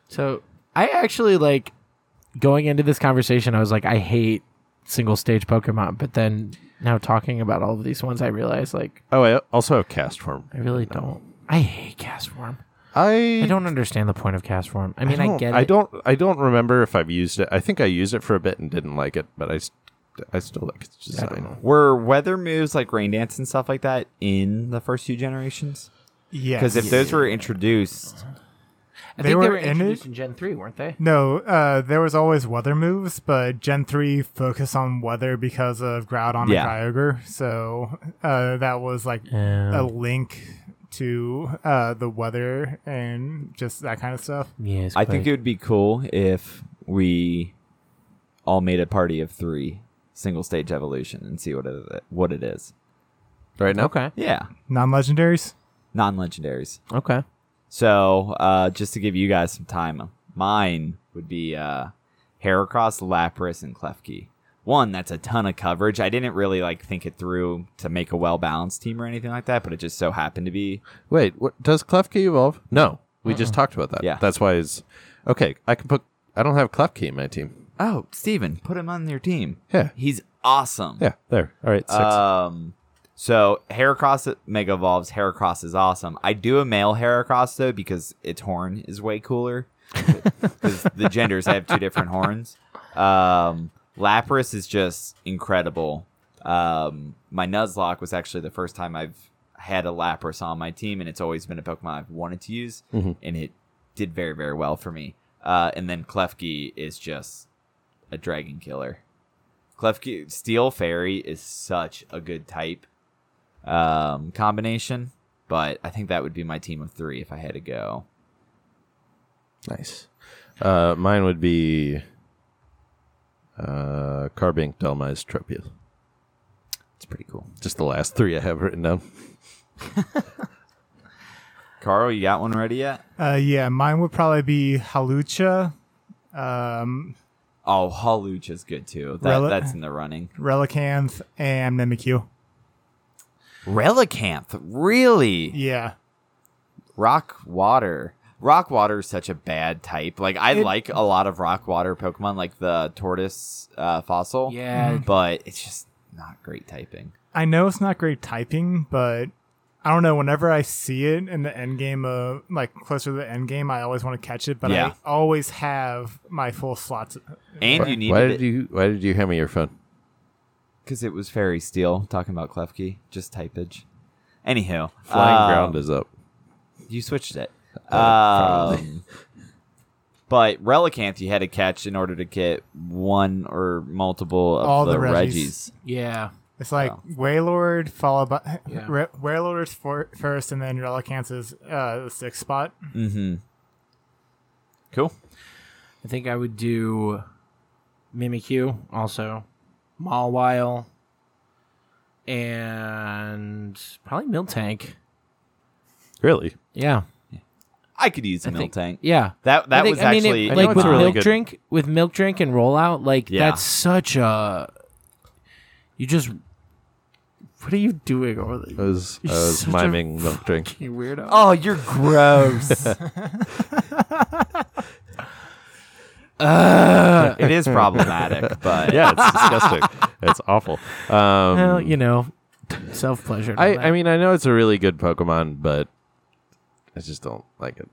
So I actually like going into this conversation. I was like, I hate single stage Pokemon, but then now talking about all of these ones, I realize like
(laughs) Oh, I also have cast form.
I really don't. I hate cast form.
I
I don't understand the point of cast form. I mean, I,
don't-
get it.
Mm. I don't. I don't remember if I've used it. I think I used it for a bit and didn't like it, but I, st- I still like its design.
Were weather moves like rain dance and stuff like that in the first few generations?
(laughs) Yes.
Because if those were introduced,
I
they
think
were
they were
in it?
introduced in Gen three, weren't they?
no, uh, there was always weather moves, but Gen three focused on weather because of Groudon
Yeah.
and Kyogre, so uh, that was like a
Oh,
link to uh, the weather and just that kind of stuff.
Yes,
I think it would be cool if we all made a party of three single stage evolution and see what it, what it is.
Right now,
okay.
Yeah,
Non legendaries.
non legendaries.
Okay.
So uh, just to give you guys some time, mine would be uh, Heracross, Lapras, and Klefki. One, that's a ton of coverage. I didn't really like think it through to make a well balanced team or anything like that, but it just so happened to be
Wait, what, does Klefki evolve? No, we just talked about that.
Yeah.
that's why. It's okay. I can put. I don't have Klefki in my team.
Oh, Steven, put him on your team.
Yeah.
He's awesome.
Yeah, there. All right, six.
Um so Heracross Mega Evolves, Heracross is awesome. I do a male Heracross though because its horn is way cooler. (laughs) Because the genders have two different horns. Um Lapras is just incredible. Um my Nuzlocke was actually the first time I've had a Lapras on my team, and it's always been a Pokemon I've wanted to use, and it did very, very well for me. Uh, and then Klefki is just a dragon killer. Klefki Steel Fairy is such a good type um, combination, but I think that would be my team of three if I had to go.
nice. Uh, mine would be. Uh, Carbink, Delmise, Tropius.
It's pretty cool.
Just the last three I have written down.
Carl, you got one ready yet?
Uh, yeah, mine would probably be Halucha, um,
Oh, Haluch is good too. That,
Rel-
that's in the running.
Relicanth, and Mimikyu.
Relicanth, really?
Yeah.
Rock Water. Rock Water is such a bad type. Like I
It-
like a lot of Rock Water Pokemon, like the Tortoise uh, fossil.
Yeah.
but it's just not great typing.
I know it's not great typing, but I don't know. Whenever I see it in the end game of like closer to the end game, I always want to catch it, but
Yeah.
I always have my full slots.
And
Why-
you
why
needed
did
it
you Why did you hand me your phone?
because it was fairy steel. Talking about Klefki, just typage. Anyhow,
Flying
uh,
ground is up.
You switched it.
Uh,
probably.
Um, but Relicanth, you had to catch in order to get one or multiple of
All the Reggies.
Reggies.
Yeah.
It's like
Wow.
Waylord followed by (laughs)
Yeah.
Re- Waylord's for, first, and then Relicanth's is uh, the sixth spot.
Mm-hmm. Cool.
I think I would do Mimikyu also, Mawile, and probably Miltank.
Really?
Yeah.
I could use a milk
think-
tank.
Yeah.
That
I
that
think-
was
I mean,
actually
it-
know
like
it's
with
a really
milk
good-
drink with milk drink and rollout. Like
Yeah.
that's such a you just what are you doing over
I
there?
was, I
You're
was
such a
miming milk
(laughs)
drink.
You weirdo.
oh, you're gross.
(laughs)
(laughs)
it is problematic, but
Yeah, it's disgusting. It's awful. Um,
well, you know, self pleasure.
I, I mean, I know it's a really good Pokemon, but I just don't like it.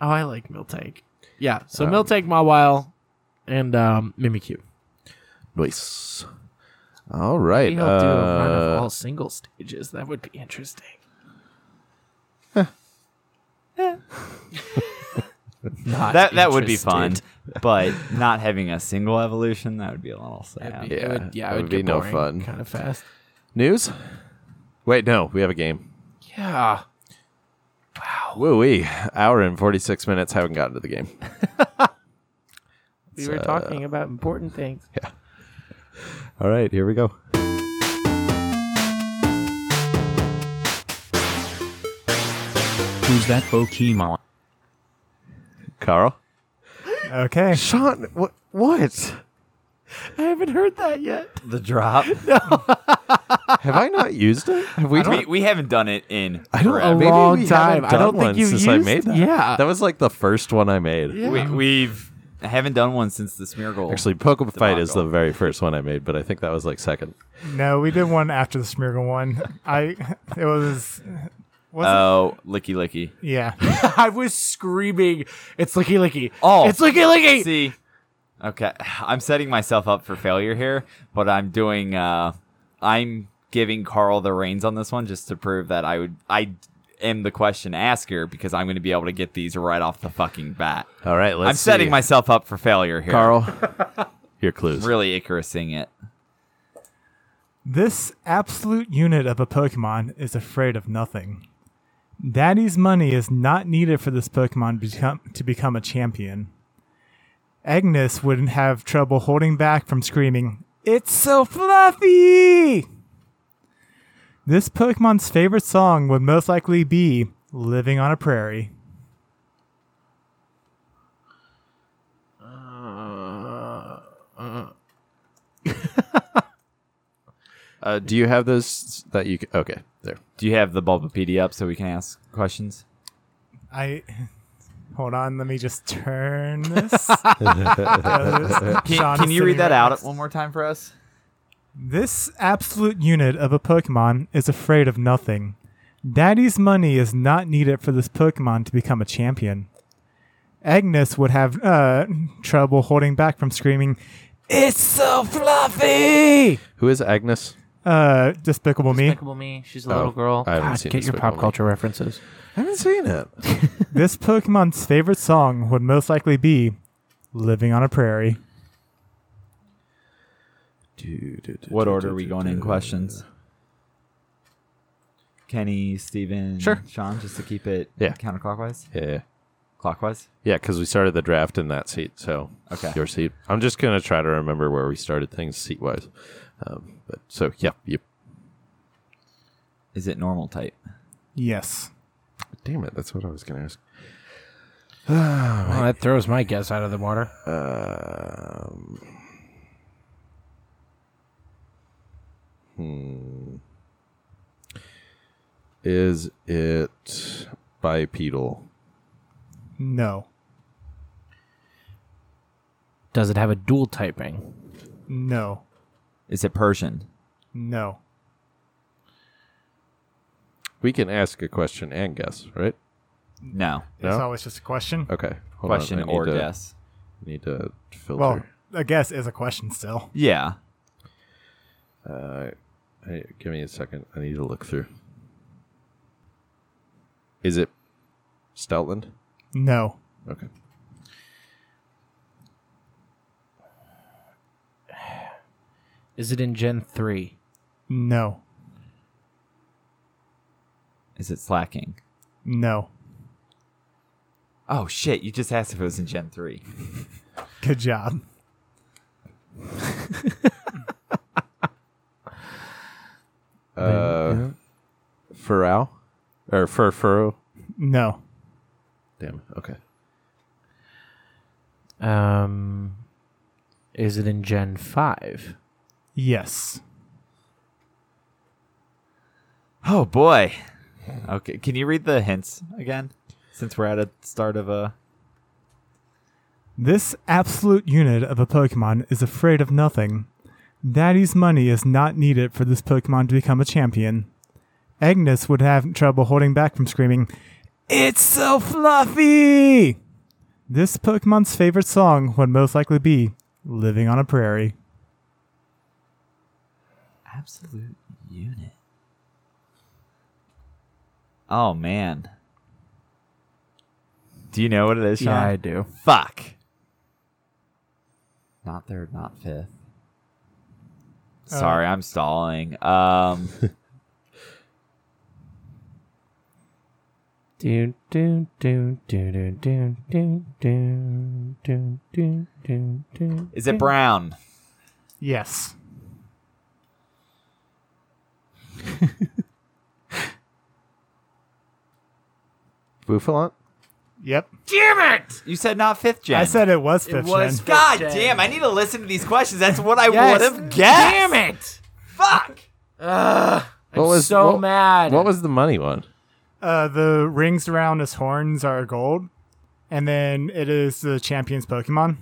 oh, I like Miltank. Yeah, so
Um,
Miltank, Mawile, and um, Mimikyu.
Nice. All right.
Maybe I'll do a run
uh,
of all single stages. That would be interesting.
(laughs)
Not
that that would be fun.
interested.
But not having a single evolution, that would be a little sad.
That'd be- it
Yeah,
would- yeah,
that
it
would
would
be
get
no
boring
fun.
Kind of fast.
news? Wait, no, we have a game.
Yeah.
Woo wee. Hour and 46 minutes. Haven't gotten to the game.
We were
uh,
talking about important things.
All right, here we go.
Who's that Pokemon?
Carl?
Okay.
Sean, what? What?
I haven't heard that yet.
(laughs)
the drop.
Have I not used
(laughs)
it? Have we?
(laughs) we, we haven't done it in
I don't.
forever.
A
maybe
long
we
time.
haven't
I don't
done one
think you've
since
used-
I made that.
yeah.
that was like the first one I made.
We, we've I haven't done one since the Smeargle.
Actually, Pokemon
The
Fight is the
Mongol.
very first one I made, but I think that was like second.
No, we did one after the Smeargle one. I (laughs) it was
oh, licky licky.
yeah.
I was screaming, it's Licky Licky.
Oh.
it's Licky Licky.
See, okay, I'm setting myself up for failure here, but I'm doing. Uh, I'm giving Carl the reins on this one just to prove that I would. I am the question asker because I'm going to be able to get these right off the fucking bat.
All right, Uh, let's.
I'm setting myself up for failure here.
Carl. your clues.
really Icarusing it.
This absolute unit of a Pokemon is afraid of nothing. Daddy's money is not needed for this Pokemon become, to become a champion. Agnes wouldn't have trouble holding back from screaming, It's so fluffy! This Pokemon's favorite song would most likely be Living on a Prairie.
Uh, do you have those that you? c- Okay, there.
Do you have the Bulbapedia up so we can ask questions?
I. Hold on, let me just turn this. can,
Can, can you read that out one more time for us?
This absolute unit of a Pokemon is afraid of nothing. Daddy's money is not needed for this Pokemon to become a champion. Agnes would have uh, trouble holding back from screaming, It's so fluffy!
Who is Agnes?
Uh, Despicable Me.
Despicable Me. She's a little
Oh,
girl.
I haven't
God,
seen
get your
Despicable
pop
Me.
culture references.
I haven't seen it.
this Pokemon's favorite song would most likely be Living on a Prairie.
What order are we going in questions? Kenny, Steven,
Sure.
Sean, just to keep it
Yeah.
counterclockwise?
Yeah,
Clockwise?
yeah, because we started the draft in that seat. So
Okay.
your seat. I'm just gonna try to remember where we started things seat wise. Um, but so yeah, you.
Is it normal type?
Yes.
Damn it, that's what I was gonna ask.
Well, that throws my guess out of the water.
Is it bipedal?
No.
Does it have a dual typing?
No.
Is it Persian?
No.
We can ask a question and guess, right?
No.
No?
It's always just a question.
Okay. Hold on,
Question
I need
or
to-
guess.
Need to filter.
Well, a guess is a question still.
Yeah.
Uh, I, give me a second. I need to look through. Is it Stoutland?
No.
Okay.
Is it in Gen 3?
No.
Is it slacking?
No.
Oh shit, you just asked if it was in Gen 3.
Good job.
Uh, Furrow? Or Fur Furrow?
No.
Damn. Okay.
Um, is it in Gen 5?
Yes.
Oh boy. Okay, can you read the hints again? Since we're at a start of a
This absolute unit of a Pokemon is afraid of nothing. Daddy's money is not needed for this Pokemon to become a champion. Agnes would have trouble holding back from screaming, It's so fluffy! This Pokemon's favorite song would most likely be Living on a Prairie.
absolute unit. Oh man. Do you know what it is, Sean?
do.
Fuck. Not third, not fifth. Uh, Sorry, I'm stalling. Um
Do, do, do, do, do, do, do, do, do, do, do, do.
is it brown?
Yes.
Buffalant?
Yep.
Damn it! You said not fifth gen.
I said it was fifth
was-
gen.
God damn, I need to listen to these questions. That's what I
Yes.
would have guessed.
Damn it!
Fuck.
What was
so
what-
mad.
What was the money one?
Uh, the rings around his horns are gold, and then it is the champion's Pokemon.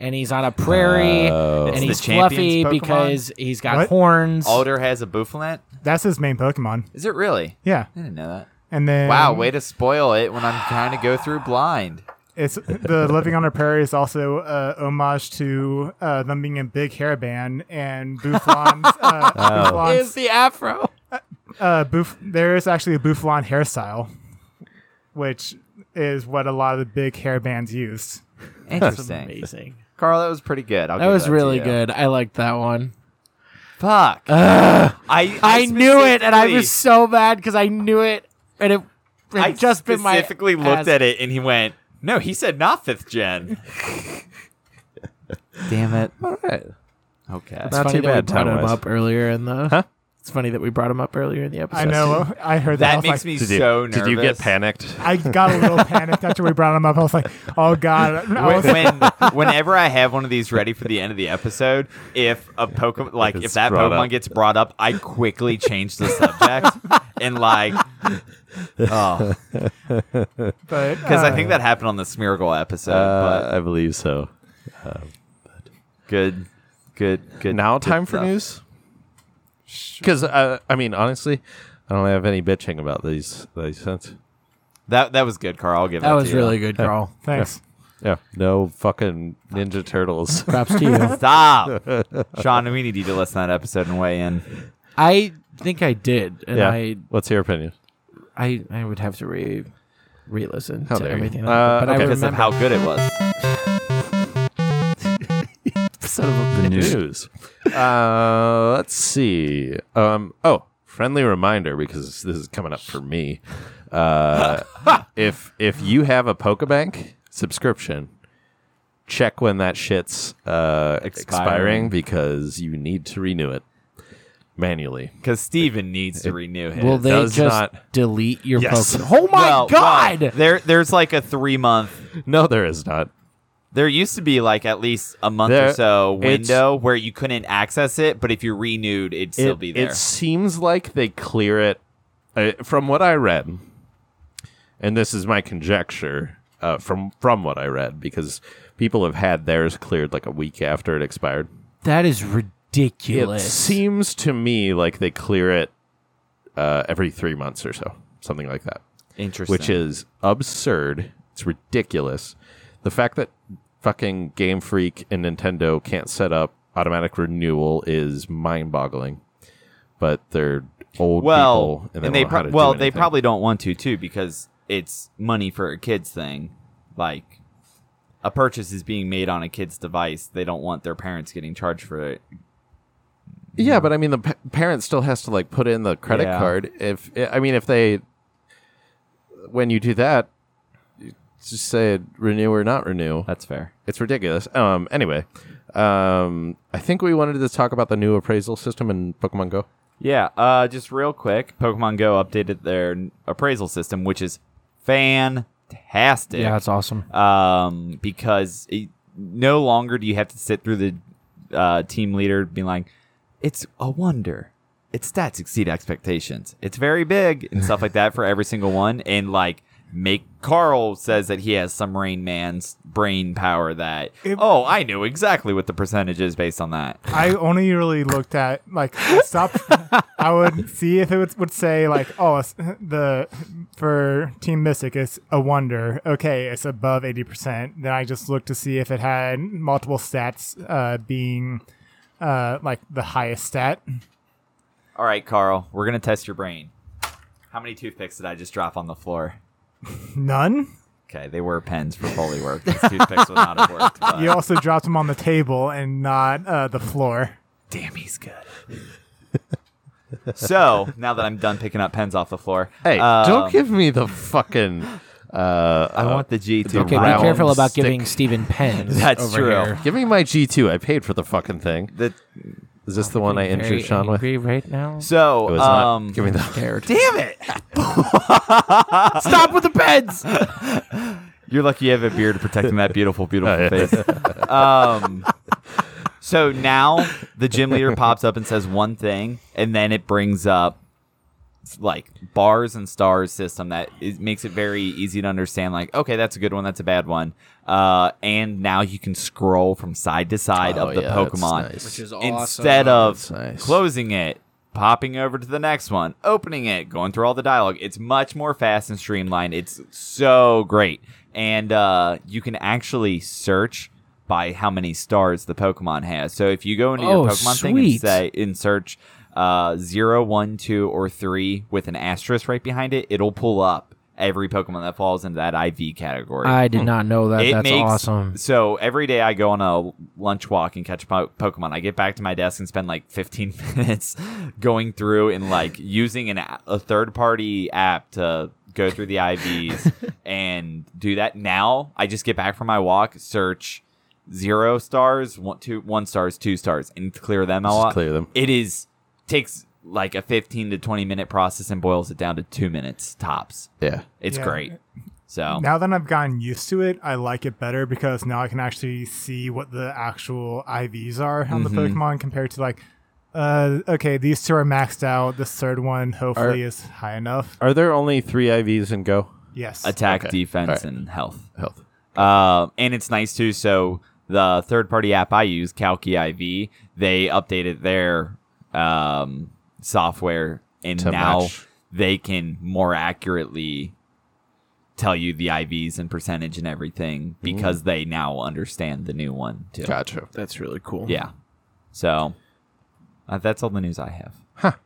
and he's on a prairie, and
It's
he's
the champions
fluffy
Pokemon?
because he's got
What?
horns.
Alder has a Buffalant?
That's his main Pokemon.
Is it really?
Yeah.
I didn't know that.
And then
Wow, way to spoil it when I'm trying to go through blind.
It's the Living on a Prairie is also uh, homage to uh, them being a big hair band
(laughs)
and Bufflon's. Uh,
Oh.
Bufflon's
is the afro?
uh, Buff- there is actually a Bufflon hairstyle, which is what a lot of the big hair bands use.
Interesting.
Amazing.
Carl, that was pretty good. I'll
That
give
was
to
really
you.
good. I liked that one.
Fuck. I
I knew it, and I
specifically-
was so mad because I knew it, and it had
I
just been my.
specifically looked
ass.
at it and he went, "No, he said not fifth gen." Damn it.
All right.
Okay.
It's funny
too
that
bad,
we brought him
time-wise.
up earlier in the. It's funny that we brought him up earlier in the episode.
I know. I heard that. I
That
was
makes
like-
me so nervous.
Did you get panicked?
I got a
(laughs)
little panicked after we brought him up. I was like, "Oh God!" (laughs) I
when,
was,
when
Oh.
whenever I have one of these ready for the end of the episode, if a Pokemon like if
It's
that
brought
Pokemon
up.
gets brought up, I quickly change the subject
(laughs)
and like oh
but
because I
uh,
think that happened on the Smeargle episode.
Uh, I believe so.
but good, good, good.
now
good
time for
stuff.
news because uh, i mean honestly i don't have any bitching about these these cents
That that was good, Carl. I'll give
That
that
was
to
really
you.
good, Carl.
thanks.
yeah no fucking ninja turtles
Props to
(laughs)
(laughs)
you.
Stop, Sean. We need you to listen to that episode and weigh in.
I think I did, (laughs) and
yeah
I,
what's your opinion
I, I would have to re, re-listen
How
to
dare you.
everything.
Uh,
but I
okay.
Because
remember
of how good it was.
son of a bitch.
news uh let's see um oh friendly reminder because this is coming up for me uh if if you have a pokebank subscription check when that shit's uh
Expiring.
expiring because you need to renew it manually
Because Steven needs to renew his.
Will they
does
just
not-
delete your
Yes.
Pokemon? Oh my
Well, well,
god!
there there's like a three month
No, there is not.
There used to be like at least a month or
There-
so
it's-
window where you couldn't access it, but if you renewed, it'd still
it,
be there.
it seems like they clear it. Uh, from what I read, and this is my conjecture uh, from from what I read, because people have had theirs cleared like a week after it expired.
that is
It
ridiculous.
seems to me like they clear it uh, every three months or so, something like that,
Interesting.
which is absurd. It's ridiculous. The fact that fucking Game Freak and Nintendo can't set up automatic renewal is mind-boggling. But they're old
well,
people, and they,
and
don't
they
know how
pro-
to do
well they
anything.
probably don't want to too because it's money for a kid's thing. Like a purchase is being made on a kid's device. They don't want their parents getting charged for it.
Yeah, but I mean, the pa- parent still has to like put in the credit
Yeah.
card. If I mean, if they, when you do that, you just say renew or not renew.
That's fair.
It's ridiculous. Um. Anyway, um. I think we wanted to talk about the new appraisal system in Pokemon Go.
Yeah, uh, just real quick, Pokemon Go updated their n- appraisal system, which is fantastic.
Yeah, that's awesome.
um, because it, no longer do you have to sit through the uh, team leader being like, "It's a wonder." Its stats exceed expectations. It's very big and stuff like that for every single one. And like, make Carl says that he has some Rain Man's brain power. That oh, I knew exactly what the percentage is based on that.
I only really looked at like I stopped. I would see if it would, would say like, oh, it's, the for Team Mystic it's a wonder. Okay, it's above eighty percent. Then I just looked to see if it had multiple stats uh, being uh, like the highest stat.
All right, Carl, we're gonna test your brain. How many toothpicks did I just drop on the floor?
None.
Okay, they were pens for Foley work. These toothpicks would not have worked. But
You also dropped them on the table and not uh, the floor.
Damn, he's good.
(laughs)
so now that I'm done picking up pens off the floor,
Hey,
um,
don't give me the fucking. Uh,
I want um, the G to
Okay,
round
be careful about
stick.
giving
(laughs)
Steven pens.
That's
over
true.
Here.
Give me my G two. I paid for the fucking thing.
the
Is this the one I
Very
injured Sean with? It
angry right now.
so
was
um.
not. Give me the.
Scared.
damn (laughs) it!
Stop with the pens.
You're lucky you have a beard protecting that beautiful,
Oh,
beautiful face. Um, so now the gym leader pops up and says one thing, and then it brings up like bars and stars system that is, makes it very easy to understand. Like, okay, that's a good one, that's a bad one, uh, and now you can scroll from side to side
Oh,
of the
yeah, that's
Pokemon
nice. Which
is
instead of
That's nice.
closing it. Popping over to the next one, opening it, going through all the dialogue. It's much more fast and streamlined. It's so great. And uh, you can actually search by how many stars the Pokemon has. So if you go into
Oh,
your Pokemon thing and
sweet.
say in search uh, 0, 1, 2, or 3 with an asterisk right behind it, it'll pull up every Pokemon that falls into that IV category
I did not know that. That's awesome.
so every day I go on a lunch walk and catch po- Pokemon. I get back to my desk and spend like 15 (laughs) minutes going through and like using an a- a third party app to go through
(laughs)
the IVs and do that. Now I just get back from my walk, search zero stars, one two one stars, two stars, and clear them all.
Just
out.
clear them.
It is takes like a 15 to 20 minute process and boils it down to two minutes tops.
Yeah.
It's
Yeah.
great.
Oh.
So
Now that I've gotten used to it, I like it better because now I can actually see what the actual IVs are on the
Mm-hmm.
Pokemon compared to like, uh, okay, these two are maxed out. This third one hopefully is high enough.
Are there only three IVs in Go?
Yes.
attack,
Okay.
defense,
All right.
and health.
Health.
Uh, and it's nice too. So the third party app I use, Calci IV, they updated their um, software, and
To
now
match.
they can more accurately tell you the IVs and percentage and everything because they now understand the new one too.
Gotcha. That's really cool.
Yeah. So uh, that's all the news I have.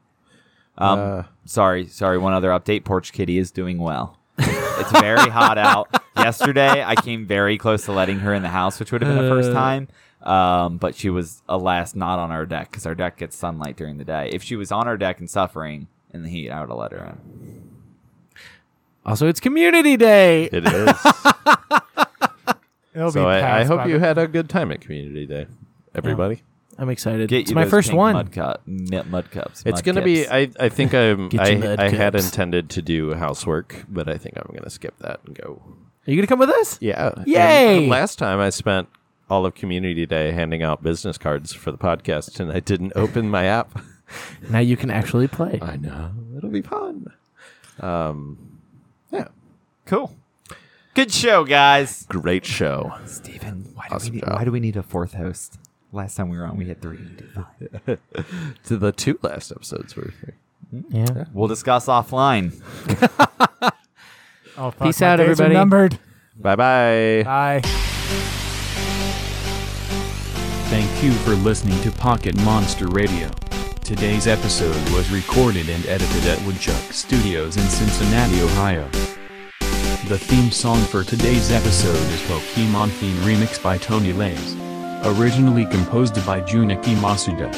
Um,
Uh,
sorry, sorry. One other update: Porch Kitty is doing well. it's very hot (laughs) out. Yesterday, I came very close to letting her in the house, which would have been the first time. Um, but she was, alas, not on our deck because our deck gets sunlight during the day. If she was on our deck and suffering in the heat, I would have let her in.
Also, it's Community Day.
it is.
It'll
so I, I
passed
hope
by
you (laughs)
the-
had a good time at Community Day, everybody.
I'm excited.
Get
it's
you
my
those
first
pink
one.
Mud, cup, mi- mud cups.
It's
mud
gonna be.
kips.
I I think I'm.
Get your
I
mud
I had
cups.
intended to do housework, but I think I'm gonna skip that and go.
Are you gonna come with us?
Yeah. And
Yay!
last time I spent all of Community Day handing out business cards for the podcast, and I didn't open my app.
Now you can actually play.
(laughs) I know it'll be fun. Um. Yeah.
cool. Good show, guys.
Great show.
Steven, why,
Awesome
do we need,
job.
why do we need a fourth host? Last time we were on, we had three.
To the two last episodes were.
Yeah.
We'll discuss offline.
Oh, fuck,
Peace
my
out,
days are
everybody.
Numbered.
Bye bye.
Bye.
Thank you for listening to Pocket Monster Radio. Today's episode was recorded and edited at Woodchuck Studios in Cincinnati, Ohio. The theme song for today's episode is Pokemon Theme Remix by Tony Lays. Originally composed by Junichi Masuda.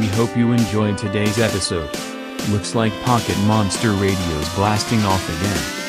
We hope you enjoyed today's episode. Looks like Pocket Monster Radio's blasting off again.